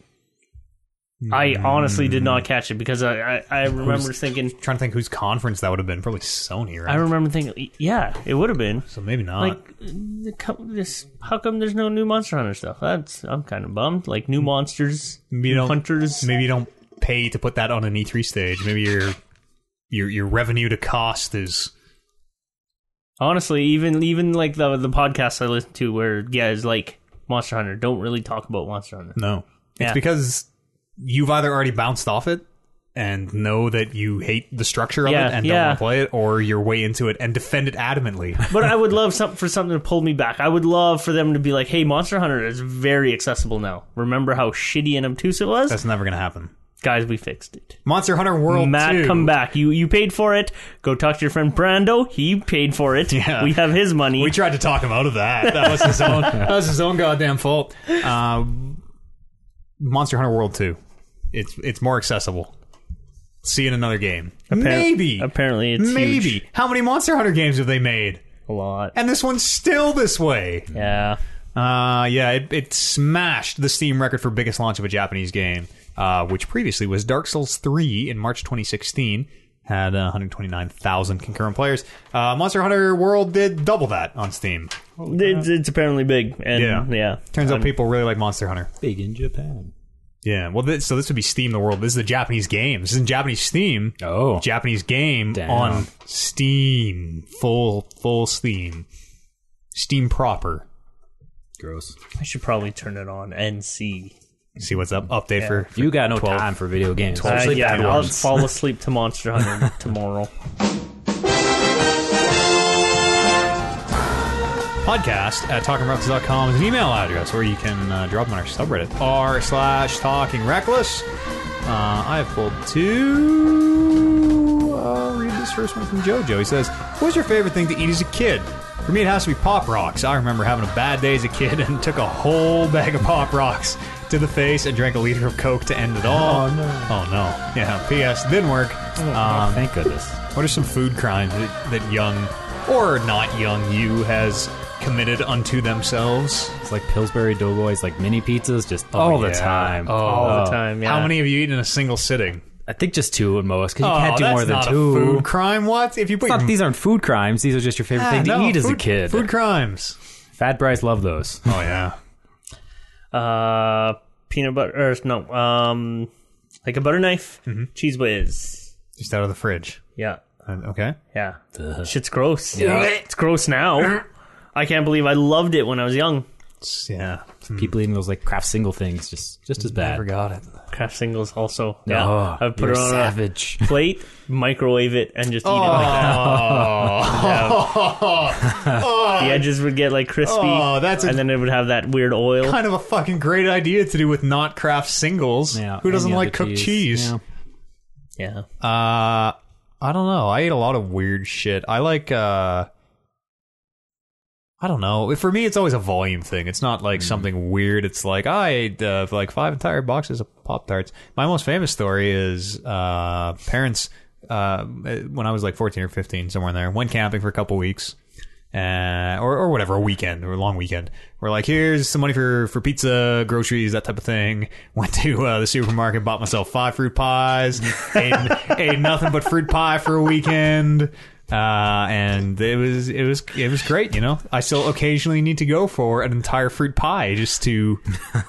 [SPEAKER 2] I honestly did
[SPEAKER 1] Hmm.
[SPEAKER 2] not catch it because I I, I remember thinking.
[SPEAKER 1] trying to think whose conference that would have been. Probably Sony, right?
[SPEAKER 2] I remember thinking, yeah, it would have been.
[SPEAKER 1] so maybe not.
[SPEAKER 2] Like, the co- this, how come there's no new Monster Hunter stuff? That's I'm kind of bummed. Like new monsters,
[SPEAKER 1] maybe you don't.
[SPEAKER 2] hunters.
[SPEAKER 1] Maybe you don't pay to put that on an E3 stage. Maybe your your your revenue to cost is
[SPEAKER 2] Honestly, even even like the the podcasts I listen to where guys like Monster Hunter don't really talk about Monster Hunter.
[SPEAKER 1] no. It's
[SPEAKER 2] Yeah.
[SPEAKER 1] because you've either already bounced off it and know that you hate the structure of
[SPEAKER 2] Yeah,
[SPEAKER 1] it and don't
[SPEAKER 2] yeah.
[SPEAKER 1] want to play it, or you're way into it and defend it adamantly.
[SPEAKER 2] But I would love some, for something to pull me back. I would love for them to be like, "Hey, Monster Hunter is very accessible now. Remember how shitty and obtuse it was,
[SPEAKER 1] That's never gonna happen.
[SPEAKER 2] guys? We fixed it.
[SPEAKER 1] Monster Hunter World
[SPEAKER 2] Matt,
[SPEAKER 1] 2.
[SPEAKER 2] come back. You you paid for it. Go talk to your friend Brando. He paid for it.
[SPEAKER 1] Yeah.
[SPEAKER 2] We have his money.
[SPEAKER 1] We tried to talk him out of that. That was his own. that was his own goddamn fault. Um, Monster Hunter World Two. It's it's more accessible. See you in another game. maybe.
[SPEAKER 2] apparently it's
[SPEAKER 1] maybe.
[SPEAKER 2] huge.
[SPEAKER 1] How many Monster Hunter games have they made?
[SPEAKER 2] a lot.
[SPEAKER 1] And this one's still this way.
[SPEAKER 2] Yeah.
[SPEAKER 1] Uh, yeah, it, it smashed the Steam record for biggest launch of a Japanese game, uh, which previously was Dark Souls 3 in March 2016. Had uh, 129,000 concurrent players. Uh, Monster Hunter World did double that on Steam.
[SPEAKER 2] It's, it's apparently big. And
[SPEAKER 1] Yeah.
[SPEAKER 2] yeah.
[SPEAKER 1] Turns out people really like Monster Hunter.
[SPEAKER 3] Big in Japan.
[SPEAKER 1] Yeah. Well, this, so this would be Steam the World. This is a Japanese game. This isn't Japanese Steam.
[SPEAKER 3] Oh.
[SPEAKER 1] Japanese game
[SPEAKER 3] Damn.
[SPEAKER 1] on Steam. Full full Steam. Steam proper.
[SPEAKER 3] Gross.
[SPEAKER 2] I should probably turn it on and see.
[SPEAKER 1] See what's up. Update for.
[SPEAKER 3] You got no
[SPEAKER 1] 12.
[SPEAKER 3] time for video games.
[SPEAKER 2] Uh,
[SPEAKER 3] especially
[SPEAKER 2] yeah,
[SPEAKER 3] bad
[SPEAKER 2] I'll
[SPEAKER 3] ones.
[SPEAKER 2] fall asleep to Monster Hunter tomorrow.
[SPEAKER 1] podcast at talkingreckless.com is an email address where you can uh, drop them on our subreddit r slash talking reckless uh, i have pulled two i'll read this first one from jojo he says what was your favorite thing to eat as a kid for me it has to be pop rocks i remember having a bad day as a kid and took a whole bag of pop rocks to the face and drank a liter of coke to end it all
[SPEAKER 3] Oh, no.
[SPEAKER 1] oh no yeah ps didn't work
[SPEAKER 3] Oh, thank goodness.
[SPEAKER 1] what are some food crimes that, that young or not young you has committed unto themselves?
[SPEAKER 3] It's like Pillsbury Doughboys, like mini pizzas, just all
[SPEAKER 1] yeah.
[SPEAKER 3] the time.
[SPEAKER 1] Oh.
[SPEAKER 2] All the time. Yeah.
[SPEAKER 1] How many have you eaten in a single sitting?
[SPEAKER 3] I think just two at most, because you can't do
[SPEAKER 1] Oh, that's
[SPEAKER 3] more than
[SPEAKER 1] not
[SPEAKER 3] two.
[SPEAKER 1] A food crime? What? If you put
[SPEAKER 3] Fuck,
[SPEAKER 1] your-
[SPEAKER 3] these aren't food crimes. These are just your favorite
[SPEAKER 1] Ah,
[SPEAKER 3] thing to
[SPEAKER 1] no,
[SPEAKER 3] eat as a
[SPEAKER 1] food-
[SPEAKER 3] kid.
[SPEAKER 1] Food crimes.
[SPEAKER 3] Fat Bryce love those.
[SPEAKER 1] Oh yeah.
[SPEAKER 2] Uh, peanut butter, or no, um, like a butter knife, cheese whiz.
[SPEAKER 1] Just out of the fridge.
[SPEAKER 2] Yeah,
[SPEAKER 1] Uh, Okay.
[SPEAKER 2] yeah. Shit's gross.
[SPEAKER 3] Yeah.
[SPEAKER 2] It's gross now. I can't believe I loved it when I was young.
[SPEAKER 1] It's- yeah.
[SPEAKER 3] People eating those like craft single things, just just as bad.
[SPEAKER 1] Hmm. I forgot it.
[SPEAKER 2] Craft singles also.
[SPEAKER 3] Oh,
[SPEAKER 2] Yeah, I would put
[SPEAKER 3] you're
[SPEAKER 2] it on a
[SPEAKER 3] savage.
[SPEAKER 2] plate, microwave it, and just eat it like that. The edges would get like crispy.
[SPEAKER 1] Oh, that's a-
[SPEAKER 2] and then it would have that weird oil.
[SPEAKER 1] Kind of a fucking great idea to do with not craft singles.
[SPEAKER 3] Yeah,
[SPEAKER 1] Who doesn't
[SPEAKER 3] any
[SPEAKER 1] like
[SPEAKER 3] other
[SPEAKER 1] cooked cheese?
[SPEAKER 3] Yeah.
[SPEAKER 2] Yeah,
[SPEAKER 1] Uh, I don't know. I ate a lot of weird shit. I like uh I don't know. For me, it's always a volume thing. It's not like something weird. It's like I ate uh, like five entire boxes of Pop Tarts. My most famous story is uh, parents uh, when I was like fourteen or fifteen, somewhere in there, went camping for a couple weeks, uh, or or whatever, a weekend or a long weekend. We're like, here's some money for for pizza, groceries, that type of thing. Went to uh, the supermarket, bought myself five fruit pies, ate, ate nothing but fruit pie for a weekend. uh, and it was it was it was great. You know, I still occasionally need to go for an entire fruit pie just to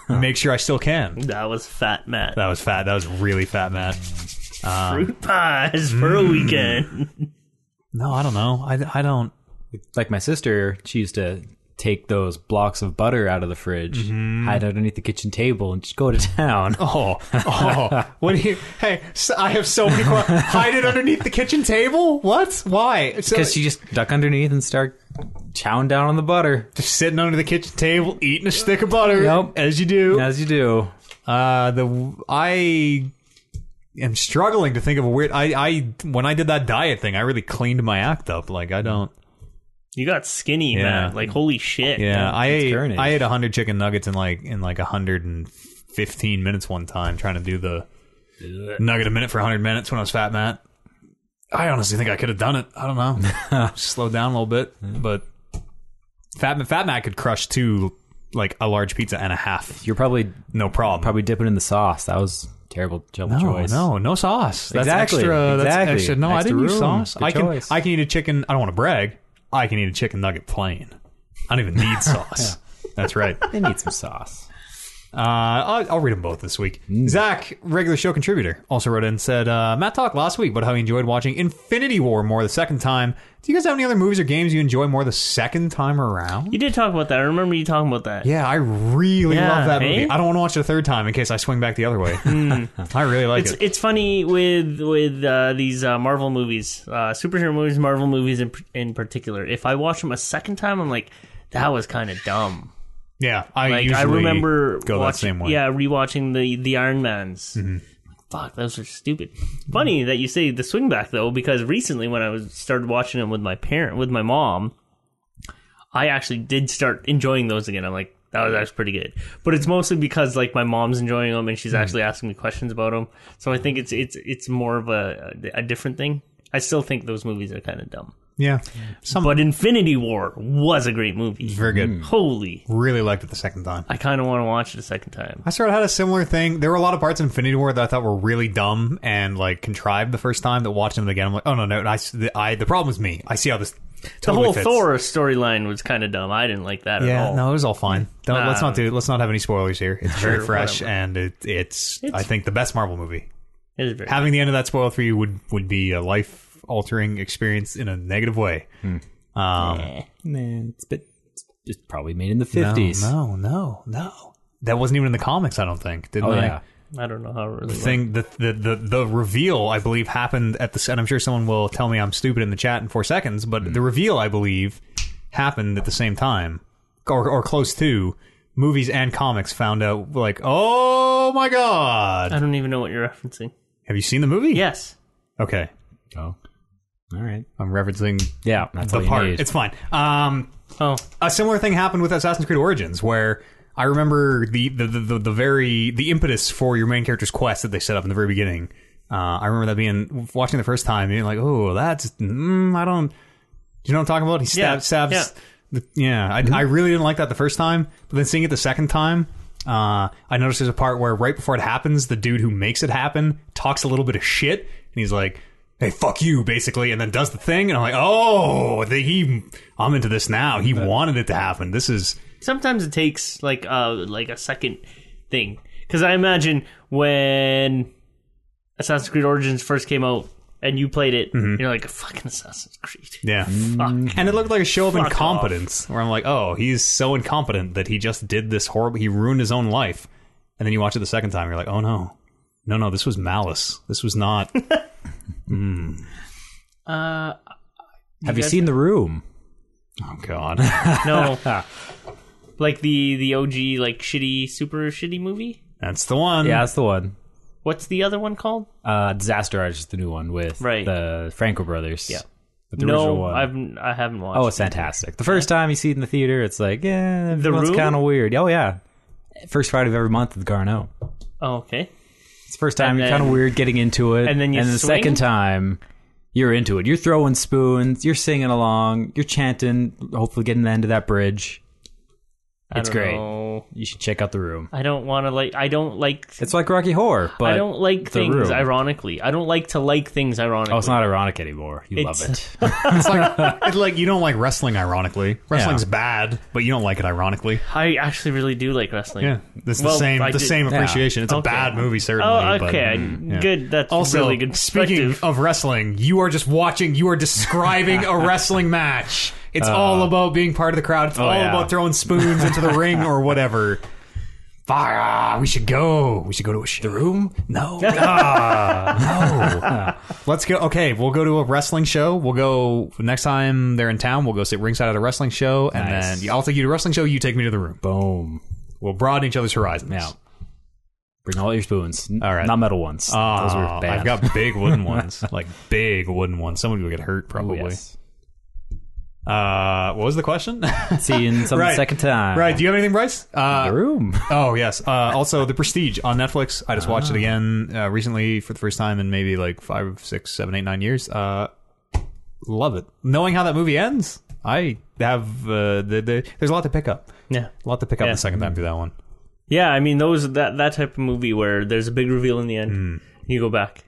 [SPEAKER 1] make sure I still can.
[SPEAKER 2] That was Fat Matt.
[SPEAKER 1] That was fat. That was really fat, Matt.
[SPEAKER 2] Fruit pies for
[SPEAKER 1] Mm.
[SPEAKER 2] a weekend.
[SPEAKER 1] No, I don't know. I, I don't.
[SPEAKER 3] Like my sister, she used to take those blocks of butter out of the fridge,
[SPEAKER 1] Mm-hmm.
[SPEAKER 3] hide underneath the kitchen table, and just go to town.
[SPEAKER 1] Oh, oh! What do you? Hey, so I have so many questions. Hide it underneath the kitchen table. What? Why? So-
[SPEAKER 3] Because she just duck underneath and start chowing down on the butter,
[SPEAKER 1] Just sitting under the kitchen table eating a stick of butter
[SPEAKER 3] Yep.
[SPEAKER 1] as you do
[SPEAKER 3] as you do.
[SPEAKER 1] uh the i am struggling to think of a weird i i when i did that diet thing i really cleaned my act up like i don't
[SPEAKER 2] You got skinny,
[SPEAKER 1] Yeah.
[SPEAKER 2] Matt. Like holy shit.
[SPEAKER 1] yeah i ate,
[SPEAKER 3] carnage.
[SPEAKER 1] i ate 100 chicken nuggets in like in like 115 minutes one time trying to do the nugget a minute for 100 minutes when i was fat matt i honestly think i could have done it i don't know slowed down a little bit but fat, Ma- fat matt could crush two like a large pizza and a half
[SPEAKER 3] You're probably
[SPEAKER 1] No problem.
[SPEAKER 3] probably dipping in the sauce. That was terrible, terrible
[SPEAKER 1] no,
[SPEAKER 3] choice.
[SPEAKER 1] Oh, no, no sauce. That's
[SPEAKER 3] Exactly,
[SPEAKER 1] extra. That's
[SPEAKER 3] exactly.
[SPEAKER 1] extra. No, I
[SPEAKER 3] Extra
[SPEAKER 1] didn't use
[SPEAKER 3] room.
[SPEAKER 1] sauce.
[SPEAKER 3] Good
[SPEAKER 1] I can
[SPEAKER 3] choice.
[SPEAKER 1] I can eat a chicken. I don't want to brag. I can eat a chicken nugget plain. I don't even need sauce. That's right. Uh,
[SPEAKER 3] they need some sauce.
[SPEAKER 1] I'll, I'll read them both this week. Zach, regular show contributor, also wrote in and said, uh, Matt talked last week about how he enjoyed watching Infinity War more the second time. Do you guys have any other movies or games you enjoy more the second time around?
[SPEAKER 2] You did talk about that. I remember you talking about that.
[SPEAKER 1] Yeah, I really
[SPEAKER 2] Yeah,
[SPEAKER 1] love that
[SPEAKER 2] eh?
[SPEAKER 1] movie. I don't want to watch it a third time in case I swing back the other way.
[SPEAKER 2] Hmm.
[SPEAKER 1] I really like
[SPEAKER 2] It's
[SPEAKER 1] it.
[SPEAKER 2] it's funny with with uh, these uh, Marvel movies, uh, superhero movies, Marvel movies in in particular. If I watch them a second time, I'm like, that was kind of dumb.
[SPEAKER 1] Yeah, I
[SPEAKER 2] Like I
[SPEAKER 1] usually
[SPEAKER 2] remember
[SPEAKER 1] go that
[SPEAKER 2] watching,
[SPEAKER 1] same way. Mm-hmm.
[SPEAKER 2] yeah, rewatching the the Iron Man's. Fuck, those are stupid. Funny that you say the swing back though, because recently when I was started watching them with my parent, with my mom, I actually did start enjoying those again. I'm like, that was actually pretty good. But it's mostly because like my mom's enjoying them and she's
[SPEAKER 1] Mm-hmm.
[SPEAKER 2] actually asking me questions about them. So I think it's it's it's more of a a different thing. I still think those movies are kind of dumb.
[SPEAKER 1] Yeah, some
[SPEAKER 2] But Infinity War was a great movie.
[SPEAKER 1] very good.
[SPEAKER 2] Holy,
[SPEAKER 1] Really liked it the second time.
[SPEAKER 2] I kind of want to watch it a second time.
[SPEAKER 1] I sort of had a similar thing. There were a lot of parts in Infinity War that I thought were really dumb and like contrived the first time. That watching them again, I'm like, oh no, no, I, the, I, the problem is me. I see how this.
[SPEAKER 2] The
[SPEAKER 1] Totally
[SPEAKER 2] whole
[SPEAKER 1] fits.
[SPEAKER 2] Thor storyline was kind of dumb. I didn't like that at
[SPEAKER 1] Yeah,
[SPEAKER 2] all.
[SPEAKER 1] no, it was all fine. Don't, let's
[SPEAKER 2] Um,
[SPEAKER 1] not do. Let's not have any spoilers here. It's very
[SPEAKER 2] Sure,
[SPEAKER 1] fresh,
[SPEAKER 2] whatever.
[SPEAKER 1] and it, it's, I think the best Marvel movie.
[SPEAKER 2] It is very.
[SPEAKER 1] Having the end of that spoiled for you would would be a life altering experience in a negative way. Um,
[SPEAKER 3] Man, it's, been, it's- it's probably made in the fifties. Oh,
[SPEAKER 1] No, no, no. That wasn't even in the comics. I don't think. Didn't
[SPEAKER 3] Oh
[SPEAKER 1] I?
[SPEAKER 3] yeah,
[SPEAKER 2] I don't know how it really. Went.
[SPEAKER 1] thing the, the the the reveal I believe happened at the s- and I'm sure someone will tell me I'm stupid in the chat in four seconds, but
[SPEAKER 3] Hmm.
[SPEAKER 1] the reveal I believe happened at the same time or or close to movies and comics found out like oh my god
[SPEAKER 2] I don't even know what you're referencing.
[SPEAKER 1] have you seen the movie
[SPEAKER 2] Yes,
[SPEAKER 1] okay
[SPEAKER 3] Oh. All right.
[SPEAKER 1] I'm referencing
[SPEAKER 3] Yeah, that's all
[SPEAKER 1] the
[SPEAKER 3] you
[SPEAKER 1] part
[SPEAKER 3] need.
[SPEAKER 1] it's fine um
[SPEAKER 2] Oh,
[SPEAKER 1] a similar thing happened with Assassin's Creed Origins, where I remember the the, the, the, the very the impetus for your main character's quest that they set up in the very beginning. Uh, I remember that being watching the first time, being like, "Oh, that's mm, I don't." Do you know what I'm talking about? He
[SPEAKER 2] Yeah,
[SPEAKER 1] stabs stabs. The, yeah, I, I really didn't like that the first time, but then seeing it the second time. Uh, I noticed there's a part where right before it happens, the dude who makes it happen talks a little bit of shit, and he's like, "Hey, fuck you," basically, and then does the thing, and I'm like, "Oh, the, he, I'm into this now. He wanted it to happen. This is
[SPEAKER 2] sometimes it takes like uh like a second thing because I imagine when Assassin's Creed Origins first came out and you played it, you're like fucking Assassin's Creed.
[SPEAKER 1] Mm-hmm. yeah."
[SPEAKER 2] Fuck.
[SPEAKER 1] And it looked like a show of
[SPEAKER 2] Fuck
[SPEAKER 1] incompetence, where I'm like, "Oh, he's so incompetent that he just did this horrible. He ruined his own life." And then you watch it the second time, you're like, "Oh no, no, no, this was malice. This was not."
[SPEAKER 3] Have you seen the room?
[SPEAKER 1] oh God.
[SPEAKER 2] No, like the the OG like shitty super shitty movie.
[SPEAKER 1] That's the one.
[SPEAKER 3] Yeah, that's the one.
[SPEAKER 2] What's the other one called?
[SPEAKER 3] Uh, Disaster Artist is the new one with
[SPEAKER 2] Right.
[SPEAKER 3] the Franco brothers.
[SPEAKER 2] Yeah.
[SPEAKER 3] but the original
[SPEAKER 2] no,
[SPEAKER 3] one.
[SPEAKER 2] I've I haven't watched.
[SPEAKER 3] oh, it's fantastic. The first time you see it in the theater, it's like yeah, the
[SPEAKER 2] Room?
[SPEAKER 3] kind of weird. Oh yeah, first Friday of every month at the Garneau.
[SPEAKER 2] oh okay.
[SPEAKER 3] It's the first time
[SPEAKER 2] And
[SPEAKER 3] you're
[SPEAKER 2] then-
[SPEAKER 3] kind of weird getting into it,
[SPEAKER 2] and then you
[SPEAKER 3] the
[SPEAKER 2] swing?
[SPEAKER 3] second time you're into it. You're throwing spoons, you're singing along, you're chanting, hopefully getting the end of that bridge.
[SPEAKER 2] I
[SPEAKER 3] It's
[SPEAKER 2] don't
[SPEAKER 3] great.
[SPEAKER 2] know.
[SPEAKER 3] You should check out the room.
[SPEAKER 2] I don't want to like. I don't like.
[SPEAKER 3] It's like Rocky Horror, but
[SPEAKER 2] I don't like
[SPEAKER 3] the
[SPEAKER 2] things
[SPEAKER 3] room.
[SPEAKER 2] ironically. I don't like to like things ironically.
[SPEAKER 3] Oh, it's not ironic anymore. You
[SPEAKER 2] It's-
[SPEAKER 3] love it.
[SPEAKER 1] It's like it's like you don't like wrestling ironically. Wrestling's
[SPEAKER 3] Yeah.
[SPEAKER 1] bad, but you don't like it ironically.
[SPEAKER 2] I actually really do like wrestling.
[SPEAKER 1] Yeah, it's the
[SPEAKER 2] Well,
[SPEAKER 1] same
[SPEAKER 2] I
[SPEAKER 1] the
[SPEAKER 2] did-
[SPEAKER 1] same appreciation. It's a
[SPEAKER 2] Okay.
[SPEAKER 1] bad movie, certainly.
[SPEAKER 2] Oh,
[SPEAKER 1] but-
[SPEAKER 2] okay.
[SPEAKER 1] Mm, yeah.
[SPEAKER 2] Good. That's
[SPEAKER 1] Also,
[SPEAKER 2] really good
[SPEAKER 1] speaking
[SPEAKER 2] perspective.
[SPEAKER 1] of wrestling, you are just watching. You are describing a wrestling match. It's all about being part of the crowd. It's all
[SPEAKER 3] yeah.
[SPEAKER 1] about throwing spoons into the ring or whatever. Fire! We should go. We should go to a show. The room? No. Ah, no. Let's go. Okay, we'll go to a wrestling show. We'll go next time they're in town. We'll go sit ringside at a wrestling show, and
[SPEAKER 3] Nice.
[SPEAKER 1] then I'll take you to a wrestling show. You take me to the room.
[SPEAKER 3] Boom.
[SPEAKER 1] We'll broaden each other's horizons.
[SPEAKER 3] Yeah. Bring all your spoons.
[SPEAKER 1] All
[SPEAKER 3] all
[SPEAKER 1] right.
[SPEAKER 3] right. Not metal ones.
[SPEAKER 2] Ah,
[SPEAKER 1] Oh,
[SPEAKER 3] Those were bad.
[SPEAKER 1] I've got big wooden ones, like big wooden ones. Someone would get hurt
[SPEAKER 3] Ooh,
[SPEAKER 1] probably.
[SPEAKER 3] yes.
[SPEAKER 1] Uh, what was the question?
[SPEAKER 3] Seeing some
[SPEAKER 1] Right.
[SPEAKER 3] second time.
[SPEAKER 1] right. Do you have anything, Bryce?
[SPEAKER 3] The
[SPEAKER 1] Uh,
[SPEAKER 3] room.
[SPEAKER 1] oh yes. Uh, also, The Prestige on Netflix. I just watched
[SPEAKER 3] Ah.
[SPEAKER 1] it again uh, recently for the first time in maybe like five, six, seven, eight, nine years. Uh, love it. Knowing how that movie ends, I have uh, the, the there's a lot to pick up.
[SPEAKER 2] yeah.
[SPEAKER 1] A lot to pick up
[SPEAKER 2] Yeah.
[SPEAKER 1] the second time through that one.
[SPEAKER 2] Yeah, I mean those that that type of movie where there's a big reveal in the end.
[SPEAKER 1] Mm.
[SPEAKER 2] You go back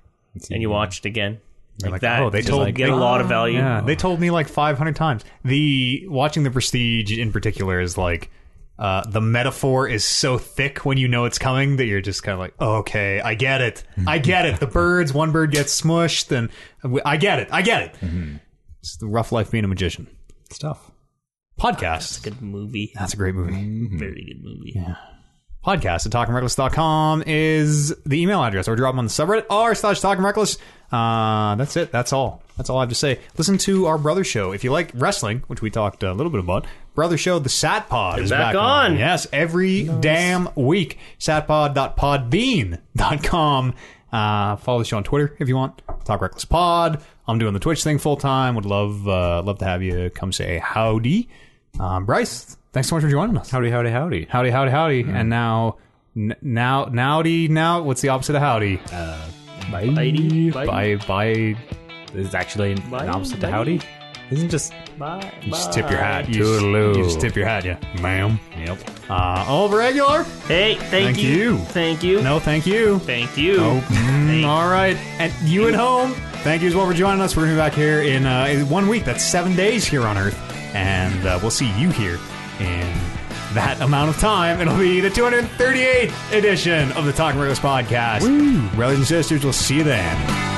[SPEAKER 2] and you watch it again. Like,
[SPEAKER 1] like,
[SPEAKER 2] that.
[SPEAKER 1] oh, they
[SPEAKER 2] just
[SPEAKER 1] told-
[SPEAKER 2] you get a lot of value.
[SPEAKER 1] Yeah, they told me like 500 times. The watching the Prestige in particular is like uh, the metaphor is so thick when you know it's coming that you're just kind of like, okay, I get it, I get it. The birds, one bird gets smushed, and I get it, I get it. It's the rough life being a magician.
[SPEAKER 3] Stuff.
[SPEAKER 1] Podcast.
[SPEAKER 2] Good movie.
[SPEAKER 1] That's a great movie.
[SPEAKER 2] Very good movie.
[SPEAKER 1] Podcast at talkingreckless.com is the email address, or drop them on the subreddit r slash talking reckless. Uh, that's it. That's all. That's all I have to say. Listen to our brother show if you like wrestling, which we talked a little bit about. Brother show, the Sat Pod is
[SPEAKER 2] back
[SPEAKER 1] back,
[SPEAKER 2] on.
[SPEAKER 1] Yes, every damn week. Satpod.podbean.com. Uh, follow the show on Twitter if you want. Talk Reckless Pod. I'm doing the Twitch thing full time. Would love uh, love to have you come say howdy. Um, Bryce, thanks so much for joining us.
[SPEAKER 3] Howdy, howdy, howdy. Mm.
[SPEAKER 1] Howdy, howdy, howdy. And now, n- now, nowdy, now. What's the opposite of howdy?
[SPEAKER 3] Bye.
[SPEAKER 2] Bitey, bite,
[SPEAKER 1] Bye, bye.
[SPEAKER 3] Is actually an
[SPEAKER 2] Bye,
[SPEAKER 3] opposite
[SPEAKER 2] bye.
[SPEAKER 3] to howdy. Isn't just
[SPEAKER 2] bye,
[SPEAKER 1] You just tip your
[SPEAKER 2] bye.
[SPEAKER 1] hat. You just,
[SPEAKER 3] Toodaloo.
[SPEAKER 1] you just tip your hat, yeah. Ma'am.
[SPEAKER 3] yep.
[SPEAKER 1] Uh, all regular?
[SPEAKER 2] Hey, thank,
[SPEAKER 1] Thank
[SPEAKER 2] you.
[SPEAKER 1] you.
[SPEAKER 2] Thank you.
[SPEAKER 1] No, thank you.
[SPEAKER 2] Thank you.
[SPEAKER 1] Oh, mm, all right. And you at home, thank you as well for joining us. We're going to be back here in, uh, in one week. That's seven days here on Earth. And uh, we'll see you here in that amount of time. It'll be the 238th edition of the Talking Reckless podcast. Brothers and sisters, we'll see you then.